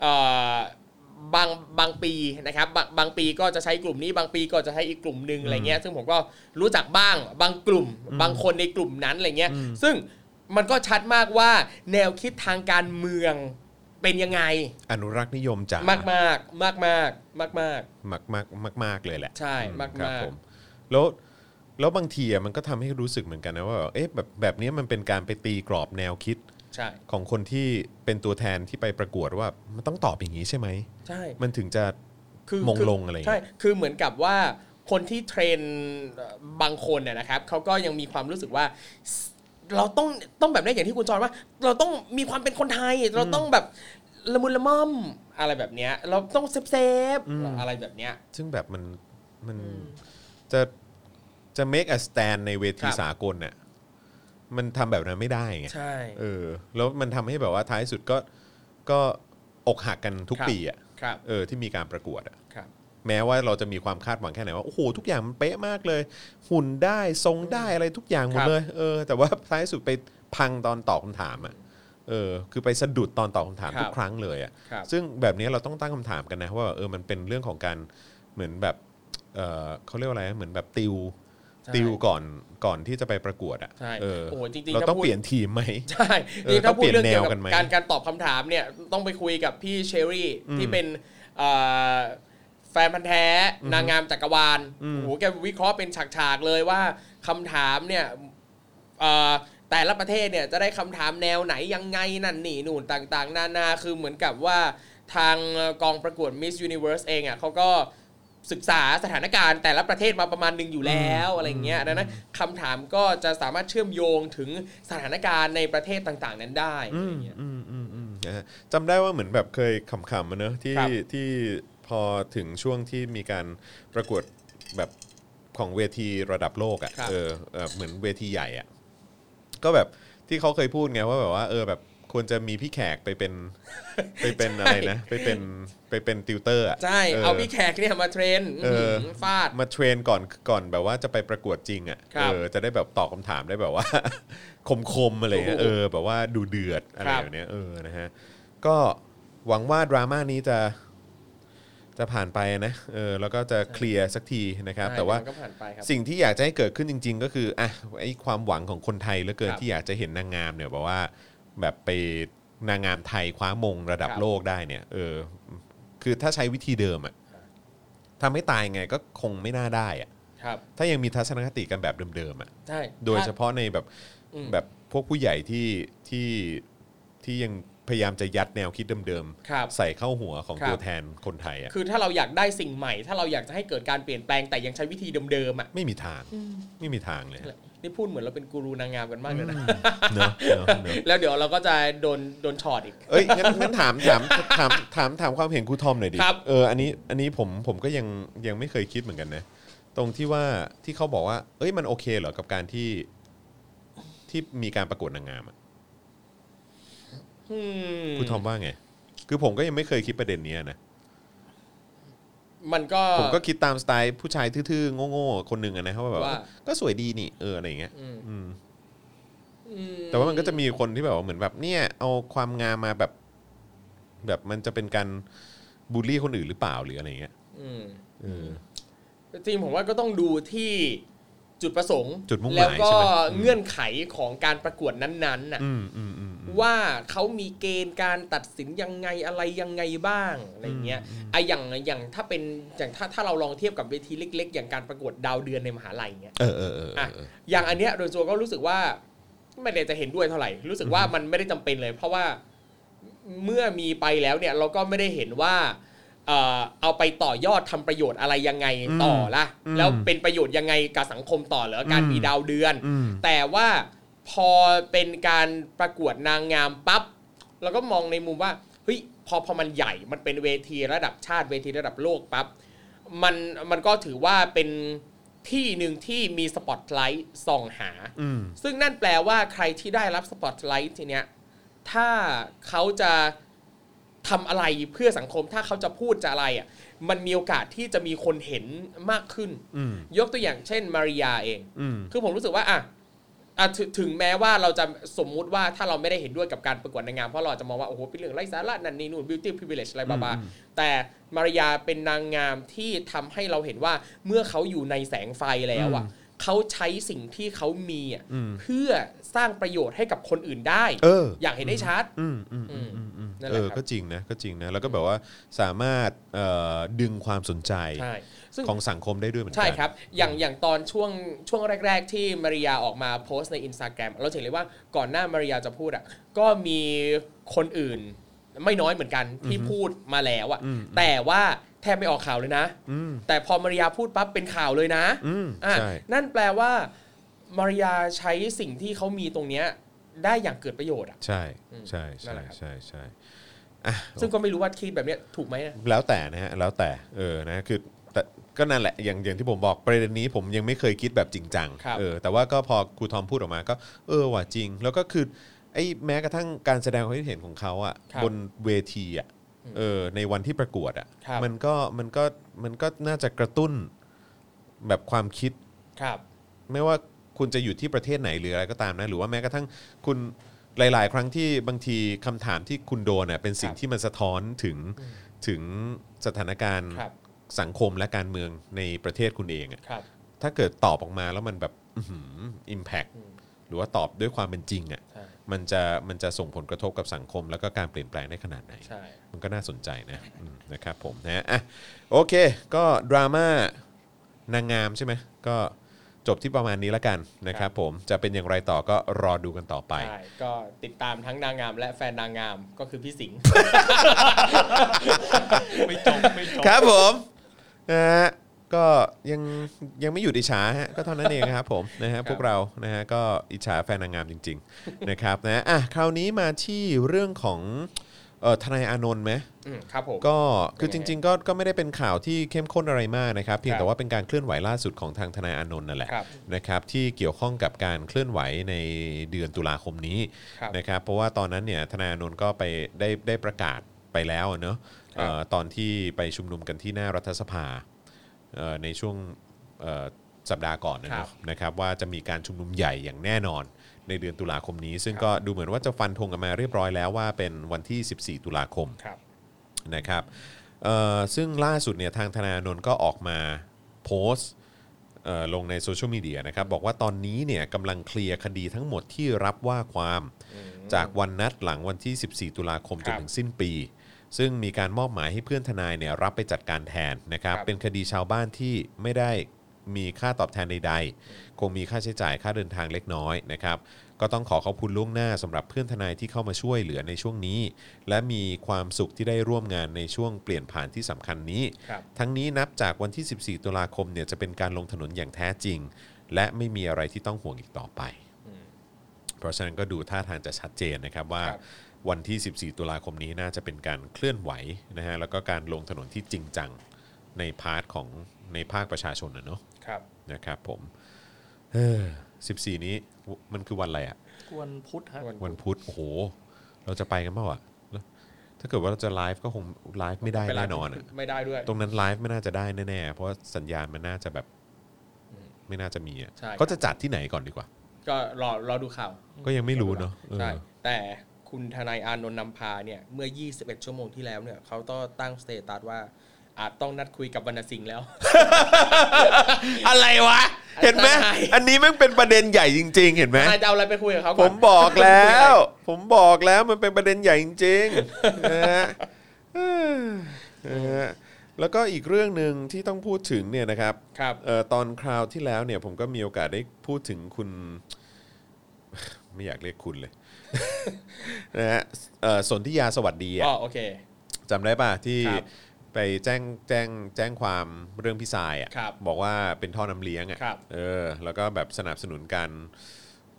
เอ่อบางบางปีนะครับบางบางปีก็จะใช้กลุ่มนี้บางปีก็จะใช้อีกกลุ่มหนึ่งอะไรเงี้ยซึ่งผมก็รู้จักบ้างบางกลุ่ม บางคนในกลุ่มนั้นอะไรเงี้ยซึ่งมันก็ชัดมากว่าแนวคิดทางการเมืองเป็นยังไง อนุรักษ์นิยมจ๋าม ากมากมากมากมากมาก มากมากมากมากเลยแหละ ใช่ อื มากๆ ครับผมแล้วแล้วบางทีอะมันก็ทำให้รู้สึกเหมือนกันนะว่าแบบเอ๊ะแบบแบบนี้มันเป็นการไปตีกรอบแนวคิด ใช่ ของคนที่เป็นตัวแทนที่ไปประกวดว่ามันต้องตอบอย่างนี้ใช่ไหม ใช่ มันถึงจะ มงลงอะไรอย่างเงี้ ใช่ ย คือเหมือนกับว่าคนที่เทรนเอ่อบางคนเนี่ยนะครับเขาก็ยังมีความรู้สึกว่าสเราต้องต้องแบบนี้อย่างที่คุณจอนว่า เราต้องมีความเป็นคนไทย เราต้องแบบละมุนละม่อมอะไรแบบเนี้ยเราต้องเซฟเซฟๆ อืม อะไรแบบเนี้ย ซึ่งแบบมันมันจะจะ make a stand ในเวที ครับ สากลเนี่ยมันทำแบบนั้นไม่ได้ไง ใช่ เออ แล้วมันทำให้แบบว่าท้ายสุดก็ก็อกหักกันทุก ครับ ปีอ่ะ ครับ เออที่มีการประกวดอ่ะ ครับ แม้ว่าเราจะมีความคาดหวังแค่ไหนว่าโอ้โหทุกอย่างมันเป๊ะมากเลย หุ่นได้ทรงได้อะไรทุกอย่างหมด ครับ เลยเออ แต่ว่าท้ายสุดไปพังตอนตอบคำถามอ่ะเออ คือไปสะดุดตอนตอบคำถามทุกครั้งเลยอ่ะ ครับ ซึ่งแบบนี้เราต้องตั้งคำถามกันนะว่าเออมันเป็นเรื่องของการเหมือนแบบเออเขาเรียกว่าอะไรนะเหมือนแบบติว ใช่ ติวก่อนก่อนที่จะไปประกวดอ่ะ ใช่ เออ โอ้โหจริงๆ เราต้อง ถ้าพูด เปลี่ยนทีมไหม ใช่ เออ นี่ ต้ ถ้า อง พูดเรื่อง เปลี่ เกี่ ยน ยแนววกั กัน บ ไหม การการตอบคำถามเนี่ยต้องไปคุยกับพี่เชอรี่ที่เป็นเอ่อแฟนพันธ์แท้นางงามจักรวาล อืม โอ้โหแกวิเคราะห์เป็นฉากๆเลยว่าคำถามเนี่ยเอ่อแต่ละประเทศเนี่ยจะได้คำถามแนวไหนยังไงนั่นนี่นู่นต่างๆ นานาคือเหมือนกับว่าทางกองประกวด Miss Universe เองอ่ะเขาก็ ศึกษาสถานการณ์แต่ละประเทศมาประมาณหนึ่งอยู่แล้วอะไรอย่างเงี้ยดังนั้นคำถามก็จะสามารถเชื่อมโยงถึงสถานการณ์ในประเทศต่างๆ นั้นได้อะไรอย่างเงี้ย อืมอืมอืมนะฮะจำได้ว่าเหมือนแบบเคยขำๆมาเนอะที่ ครับ ที่พอถึงช่วงที่มีการประกวดแบบของเวทีระดับโลก ครั อะ่ะ บ เออเออเหมือนเวทีใหญ่อะ่ะก็แบบที่เขาเคยพูดไงว่าแบบว่าเออแบบควรจะมีพี่แขกไปเป็น ไปเป็นอะไรนะ ไปเป็นไปเป็นติวเตอร์อะ ใช่ อ เอาพี่แขกเนี่ยมาเทรน เออ หืมฟาด มาเทรนก่อนก่อนแบบว่าจะไปประกวดจริงอ่ะ ครับ เออจะได้แบบตอบคำถามได้แบบว่า คมคมๆอะไรเงี้ย โอ้ เอ โห อแบบว่าดูเดือดอะไร ครับ แบบเนี้ยเออนะฮะก็หวังว่าดราม่านี้จะจะผ่านไปนะเออแล้วก็จะเคลียร์สักทีนะครับ ใช่ แต่ว่า เดี๋ยมันก็ผ่านไปครับ สิ่งที่อยากจะให้เกิดขึ้นจริง ๆ ก็คืออ่ะไอ้ความหวังของคนไทยเหลือเกิน ครับ ที่อยากจะเห็นนางงามเนี่ยบอกว่าแบบไปนางงามไทยคว้ามงระดับ ครับ โลกได้เนี่ยเออคือถ้าใช้วิธีเดิมอ่ะ ทำให้ตายไงก็คงไม่น่าได้อะ ครับ ถ้ายังมีทัศนคติกันแบบเดิมๆอะ ใช่ โดยเฉพาะในแบบ อืม แบบพวกผู้ใหญ่ที่ที่ที่ยังพยายามจะยัดแนวคิดเดิม ครับ ๆ ใส่เข้าหัวของ ครับ ตัวแทนคนไทยอะ คือถ้าเราอยากได้สิ่งใหม่ ถ้าเราอยากจะให้เกิดการเปลี่ยนแปลงแต่ยังใช้วิธีเดิมๆอ่ะ ไม่มีทาง ไม่มีทางเลย นี่พูดเหมือนเราเป็นกูรูนางงามกันมากเลยนะ เนอะเนอะเนอะ แล้วเดี๋ยวเราก็จะโดนโดนช็อตอีก เอ้ยงั้นงั้นถามถามถามถามถามความเห็นครูทอมหน่อยดิ ครับ เอออันนี้อันนี้ผมผมก็ยังยังไม่เคยคิดเหมือนกันนะ ตรงที่ว่าที่เขาบอกว่า เอ้ยมันโอเคเหรอกับการที่ที่มีการประกวดนางงามอะ อืม คุณทอมว่าไง คือผมก็ยังไม่เคยคิดประเด็นเนี้ยนะ มันก็ ผมก็คิดตามสไตล์ผู้ชายทื่อๆโง่ๆคนหนึ่งอะนะครับว่าแบบ ว่า ก็สวยดีนี่เอออะไรอย่างเงี้ย อืม อืม อื แต่ว่ามันก็จะมีคนที่แบบว่าเหมือนแบบเนี่ยเอาความงามมาแบบ แบบมันจะเป็นการบูลลี่คนอื่นหรือเปล่าหรืออะไรอย่างเงี้ย อืม เออ จริงผมว่าก็ต้องดูที่จุดประสงค์ จุดมุ่งหมาย แล้วก็ ใช่ไหม เงื่อนไขของการประกวดนั้นๆน่ะ อืมอืมอืมอืม ว่าเขามีเกณฑ์การตัดสินยังไงอะไรยังไงบ้างอะไรเงี้ยไอะอย่างอย่างถ้าเป็นอย่างถ้าถ้าเราลองเทียบกับเวทีเล็ก ๆ อย่างการประกวดดาวเดือนในมหาลัยเงี้ย เออเออเออเอ อ่ะ อเออ อย่างอันเนี้ยโดยส่วนก็รู้สึกว่าไม่ได้จะเห็นด้วยเท่าไหร่ รู้สึกว่ามันไม่ได้จำเป็นเลย เพราะว่าเมื่อมีไปแล้วเนี่ยเราก็ไม่ได้เห็นว่าเอ่อเอาไปต่อยอดทำประโยชน์อะไรยังไงต่อละแล้วเป็นประโยชน์ยังไงกับสังคมต่อเหรอการมีดาวเดือน อืม แต่ว่าพอเป็นการประกวดนางงามปั๊บเราก็มองในมุมว่าเฮ้ยพอพอมันใหญ่มันเป็นเวทีระดับชาติเวทีระดับโลกปั๊บมันมันก็ถือว่าเป็นที่หนึ่งที่มีสปอตไลท์ส่องหา อืม ซึ่งนั่นแปลว่าใครที่ได้รับสปอตไลท์ทีเนี้ยถ้าเขาจะทำอะไรเพื่อสังคมถ้าเขาจะพูดจะอะไรอ่ะมันมีโอกาสที่จะมีคนเห็นมากขึ้น อืม ยกตัวอย่างเช่นมาริยาเอง อืม คือผมรู้สึกว่าอ่ะอ่ะถงถึงแม้ว่าเราจะสมมุติว่าถ้าเราไม่ได้เห็นด้วยกับการประกวดนางงามเพราะเราจะมองว่า โอ้โห เป็นเรื่องไร้สาระนั่นนี่นู่น beauty privilege อะไรบ้าๆแต่มารยาเป็นนางงามที่ทำให้เราเห็นว่าเมื่อเขาอยู่ในแสงไฟแล้วอ่ะเขาใช้สิ่งที่เขามีอ่ะเพื่อสร้างประโยชน์ให้กับคนอื่นได้ เออ อยากเห็นได้ชัด อืมอืมอืมอืมอืม นั่นแห เออละครับ ก็จริงนะก็จริงนะ แล้วก็แบบว่าสามารถเอ่อดึงความสนใจ ใช่ซึ่ง ของสังคมได้ด้วยเหมือนกั ใช่ครับ อย่างอย่างตอนช่วงช่วงแรก ๆ ที่มาริยาออกมาโพสต์ใน Instagram เราจะเห็นเลยว่าก่อนหน้ามาริยาจะพูดอ่ะก็มีคนอื่นไม่น้อยเหมือนกันที่พูดมาแล้วอ่ะแต่ว่าแทบไม่ออกข่าวเลยนะ อืม แต่พอมาริยาพูดปั๊บเป็นข่าวเลยนะ อืม อ่ะ ใช่ นั่นแปลว่ามาริยาใช้สิ่งที่เขามีตรงเนี้ยได้อย่างเกิดประโยชน์อ่ะ ใช่ใช่ นั่ ใช่ นแหละครับ ใช่ใช่ ซึ่งก็ไม่รู้ว่าคิดแบบเนี้ยถูกไหมนะ แล้วแต่นะฮะแล้วแต่เออนะคือแต่ก็นั่นแหละอย่างอย่างที่ผมบอกประเด็นนี้ผมยังไม่เคยคิดแบบจริงจังเออแต่ว่าก็พอครูทอมพูดออกมาก็ เออว่าจริง แล้วก็คือไอ้แม้กระทั่งการแสดงความคิดเห็นของเขาอะ่ะบนเวทีอะ่ะเออในวันที่ประกวดอะ่ะมันก็มันก็มันก็น่าจะกระตุ้นแบบความคิด ครับ ไม่ว่าคุณจะอยู่ที่ประเทศไหนหรืออะไรก็ตามนะ หรือว่าแม้กระทั่งคุณหลาย ๆ ครั้งที่บางทีคำถามที่คุณโดนเน่ยเป็นสิ่งที่มันสะท้อนถึงถึงสถานการณ์ ครับ สังคมและการเมืองในประเทศคุณเองอะ ครับ ถ้าเกิดตอบออกมาแล้วมันแบบอิมแพ t หรือว่าตอบด้วยความเป็นจริงอะ ใช่ มันจะมันจะส่งผลกระทบกับสังคม แล้วก็การเปลี่ยนแปลงได้ขนาดไหน ใช่ มันก็น่าสนใจนะอืมนะครับผมนะอ่ะโอเค ก็ดราม่านางงามใช่ไหมก็จบที่ประมาณนี้ละกันนะครับผมจะเป็นอย่างไรต่อก็รอดูกันต่อไป ใช่ก็ติดตามทั้งนางงาม และแฟนนางงามก็คือพี่สิ งห์ ไม่จบไม่จบ ครับผมนะฮะก็ยังยังไม่หยุดอิจฉาฮะก็เท่านั้นเองครับผมนะฮะพวกเรานะฮะก็อิจฉาแฟนนางงามจริง ๆ นะครับนะอ่ะคราวนี้มาที่เรื่องของเอ่อทนายอานนท์ไหม อืมครับผม ก็คือจ เป็นไง ริงๆก็ก็ไม่ได้เป็นข่าวที่เข้มข้นอะไรมากนะครับ เพียง ครับ แต่ว่าเป็นการเคลื่อนไหวล่าสุดของทางทนายอานนท์นั่นแหละ ครับ นะครับที่เกี่ยวข้องกับการเคลื่อนไหวในเดือนตุลาคมนี้ ครับ นะครับเพราะว่าตอนนั้นเนี่ยทนายอานนท์ก็ไปได้ได้ประกาศไปแล้วเนอะ ครับ เอ่อตอนที่ไปชุมนุมกันที่หน้ารัฐสภาเอ่อในช่วงเอ่อสัปดาห์ก่อนนะ ค ค รั รับ บ นะครับว่าจะมีการชุมนุมใหญ่อย่างแน่นอนในเดือนตุลาคมนี้ ซึ่งก็ดูเหมือนว่าจะฟันธงกันมาเรียบร้อยแล้วว่าเป็นวันที่ 14 ตุลาคม ครับ นะครับเอ่อซึ่งล่าสุดเนี่ยทางธนาโนนท์ก็ออกมาโพสต์เอ่อลงในโซเชียลมีเดียนะครับบอกว่าตอนนี้เนี่ยกำลังเคลียร์คดีทั้งหมดที่รับว่าความจากวันนัดหลังวันที่ 14 ตุลาคมจนถึงสิ้นปี ซึ่งมีการมอบหมายให้เพื่อนทนายเนี่ยรับไปจัดการแทนนะครับ ครับ เป็นคดีชาวบ้านที่ไม่ได้มีค่าตอบแทนใดๆ คงมีค่าใช้จ่ายค่าเดินทางเล็กน้อยนะครับ ก็ต้องขอขอบคุณล่วงหน้าสำหรับเพื่อนทนายที่เข้ามาช่วยเหลือในช่วงนี้ และมีความสุขที่ได้ร่วมงานในช่วงเปลี่ยนผ่านที่สำคัญนี้ ครับ ทั้งนี้นับจากวันที่ 14 ตุลาคมเนี่ยจะเป็นการลงถนนอย่างแท้จริง และไม่มีอะไรที่ต้องห่วงอีกต่อไป เพราะฉะนั้นก็ดูท่าทางจะชัดเจนนะครับว่า ครับ วันที่ 14 ตุลาคมนี้น่าจะเป็นการเคลื่อนไหวนะฮะแล้วก็การลงถนนที่จริงจังในพาร์ทของในภาคประชาชนนะเนาะ ครับ นะครับผมเออ14 นี้มันคือวันอะไรอะ กวนพุทธฮะ วันพุธโอ้โห เราจะไปกันเปล่าอ่ะ ถ้าเกิดว่าเราจะไลฟ์ก็คงไลฟ์ไม่ได้แน่นอนอะ ไม่ได้ด้วย ตรงนั้นไลฟ์ไม่น่าจะได้แน่ๆ เพราะว่าสัญญาณมันน่าจะแบบไม่น่าจะมีอ่ะ ใช่ เขาจะจัดที่ไหนก่อนดีกว่า ก็รอรอดูข่าว ก็ยังไม่รู้เนาะเออ ใช่แต่คุณทนายอานนท์นำพาเนี่ย เมื่อ 21 ชั่วโมงที่แล้วเนี่ยเขาต้องตั้งสเตตัสว่า อาจต้องนัดคุยกับบรรณสิงห์แล้ว อะไรวะ เห็นไหม อันตราย อันนี้แมันเป็นประเด็นใหญ่จริง ๆ เห็นไหม อาจจะเอาอะไรไปคุยกับเขา ผ น มบอกแล้ว ผมบอกแล้วมันเป็นประเด็นใหญ่จริงๆนะฮะเออนะฮะแล้วก็อีกเรื่องหนึ่งที่ต้องพูดถึงเนี่ยนะครับ ครับ เอ่อตอนคราวที่แล้วเนี่ยผมก็มีโอกาสได้พูดถึงคุณ ไม่อยากเรียกคุณเลย นะฮะเอ่อสนธิยาสวัสดีอะ อ๋อโอเค จำได้ป่ะที่ ครับ ไปแจ้งแจ้งแจ้งความเรื่องพี่สายอ่ะ ครับ บอกว่าเป็นท่อน้ำเลี้ยงอ่ะ ครับ เออแล้วก็แบบสนับสนุนการ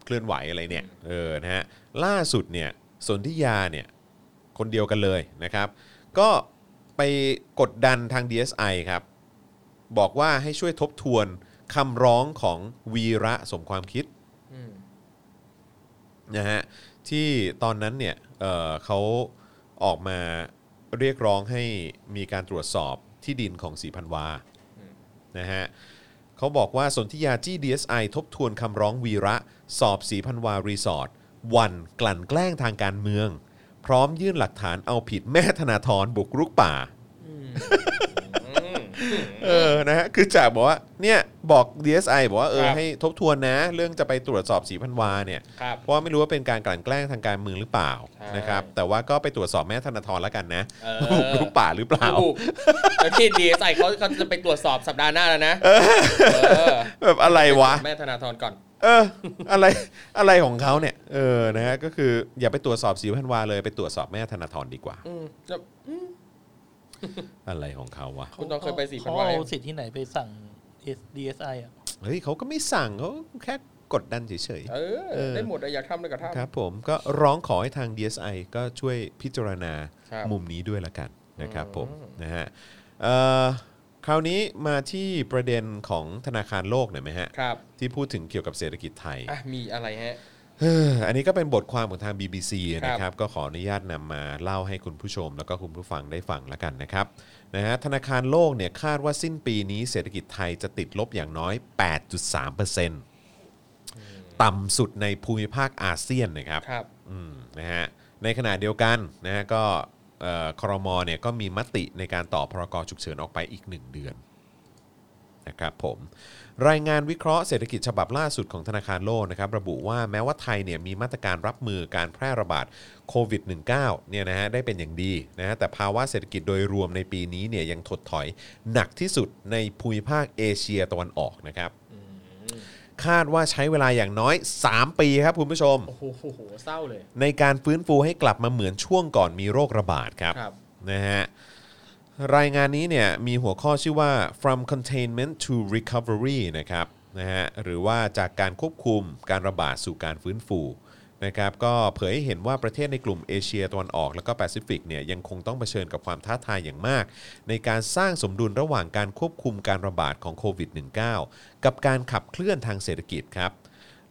เคลื่อนไหวอะไรเนี่ยเออนะฮะล่าสุดเนี่ยสนธิยาเนี่ยคนเดียวกันเลยนะครับ ก็ไปกดดันทาง DSI ครับ บอกว่าให้ช่วยทบทวนคำร้องของวีระสมความคิด อืม นะฮะที่ตอนนั้นเนี่ยเอ่อเขาออกมาเรียกร้องให้มีการตรวจสอบที่ดินของสีพันวานะฮะเขาบอกว่าสนธิยาจี้ DSI ทบทวนคำร้องวีระ สอบสีพันวารีสอร์ทวันกลั่นแกล้งทางการเมือง พร้อมยื่นหลักฐานเอาผิดแม่ธนาธรบุกรุกป่า อืม เออ นะฮะ คือจากบอกว่า เนี่ย บอก DSI บอกว่า เออ ครับ ให้ทบทวนนะ เรื่องจะไปตรวจสอบสีพันวาเนี่ย ครับ เพราะว่าไม่รู้ว่าเป็นการกลั่นแกล้งทางการเมืองหรือเปล่า ใช่ นะครับ แต่ว่าก็ไปตรวจสอบแม่ธนาธรแล้วกันนะ เออ บุกรุกป่าหรือเปล่า ถูกแล้วที่ดีใส่เขาเขาจะไปตรวจสอบสัปดาห์หน้าแล้วนะเออ แบบอะไรวะ แม่ธนาธรก่อน เออ อะไร อะไรของเขาเนี่ย เออ นะฮะ ก็คืออย่าไปตรวจสอบสีพันวาเลย ไปตรวจสอบแม่ธนาธรดีกว่า อืมแล้ว อะไรของเขาวะ คุณต้องเคยไปสี่พัน เขา วา เอา ย สิทธิ์ที่ไหนไปสั่ง DSI อ่ะ เฮ้ยเขาก็ไม่สั่งเขาแค่กดดันเฉยๆ เออ ได้หมดอะอยากทำเลยก็ทำ ครับผมก็ร้องขอให้ทาง DSI ก็ช่วยพิจารณา ครับ มุมนี้ด้วยละกันนะครับผมนะฮะเอ่อคราวนี้มาที่ประเด็นของธนาคารโลกหน่อยไหมฮะ ครับ ที่พูดถึงเกี่ยวกับเศรษฐกิจไทย อ่ะ มีอะไรฮะ เอ่ออันนี้ก็เป็นบทความของทาง BBC ครับ นะครับ ก็ขออนุญาตนำมาเล่าให้คุณผู้ชม แล้วก็คุณผู้ฟังได้ฟังแล้วกันนะครับนะฮะธนาคารโลกเนี่ยคาดว่าสิ้นปีนี้เศรษฐกิจไทยจะติดลบอย่างน้อย 8.3%ต่ำสุดในภูมิภาคอาเซียนนะครับ ครับ อืมนะฮะในขณะเดียวกันนะฮะก็เอ่อครมเนี่ยก็มีมติในการต่อพรกฉุกเฉินออกไปอีก 1 เดือนนะครับผมรายงานวิเคราะห์เศรษฐกิจฉบับล่าสุดของธนาคารโลกนะครับระบุว่าแม้ว่าไทยเนี่ยมีมาตรการรับมือการแพร่ระบาดโควิด -19 เนี่ยนะฮะได้เป็นอย่างดีนะฮะแต่ภาวะเศรษฐกิจโดยรวมในปีนี้เนี่ยยังถดถอยหนักที่สุดในภูมิภาคเอเชียตะวันออกนะครับคาดว่าใช้เวลาอย่างน้อย 3 ปีครับคุณผู้ชม โอ้โหโหโหเศร้าเลย ในการฟื้นฟูให้กลับมาเหมือนช่วงก่อนมีโรคระบาดครับ ครับ นะฮะรายงานนี้เนี่ยมีหัวข้อชื่อว่า from containment to recovery นะครับนะฮะหรือว่าจากการควบคุมการระบาดสู่การฟื้นฟูนะครับก็เผยให้เห็นว่าประเทศในกลุ่มเอเชียตะวันออก และก็แปซิฟิกเนี่ยยังคงต้องเผชิญกับความท้าทายอย่างมาก ในการสร้างสมดุลระหว่างการควบคุมการระบาดของโควิด -19 กับการขับเคลื่อนทางเศรษฐกิจครับ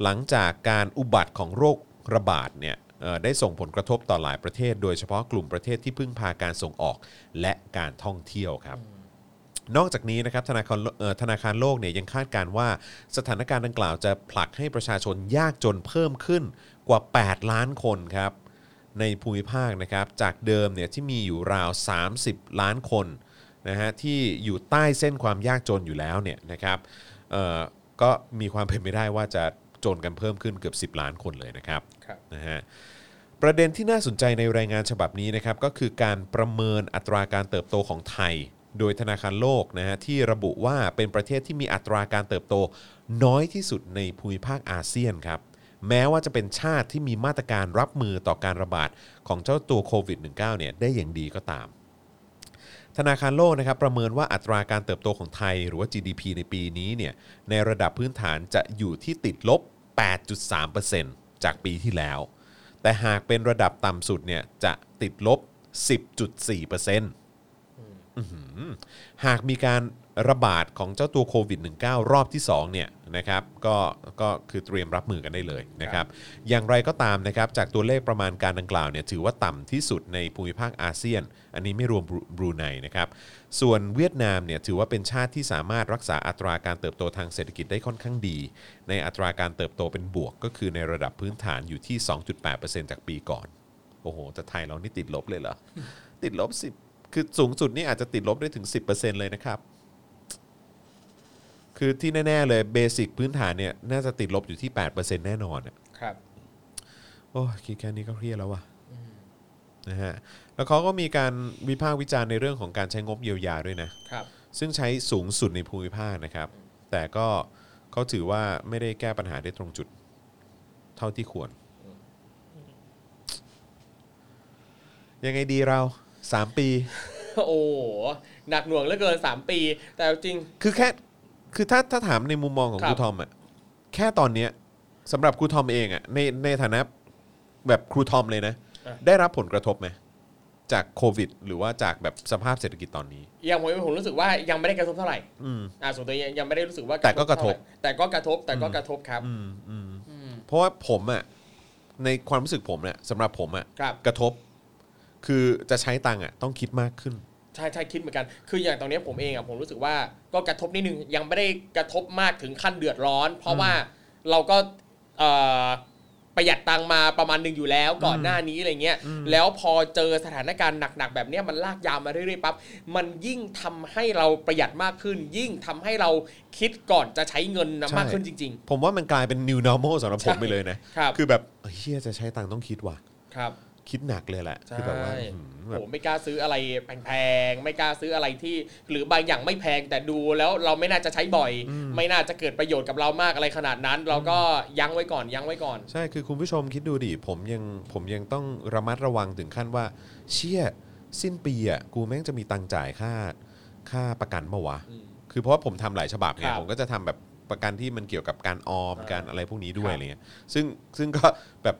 หลังจากการอุบัติของโรคระบาดเนี่ยเอ่อได้ส่งผลกระทบต่อหลายประเทศ โดยเฉพาะกลุ่มประเทศที่พึ่งพาการส่งออกและการท่องเที่ยวครับ นอกจากนี้นะครับธนาคารเอ่อธนาคารโลกเนี่ยยังคาดการณ์ว่าสถานการณ์ดังกล่าวจะผลักให้ประชาชนยากจนเพิ่มขึ้นกว่า 8 ล้านคนครับ ในภูมิภาคนะครับจากเดิมเนี่ยที่มีอยู่ราว 30 ล้านคนนะฮะที่อยู่ใต้เส้นความยากจนอยู่แล้วเนี่ยนะครับเอ่อก็มีความเป็นไปได้ว่าจะจนกันเพิ่มขึ้นเกือบ 10 ล้านคนเลยนะครับ ครับ นะฮะประเด็นที่น่าสนใจในรายงานฉบับนี้นะครับก็คือการประเมินอัตราการเติบโตของไทย โดยธนาคารโลกนะฮะที่ระบุว่าเป็นประเทศที่มีอัตราการเติบโตน้อยที่สุดในภูมิภาคอาเซียนครับแม้ว่าจะเป็นชาติที่มีมาตรการรับมือต่อการระบาดของเจ้าตัวโควิด -19 เนี่ยได้อย่างดีก็ตาม ธนาคารโลกนะครับประเมินว่าอัตราการเติบโตของไทย หรือว่า GDP ในปีนี้เนี่ยในระดับพื้นฐานจะอยู่ที่ติดลบ 8.3%จากปีที่แล้ว แต่หากเป็นระดับต่ำสุดเนี่ยจะติดลบ 10.4%อื้อหือหากมีการ ระบาดของเจ้าตัวโควิด -19 รอบที่2เนี่ยนะครับก็ก็คือเตรียมรับมือกันได้เลยนะครับอย่างไรก็ตามนะครับจากตัวเลขประมาณการดังกล่าวเนี่ยถือว่าต่ำที่สุดในภูมิภาคอาเซียน อันนี้ไม่รวมบรูบรูไนนะครับส่วนเวียดนามเนี่ยถือว่าเป็นชาติที่สามารถรักษาอัตราการเติบโตทางเศรษฐกิจได้ค่อนข้างดี ในอัตราการเติบโตเป็นบวกก็คือในระดับพื้นฐานอยู่ที่ 2.8%จากปีก่อน โอ้โห จะไทยเรานี่ติดลบเลยเหรอ ติดลบสิบคือสูงสุดนี่อาจจะติดลบได้ถึง 10%เลยนะครับ คือที่แน่ๆเลยเบสิกพื้นฐานเนี่ยน่าจะติดลบอยู่ที่ 8%แน่นอนอะ ครับ โอ้ยคิดแค่นี้ก็เครียดแล้วว่ะนะฮะ แล้วเขาก็มีการวิพากษ์วิจารณ์ในเรื่องของการใช้งบเยียวยาด้วยนะ ครับ ซึ่งใช้สูงสุดในภูมิภาคนะครับ แต่ก็เขาถือว่าไม่ได้แก้ปัญหาได้ตรงจุดเท่าที่ควร ยังไงดีเรา 3 ปี โอ้โหหนักหน่วงเหลือเกิน 3 ปี แต่จริง คือแค่คือถ้าถ้าถามในมุมมองของ ครั ค บ รูทอมอะแค่ตอนเนี้ยสำหรับครูทอมเองอะในในฐานะแบบครูทอมเลยนะ ได้รับผลกระทบไหมจากโควิด หรือว่าจากแบบสภาพเศรษฐกิจตอนนี้ อย่างผมผมรู้สึกว่ายังไม่ได้กระทบเท่าไหร่ อืม อ่าส่วนตัวเองยังไม่ได้รู้สึกว่า แต่ก็กระทบ เท่าไหแต่ก็กระทบแต่ก็กระทบครับ อืมอืม อืม เพราะว่าผมอะในความรู้สึกผมเนี่ยสำหรับผมอะ ครับ กระทบ คือจะใช้ตังค์อะต้องคิดมากขึ้น ใช่ใช่คิดเหมือนกัน คืออย่างตอนเนี้ยผมเองอ่ะผมรู้สึกว่าก็กระทบนิดนึงยังไม่ได้กระทบมากถึงขั้นเดือดร้อน เพราะว่าเราก็เอ่อประหยัดตังค์มาประมาณหนึ่งอยู่แล้วก่อนหน้านี้อะไรเงี้ยแล้วพอเจอสถานการณ์หนักๆแบบเนี้ยมันลากยาวมาเรื่อยๆปั๊บมันยิ่งทำให้เราประหยัดมากขึ้น ยิ่งทำให้เราคิดก่อนจะใช้เงินนะ ใช่ มากขึ้นจริง ผมว่ามันกลายเป็น new normal สำหรับผมไปเลยนะ ครับ คือแบบเฮียจะใช้ตังค์ต้องคิดว่ะ ๆ ครับ คิดหนักเลยแหละ ใช่ คือแบบว่าหืมแบบ ผมไม่กล้าซื้ออะไรแพงๆ ไม่กล้าซื้ออะไรที่ หรือบางอย่างไม่แพงแต่ดูแล้วเราไม่น่าจะใช้บ่อย ไม่น่าจะเกิดประโยชน์กับเรามากอะไรขนาดนั้น เราก็ยั้งไว้ก่อนยั้งไว้ก่อน ใช่คือคุณผู้ชมคิดดูดิผมยังผมยังต้องระมัดระวังถึงขั้นว่า เชี่ย สิ้นปีอะกูแม่งจะมีตังค์จ่ายค่าค่าประกันมาวะ คือเพราะว่าผมทำหลายฉบับไง ครับ ผมก็จะทำแบบประกันที่มันเกี่ยวกับการออมการอะไรพวกนี้ด้วย ครับ อะไรเงี้ยซึ่งซึ่งก็แบบ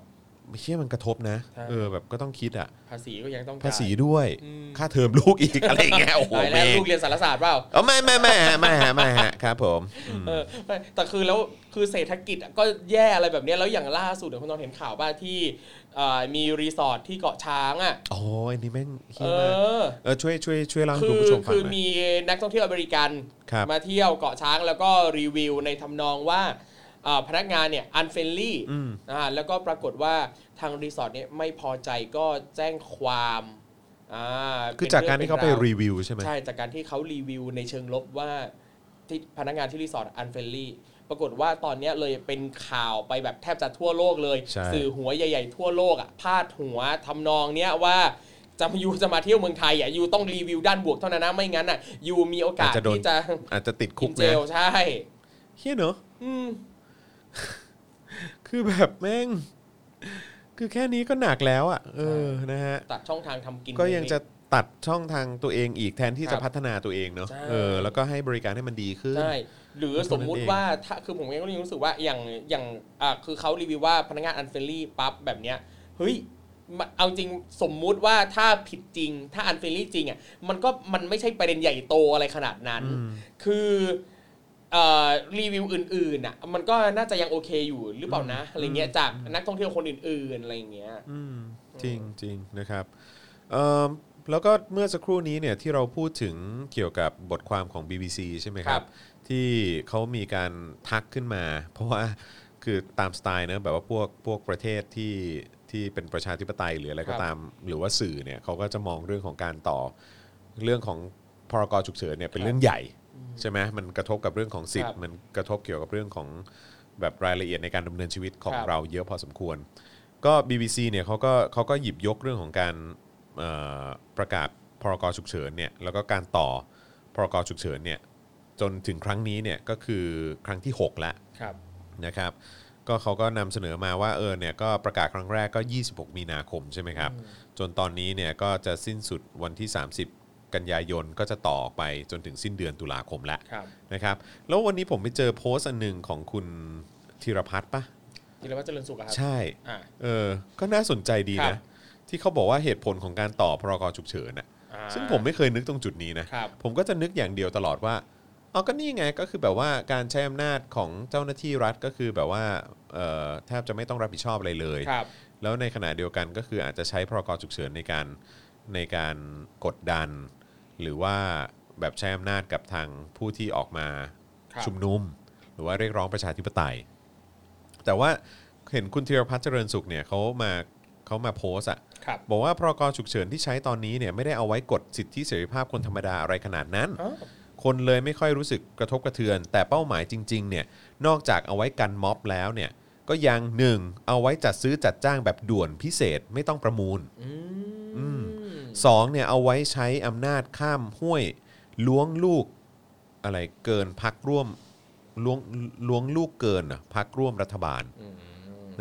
เชื่อมันกระทบนะ ใช่ เออแบบก็ต้องคิดอ่ะ ภาษีก็ยังต้องจ่ย ภาษีด้วย อืม ค่าเทอมลูก อีก อะไรเงี้ยโอ้โห ตายแล้ แม่ ว ง ลูกเรียนสารศาสตร์เปล่า เออไม่ไม่ไม่ฮะไม่ฮะไม่ฮะครับผมอืม เออไม่แต่คือแล้วคือเศรษฐกิจอะก็แย่อะไรแบบเนี้ยแล้วอย่างล่าสุดเดี๋ยวคุณตอนเห็นข่าวบ้าที่เอ่อมีรีสอร์ทที่เกาะช้างอ่ะ โอ้ยอันนี้แม่งเฮี เอย มาก อ เออช่วยช่วยช่วยเล่าให้ คื คุณ อ ผู้ชมฟัง คือ หน่อย มีนักท่องเที่ยวอเมริกัน ครับ มาเที่ยวเกาะช้างแล้วก็รีวิวในทำนองว่าเอ่อพนักงานเนี่ยอันเฟนลี่ อืม อ่าแล้วก็ปรากฏว่าทางรีสอร์ทเนี่ยไม่พอใจก็แจ้งความอ่า คือจากการที่เขาไป น รี เอง วิวใช่ไหม เป็นวใช่จากการที่เขารีวิวในเชิงลบว่าที่พนักงานที่รีสอร์ทอันเฟนลี่ปรากฏว่าตอนเนี้ยเลยเป็นข่าวไปแบบแทบจะทั่วโลกเลย ใช่ สื่อหัวใหญ่ๆ ทั่วโลกอ่ะพาดหัวทำนองเนี้ยว่าจะมาอยู่จะมาเที่ยวเมืองไทยอ่ะยูต้องรีวิวด้านบวกเท่านั้นนะไม่งั้นอ่ะยูมีโอกาส อาจจะโดน ที่จะ อาจจะติดคุ กิ ก นเจ นะ ลใช่ เฮียเนอะ อืม คือแบบแม่ง คือแค่นี้ก็หนักแล้วอ่ะเออนะฮะ ตัดช่องทางทำกิน ก็ยังจะตัดช่องทางตัวเองอีกแทนที่ ครับ จะพัฒนาตัวเองเนอะ ใช่ เออแล้วก็ให้บริการให้มันดีขึ้น ใช่หรือสมมุติว่าถ้าคือผมเองก็ยังรู้สึกว่าอย่างอย่างอ่าคือเขารีวิวว่าพนักงานอันเฟรนลี่ปั๊บแบบเนี้ยเฮ้ยมันเอาจริงสมมุติว่าถ้าผิดจริง ถ้าอันเฟรนลี่จริงอ่ะมันก็มันไม่ใช่ประเด็นใหญ่โตอะไรขนาดนั้น คือเอ่อรีวิวอื่นๆอ่ะมันก็น่าจะยังโอเคอยู่หรือเปล่านะอะไรเงี้ยจากนักท่องเที่ยวคนอื่นๆอะไรเงี้ย อืมจริงจริงนะครับเอิ่มแล้วก็เมื่อสักครู่นี้เนี่ยที่เราพูดถึงเกี่ยวกับบทความของ BBC ใช่ไหมครั ครับ บ ที่เขามีการทักขึ้นมา เพราะว่าคือตามสไตล์เนอะแบบว่าพวกพวกประเทศที่ที่เป็นประชาธิปไตยหรืออะไร ค ก็ รับ ตาม หรือว่าสื่อเนี่ยเขาก็จะมองเรื่องของการต่อเรื่องของพรกฉุกเฉินเนี่ยเป็นเรื่องใหญ่ ใช่ไหมมันกระทบกับเรื่องของสิท ครั ธิ์ บ มันกระทบเกี่ยวกับเรื่องของแบบรายละเอียดในการดำเนินชีวิตของ ครับ เราเยอะพอสมควร ก็ BBC เนี่ยเขาก็เขาก็หยิบยกเรื่องของการเอ่อประกาศพรกฉุกเฉินเนี่ยแล้วก็การต่อพรกฉุกเฉินเนี่ยจนถึงครั้งนี้เนี่ยก็คือครั้งที่ 6 แล้ว ครับ นะครับก็เขาก็นำเสนอมาว่าเออเนี่ยก็ประกาศครั้งแรกก็ 26 มีนาคมใช่ไหมครับ จนตอนนี้เนี่ยก็จะสิ้นสุดวันที่ 30 กันยายนก็จะต่อไปจนถึงสิ้นเดือนตุลาคมแล้ว ครับ นะครับแล้ววันนี้ผมไปเจอโพสต์อันหนึ่งของคุณธีรพัฒน์ปะ กิรวัตรเจริญสุขอะครับ ใช่ อ่า เออก็น่าสนใจดี ครั นะ บ ที่เขาบอกว่าเหตุผลของการต่อพรกฉุกเฉินน่ะ อ่า ซึ่งผมไม่เคยนึกตรงจุดนี้นะครับ ผมก็จะนึกอย่างเดียวตลอดว่า อ๋อก็นี่ไงก็คือแบบว่าการใช้อำนาจของเจ้าหน้าที่รัฐก็คือแบบว่าเอ่อแทบจะไม่ต้องรับผิดชอบอะไรเลย ครับ แล้วในขณะเดียวกันก็คืออาจจะใช้พรกฉุกเฉินในการในการกดดัน หรือว่าแบบใช้อำนาจกับทางผู้ที่ออกมา ครับ ชุมนุม หรือว่าเรียกร้องประชาธิปไตย แต่ว่าเห็นคุณธีรพัฒน์เจริญสุขเนี่ยเขามาเขามาโพสต์อะ ครับ บอกว่าพรกฉุกเฉินที่ใช้ตอนนี้เนี่ยไม่ได้เอาไว้กดสิทธิเสรีภาพคนธรรมดาอะไรขนาดนั้น อ๋อ คนเลยไม่ค่อยรู้สึกกระทบกระเทือน แต่เป้าหมายจริงๆเนี่ยนอกจากเอาไว้กันม็อบแล้วเนี่ยก็ยังหนึ่งเอาไว้จัดซื้อจัดจ้างแบบด่วนพิเศษไม่ต้องประมูล อืม สองเนี่ยเอาไว้ใช้อำนาจข้ามห้วยล้วงลูกอะไรเกินพักร่วมล้วงล้วงลูกเกินเหรอพักร่วมรัฐบาล อืม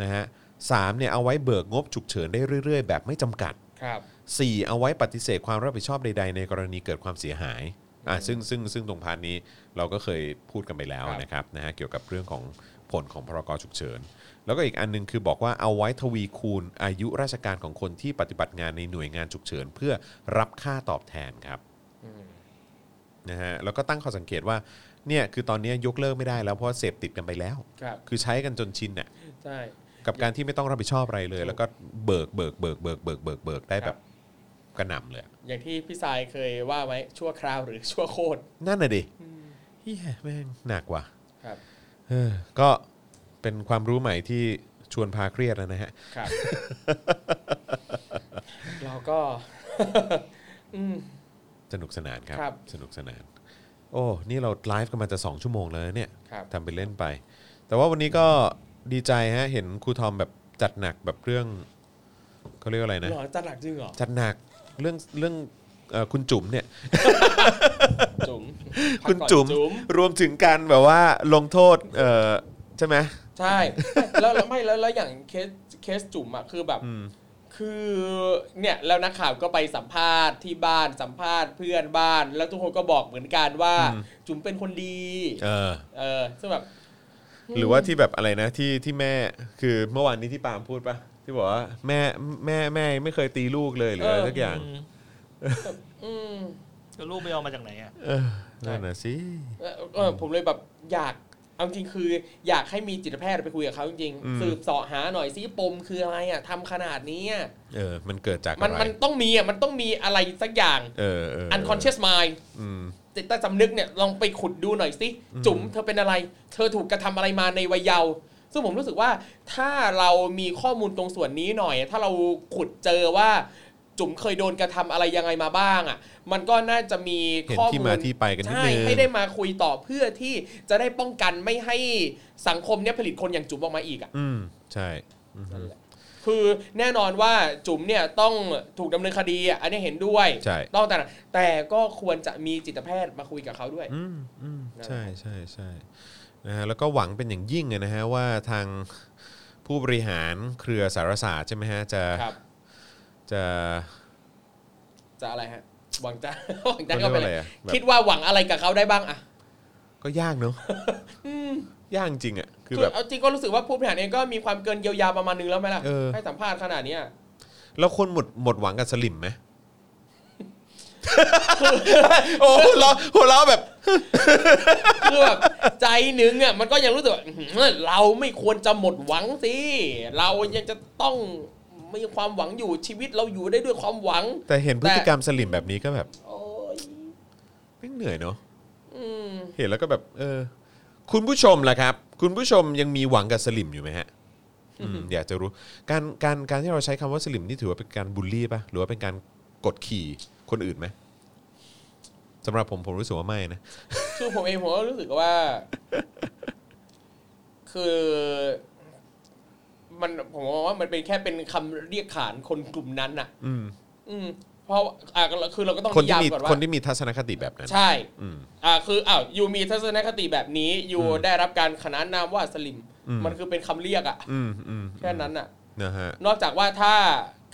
นะฮะสามเนี่ยเอาไว้เบิกงบฉุกเฉินได้เรื่อยๆ แบบไม่จำกัด ครับ สี่เอาไว้ปฏิเสธความรับผิดชอบใด ๆ ในกรณีเกิดความเสียหายอ่าซึ่งซึ่งซึ่งตรงพานนี้เราก็เคยพูดกันไปแล้ว ครับ นะครับนะฮะเกี่ยวกับเรื่องของผลของพรกฉุกเฉิน แล้วก็อีกอันหนึงคือบอกว่าเอาไว้ทวีคูณอายุราชการของคนที่ปฏิบัติงานในหน่วยงานฉุกเฉิน เพื่อรับค่าตอบแทนครับ อืม นะฮะแล้วก็ตั้งข้อสังเกตว่าเนี่ยคือตอนนี้ยกเลิกไม่ได้แล้วเพราะว่าเสพติดกันไปแล้ว ครับ คือใช้กันจนชินน่ะ ใช่ กับการที่ไม่ต้องรับผิดชอบอะไรเลย แล้วก็เบิกเบิกเบิกเบิกเบิกเบิกเบิกได้ ค แบ รับ บกระหน่ำเลย อย่างที่พี่สายเคยว่าไว้ชั่วคราวหรือชั่วโคตร นั่นน่ะดิเฮียแม่งหนักว่ะ ครับ เออก็เป็นความรู้ใหม่ที่ชวนพาเครียดนะฮะ ครับ เราก็ อืม สนุกสนานครับ ครับ สนุกสนาน โอ้ นี่เราไลฟ์กันมาจะ 2 ชั่วโมงแล้วเนี่ย ครับ ทำไปเล่นไป แต่ว่าวันนี้ก็ดีใจฮะ เห็นครูทอมแบบจัดหนักแบบเรื่องเขาเรียกว่าอะไรนะ เหรอจะหลักจริงเหรอ จัดหนักเรื่องเรื่องเอ่อคุณจุ๋มเนี่ย จุ๋มพักก่อน คุณจุ๋มรวมถึงการแบบว่าลงโทษเอ่อใช่ไหม ใช่ แล้วแล้วไม่แล้วแล้วอย่างเคสเคสจุ๋มอะคือแบบ คือเนี่ยแล้วนักข่าวก็ไปสัมภาษณ์ที่บ้านสัมภาษณ์เพื่อนบ้าน แล้วทุกคนก็บอกเหมือนกันว่า อืม จุ๋มเป็นคนดี เออ เออซึ่งแบบ หรือว่าที่แบบอะไรนะที่ที่แม่คือเมื่อวานนี้ที่ปาล์มพูดปะที่บอกว่าแม่แม่แม่ไม่เคยตีลูกเลยหรืออะไร เออ สักอย่าง อืม อืม แล้วลูกไปเอามาจากไหนอ่ะ เออนั่นน่ะสิ เออเออผมเลยแบบอยากเอาจริงคือ อยากให้มีจิตแพทย์ไปคุยกับเขาจริง อืม ๆสืบเสาะหาหน่อยซิปมคืออะไรอ่ะทำขนาดนี้อะ เออ มันเกิดจากอะมัน ไร มันต้องมีอ่ะมันต้องมีอะไรสักอย่าง เออเออ unconscious mind อืม จิตใต้สำนึกเนี่ยลองไปขุดดูหน่อยสิจุ๋มเธอเป็นอะไร เธอถูกกระทำอะไรมาในวัยเยาว์ซึ่งผมรู้สึกว่าถ้าเรามีข้อมูลตรงส่วนนี้หน่อย ถ้าเราขุดเจอว่าจุ๋มเคยโดนกระทำอะไรยังไงมาบ้างอ่ะ มันก็น่าจะมีข้อมูล เห็นที่มาที่ไปกันนิดนึง ใช่ให้ได้มาคุยต่อเพื่อที่จะได้ป้องกันไม่ให้สังคมเนี่ยผลิตคนอย่างจุ๋มออกมาอีกอ่ะ อืมใช่อืม คือแน่นอนว่าจุ๋มเนี่ยต้องถูกดำเนินคดีอ่ะอันนี้เห็นด้วย ใช่ ต้องแต่แต่ก็ควรจะมีจิตแพทย์มาคุยกับเขาด้วย อืมอืม นั่นแหละ ใช่ใช่ใช่นะฮะแล้วก็หวังเป็นอย่างยิ่งอะนะฮะว่าทางผู้บริหารเครือสารศาสตร์ใช่ไหมฮะจะ ครับ จะ จะอะไรฮะ หวังจะ หวังจะ เขาเรีย ก็ กว่าไปอะไร เลย อะแบบ คิดว่าหวังอะไรกับเขาได้บ้างอะ ก็ยากเนอะยากจริงอ่ะคือ คือ แบบ เอาจริงก็รู้สึกว่าผู้บริหารเองก็มีความเกินเยียวยาประมาณนึงแล้วไหมล่ะ เออ ให้สัมภาษณ์ขนาดเนี้ย แล้วคนหมดหมดหวังกับสลิ มไหม โอ้ หัวเราะหัวเราะแบบ คือแบบใจหนึ่งอะมันก็ยังรู้สึกว่าอื้อหือเราไม่ควรจะหมดหวังสิ เรายังจะต้องมีความหวังอยู่ชีวิตเราอยู่ได้ด้วยความหวัง แต่เห็นพฤติกรรมสลิมแบบนี้ก็แบบ โอ้ย แม่งเหนื่อยเนาะ อืม เห็นแล้วก็แบบ เออ คุณผู้ชมล่ะครับ คุณผู้ชมยังมีหวังกับสลิมอยู่ไหมฮะอืมอยากจะรู้การการการที่เราใช้คำว่าสลิมนี่ถือว่าเป็นการบูลลี่ปะหรือว่าเป็นการกดขี่คนอื่นไหมสำหรับผมผมรู้สึกว่าไม่นะ คือผมเองผมก็รู้สึกว่า คือ มันผมมองว่ามันเป็นแค่เป็นคำเรียกขานคนกลุ่มนั้นน่ะ อืม อืมเพราะอ่ะคือเราก็ต้อง คน นิ ที่ ยาม มี ก่อนว่า คนที่มีทัศนคติแบบนั้น ใช่ อืม อ่าคืออ้าวยูมีทัศนคติแบบนี้ยู อืม ได้รับการขนานนามว่าสลิม อืม มันคือเป็นคำเรียกอะ อืมอืม แค่นั้นอะ นะฮะ นอกจากว่าถ้า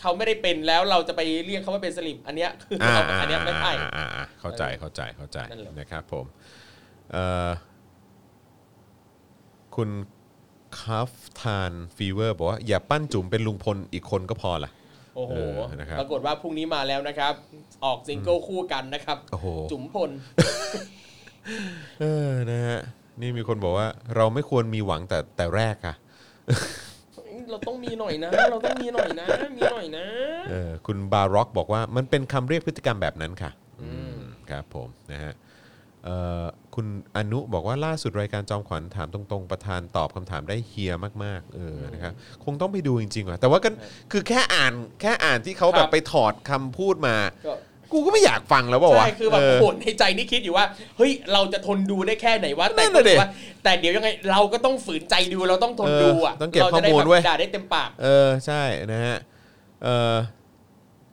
เขาไม่ได้เป็นแล้วเราจะไปเรียกเขาว่าเป็นสลิมอันเนี้ย คือเราอันเนี้ยไม่ใช่ อ่าอ่าอ่าเข้าใจเข้าใจเข้าใจ นั่นแหละ นะครับผมเอ่อคุณคัฟทานฟีเวอร์บอกว่าอย่าปั้นจุ๋มเป็นลุงพลอีกคนก็พอละ โอ้โห เออนะครับ ปรากฏว่าพรุ่งนี้มาแล้วนะครับ ออกซิงเกิลคู่กันนะครับ โอ้โห จุ๋มพล เออนะฮะนี่มีคนบอกว่าเราไม่ควรมีหวังแต่แต่แรกค่ะ เราต้องมีหน่อยนะ เราต้องมีหน่อยนะ มีหน่อยนะ เออคุณบาร็อกบอกว่ามันเป็นคำเรียกพฤติกรรมแบบนั้นค่ะอืมครับผมนะฮะเอ่อคุณอนุบอกว่าล่าสุดรายการจอมขวัญถามตรงๆ ประธานตอบคำถามได้เฮียมากๆเออนะครับคงต้องไปดูจริงๆว่ะแต่ว่ากันคือแค่อ่านแค่อ่านที่เขา ค แบ รั บบ ไปถอดคำพูดมา ก็ กูก็ไม่อยากฟังแล้วเปล่า ใช่ วะ คือแบบ เ โหดในใจนี่คิดอยู่ว่า เฮ้ย เราจะทนดูได้แค่ไหนวะแต่ นั่น ก็ น่ะดิ รู้ว่า แต่เดี๋ยวยังไงเราก็ต้องฝืนใจดูเราต้องทนดูอ่ะ เออต้องเก็บ ราจะข้ได้อมูลเว้ย แบบด่าได้เต็มปาก เออใช่นะฮะเออ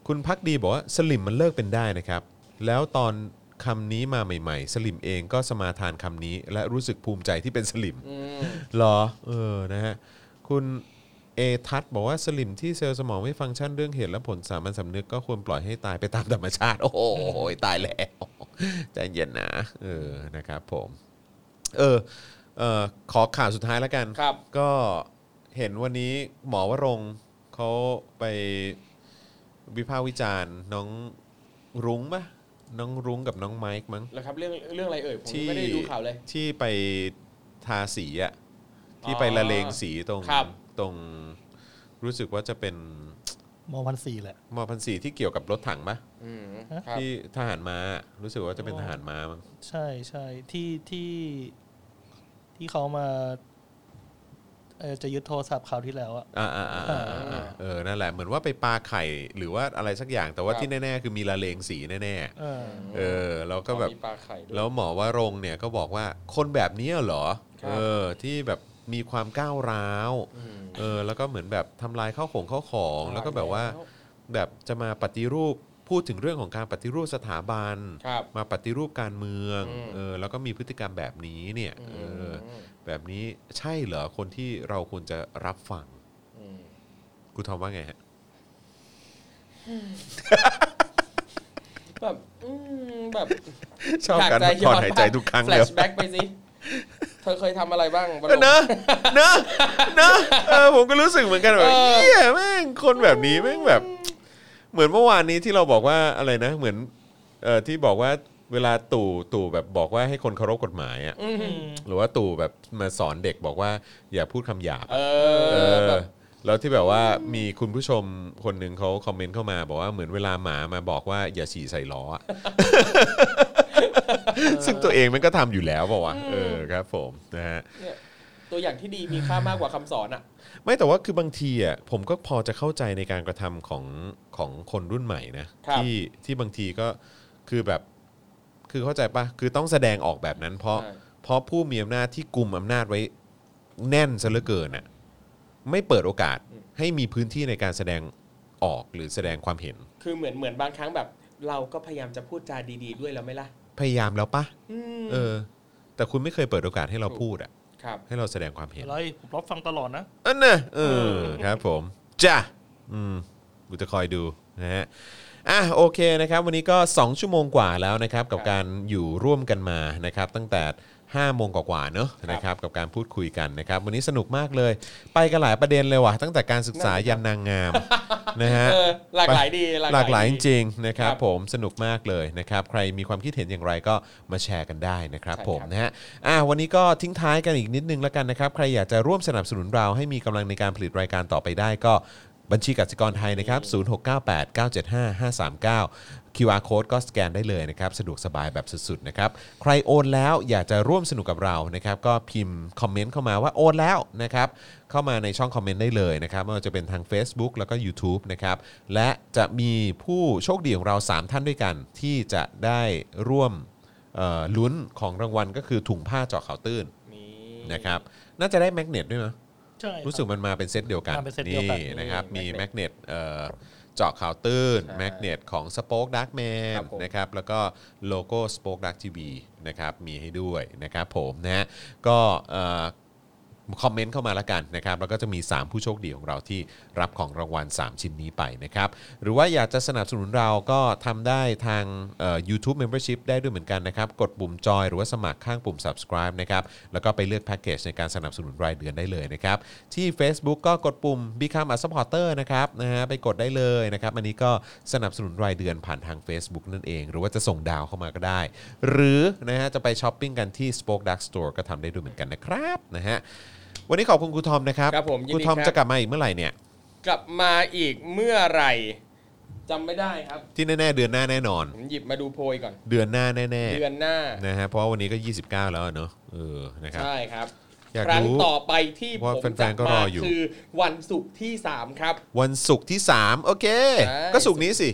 คุณพักดีบอกว่าสลิมมันเลิกเป็นได้นะครับ แล้วตอนคำนี้มาใหม่ๆ สลิมเองก็สมาทานคำนี้ และรู้สึกภูมิใจที่เป็นสลิมเหรอเออนะฮะคุณเอทัศน์บอกว่าสลิมที่เซลล์สมองไม่ฟังก์ชันเรื่องเหตุและผลสามัญสำนึกก็ควรปล่อยให้ตายไปตามธรรมชาติ โอ้โหตายแล้วใจเย็นนะเออนะครับผมเออเออขอข่าวสุดท้ายแล้วกัน ครับ ก็เห็นวันนี้หมอวรงค์เขาไปวิพากษ์วิจารณ์น้องรุ้งปะน้องรุ้งกับน้องไมค์มั้ง แล้วครับเรื่องเรื่องอะไรเอ่ยผม ที่ ยังไม่ได้ดูข่าวเลย ที่ไปทาสีอะที่ไปละเลงสีตรง ครับ ตรงรู้สึกว่าจะเป็น มพันสี่แหละ มอพันสีที่เกี่ยวกับรถถังปะ อืมครับ ที่ทหารมารู้สึกว่าจะเป็นทหารมามั้ง ใช่ใช่ที่ที่ที่เขามาเอ่อจะยึดโทรศัพท์คราวที่แล้วอะ อ่าอ่าอ่าอ่าอ่าเออนั่นแหละเหมือนว่าไปปลาไข่หรือว่าอะไรสักอย่างแต่ว่า ครับ ที่แน่ๆคือมีละเลงสีแน่ เออ ๆเออแล้วก็แบบ มีปลาไข่ด้วย แล้วหมอว่ารงค์เนี่ยก็บอกว่าคนแบบนี้เหรอ ครับ เออที่แบบมีความก้าวร้าว ม เออแล้วก็เหมือนแบบทำลายข้าวของข้าวของ แล้วก็แบบว่าแบบจะมาปฏิรูปพูดถึงเรื่องของการปฏิรูปสถาบัน ครับ มาปฏิรูปการเมือง อืม เออแล้วก็มีพฤติกรรมแบบนี้เนี่ยเอออ ม แบบนี้ใช่เหรอคนที่เราควรจะรับฟัง อืม กูทอมว่าไงฮะ แบบอืมแบบ ชอบการพักผ่อนหายใจทุกครั้ง แฟล เลย ชแบ็กไปสิ เธอเคยทำอะไรบ้างวะ เออ ลูก เนอะเนอะเนอะเออผมก็รู้สึกเหมือนกันแบบ เออ เฮียแม่งคนแบบนี้แม่งแบบ เหมือนเมื่อวานนี้ที่เราบอกว่าอะไรนะ เหมือนเอ่อที่บอกว่าเวลาตู่ตู่แบบบอกว่าให้คนเคารพกฎหมายอ่ะ อืม หรือว่าตู่แบบมาสอนเด็กบอกว่าอย่าพูดคำหยาบ เอ เอ อแบ อบ แล้วที่แบบว่ามีคุณผู้ชมคนหนึ่งเขาคอมเมนต์เข้ามาบอกว่าเหมือนเวลาหมามาบอกว่าอย่าฉี่ใส่ล้ออะ ซึ่งตัวเองมันก็ทำอยู่แล้วเปล่าวะเออครับผมนะฮะ เนี่ยตัวอย่างที่ดีมีค่ามากกว่าคำสอนอ่ะ ไม่แต่ว่าคือบางทีอ่ะผมก็พอจะเข้าใจในการกระทำของของคนรุ่นใหม่นะครับ ที่ที่บางทีก็คือแบบคือเข้าใจปะคือต้องแสดงออกแบบนั้น เพราะ ใช่ เพราะผู้มีอำนาจที่กลุ่มอำนาจไว้แน่นซะเหลือเกินอ่ะไม่เปิดโอกาสให้มีพื้นที่ในการแสดงออกหรือแสดงความเห็น คือเหมือนเหมือนบางครั้งแบบ เราก็พยายามจะพูดจาดีๆด้วยแล้วไหม่ล่ะ พยายามแล้วปะ อืม เออ แต่คุณไม่เคยเปิดโอกาสให้เราพูดอ่ะ ครับ ให้เราแสดงความเห็น อะไรผมรับฟังตลอดนะ อันน่ะเออครับผม จ้ะ อืมกูจะคอยดูนะฮะอ่ะโอเคนะครับ วันนี้ก็ 2 ชั่วโมงกว่าแล้วนะครับ กับการอยู่ร่วมกันมานะครับ ตั้งแต่5โมงกว่าๆเนอะนะครับ กับการพูดคุยกันนะครับ วันนี้สนุกมากเลย ไปกันหลายประเด็นเลยว่ะตั้งแต่การศึกษายันนางงาม นะฮะ เออ หลากหลายดี หลากหลายจ ดี ริงๆนะครับ ครับ ผมสนุกมากเลยนะครับ ใครมีความคิดเห็นอย่างไรก็มาแชร์กันได้นะครับ ใช่ ผม ครับ นะฮะอ่ะวันนี้ก็ทิ้งท้ายกันอีกนิดนึงแล้วกันนะครับ ใครอยากจะร่วมสนับสนุนเราให้มีกำลังในการผลิตรายการต่อไปได้ก็บัญชีกสิกรไทยนะครับ 0698 975 539 QR code ก็สแกนได้เลยนะครับ สะดวกสบายแบบสุดๆนะครับ ใครโอนแล้วอยากจะร่วมสนุกกับเรานะครับ ก็พิมพ์คอมเมนต์เข้ามาว่าโอนแล้วนะครับ เข้ามาในช่องคอมเมนต์ได้เลยนะครับไม่ว่าจะเป็นทาง Facebook แล้วก็ YouTube นะครับ และจะมีผู้โชคดีของเรา 3 ท่านด้วยกัน ที่จะได้ร่วมเอ่อลุ้นของรางวัลก็คือถุงผ้าเจาะข่าวตื้นนะครับน่าจะได้แมกเนตด้วยมั้ย ใช่ รู้สึกมันมาเป็นเซตเดียวกัน มาเป็นเซตเดียวกันนี่ นะครับ มีแมก Magnet เนตเจาะข่าวตื้น ใช่ แมกเนตของ Spoke Dark Man ครับผม นะครับ แล้วก็โลโก้ Spoke Dark TV นะครับ มีให้ด้วยนะครับผมนะฮะก็เอ่อ คอมเมนต์เข้ามาละกันนะครับแล้วก็จะมี 3 ผู้โชคดีของเราที่รับของรางวัล 3 ชิ้นนี้ไปนะครับหรือว่าอยากจะสนับสนุนเราก็ทำได้ทางเอ่อ YouTube Membership ได้ด้วยเหมือนกันนะครับกดปุ่มจอยหรือว่าสมัครข้างปุ่ม subscribe นะครับแล้วก็ไปเลือกแพ็กเกจในการสนับสนุนรายเดือนได้เลยนะครับที่ Facebook ก็กดปุ่ม Become a supporter นะครับนะฮะไปกดได้เลยนะครับอันนี้ก็สนับสนุนรายเดือนผ่านทาง Facebook นั่นเอง หรือว่าจะส่งดาวเข้ามาก็ได้ หรือนะฮะจะไปช้อปปิ้งกันที่ Spoke Dark Store ก็ทำได้ด้วยเหมือนกันนะครับนะฮะ วันนี้ขอบคุณครูทอมนะครับ ครับผมยินดี รูทอม ครับ จะกลับมาอีกเมื่อไหร่เนี่ย กลับมาอีกเมื่อไหร่จำไม่ได้ครับ ที่แน่ๆเดือนหน้าแน่นอน ผมหยิบมาดูโพยก่อน เดือนหน้าแน่ เดือนหน้า ๆนะฮะเพราะว่าวันนี้ก็ 29 แล้วอะเนอะเออนะครับ ใช่ครับ อยาก ครั้ง รู้ ต่อไปที่ ว่า ผม แฟ จะ นๆก็ร มา ออยู่ คือวันศุกร์ที่ 3 ครับ วันศุกร์ที่ 3 โอเค ใช่ ก็ศุกร์นี้สิ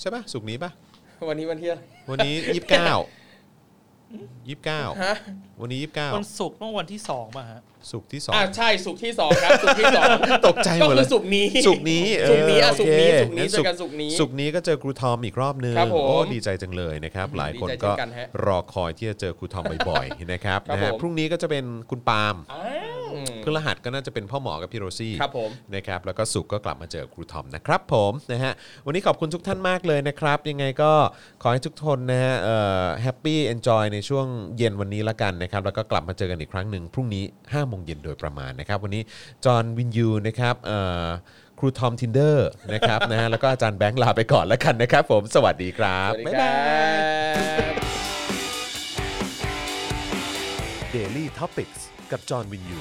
ใช่ปะศุกร์นี้ปะ วันนี้วันที่อะไร วันนี้ 29 ฮะ 29 วันนี้ วันศุกร์เมื่อวันที่สองป่ะฮะ 29 ศุกร์ที่ อ่าใช่ศุกร์ที่ 2 ครับศุกร์ที่สอง ตกใจหมดเลย ก็คือศุกร์นี้ 2 ศุกร์นี้เออ ศุกร์นี้อ่ะศุกร์นี้ โอ ศุกร์นี้ งั้ เจอกันศุกร์นี้ ศุกร์นี้ก็เจอครูทอมอีกรอบนึง ครับผม โอ้ดีใจจังเลยนะครับ หลายคน ดีใจก็เช่นกันฮะ รอคอยที่จะเจอครูทอมบ่อยๆนะครับ ครับ นะฮะ ผม พรุ่งนี้ก็จะเป็นคุณปาล์ม อ้าว พฤหัสก็น่าจะเป็นพ่อหมอกับพี่โรซี่ ครับผม นะครับแล้วก็สุกร์ก็กลับมาเจอครูทอมนะครับผมนะฮะวันนี้ขอบคุณทุกท่านมากเลยนะครับ ยังไงก็ขอให้ทุกคนนะฮะแฮปปี้เอนจอยในช่วงเย็นวันนี้ละกันนะครับแล้วก็กลับมาเจอกันอีกครั้งหนึ่งพรุ่งนี้5้าโมงเย็นโดยประมาณนะครับ วันนี้จอห์นวินยูนะครับเอ่อครูทอมทินเดอร์นะครับ นะฮะแล้วก็อาจารย์แบงค์ลาไปก่อนละกันนะครับ ผมสวัสดีครับ สวัสดีครับ Daily t o p i c กกับจอห์นวินยู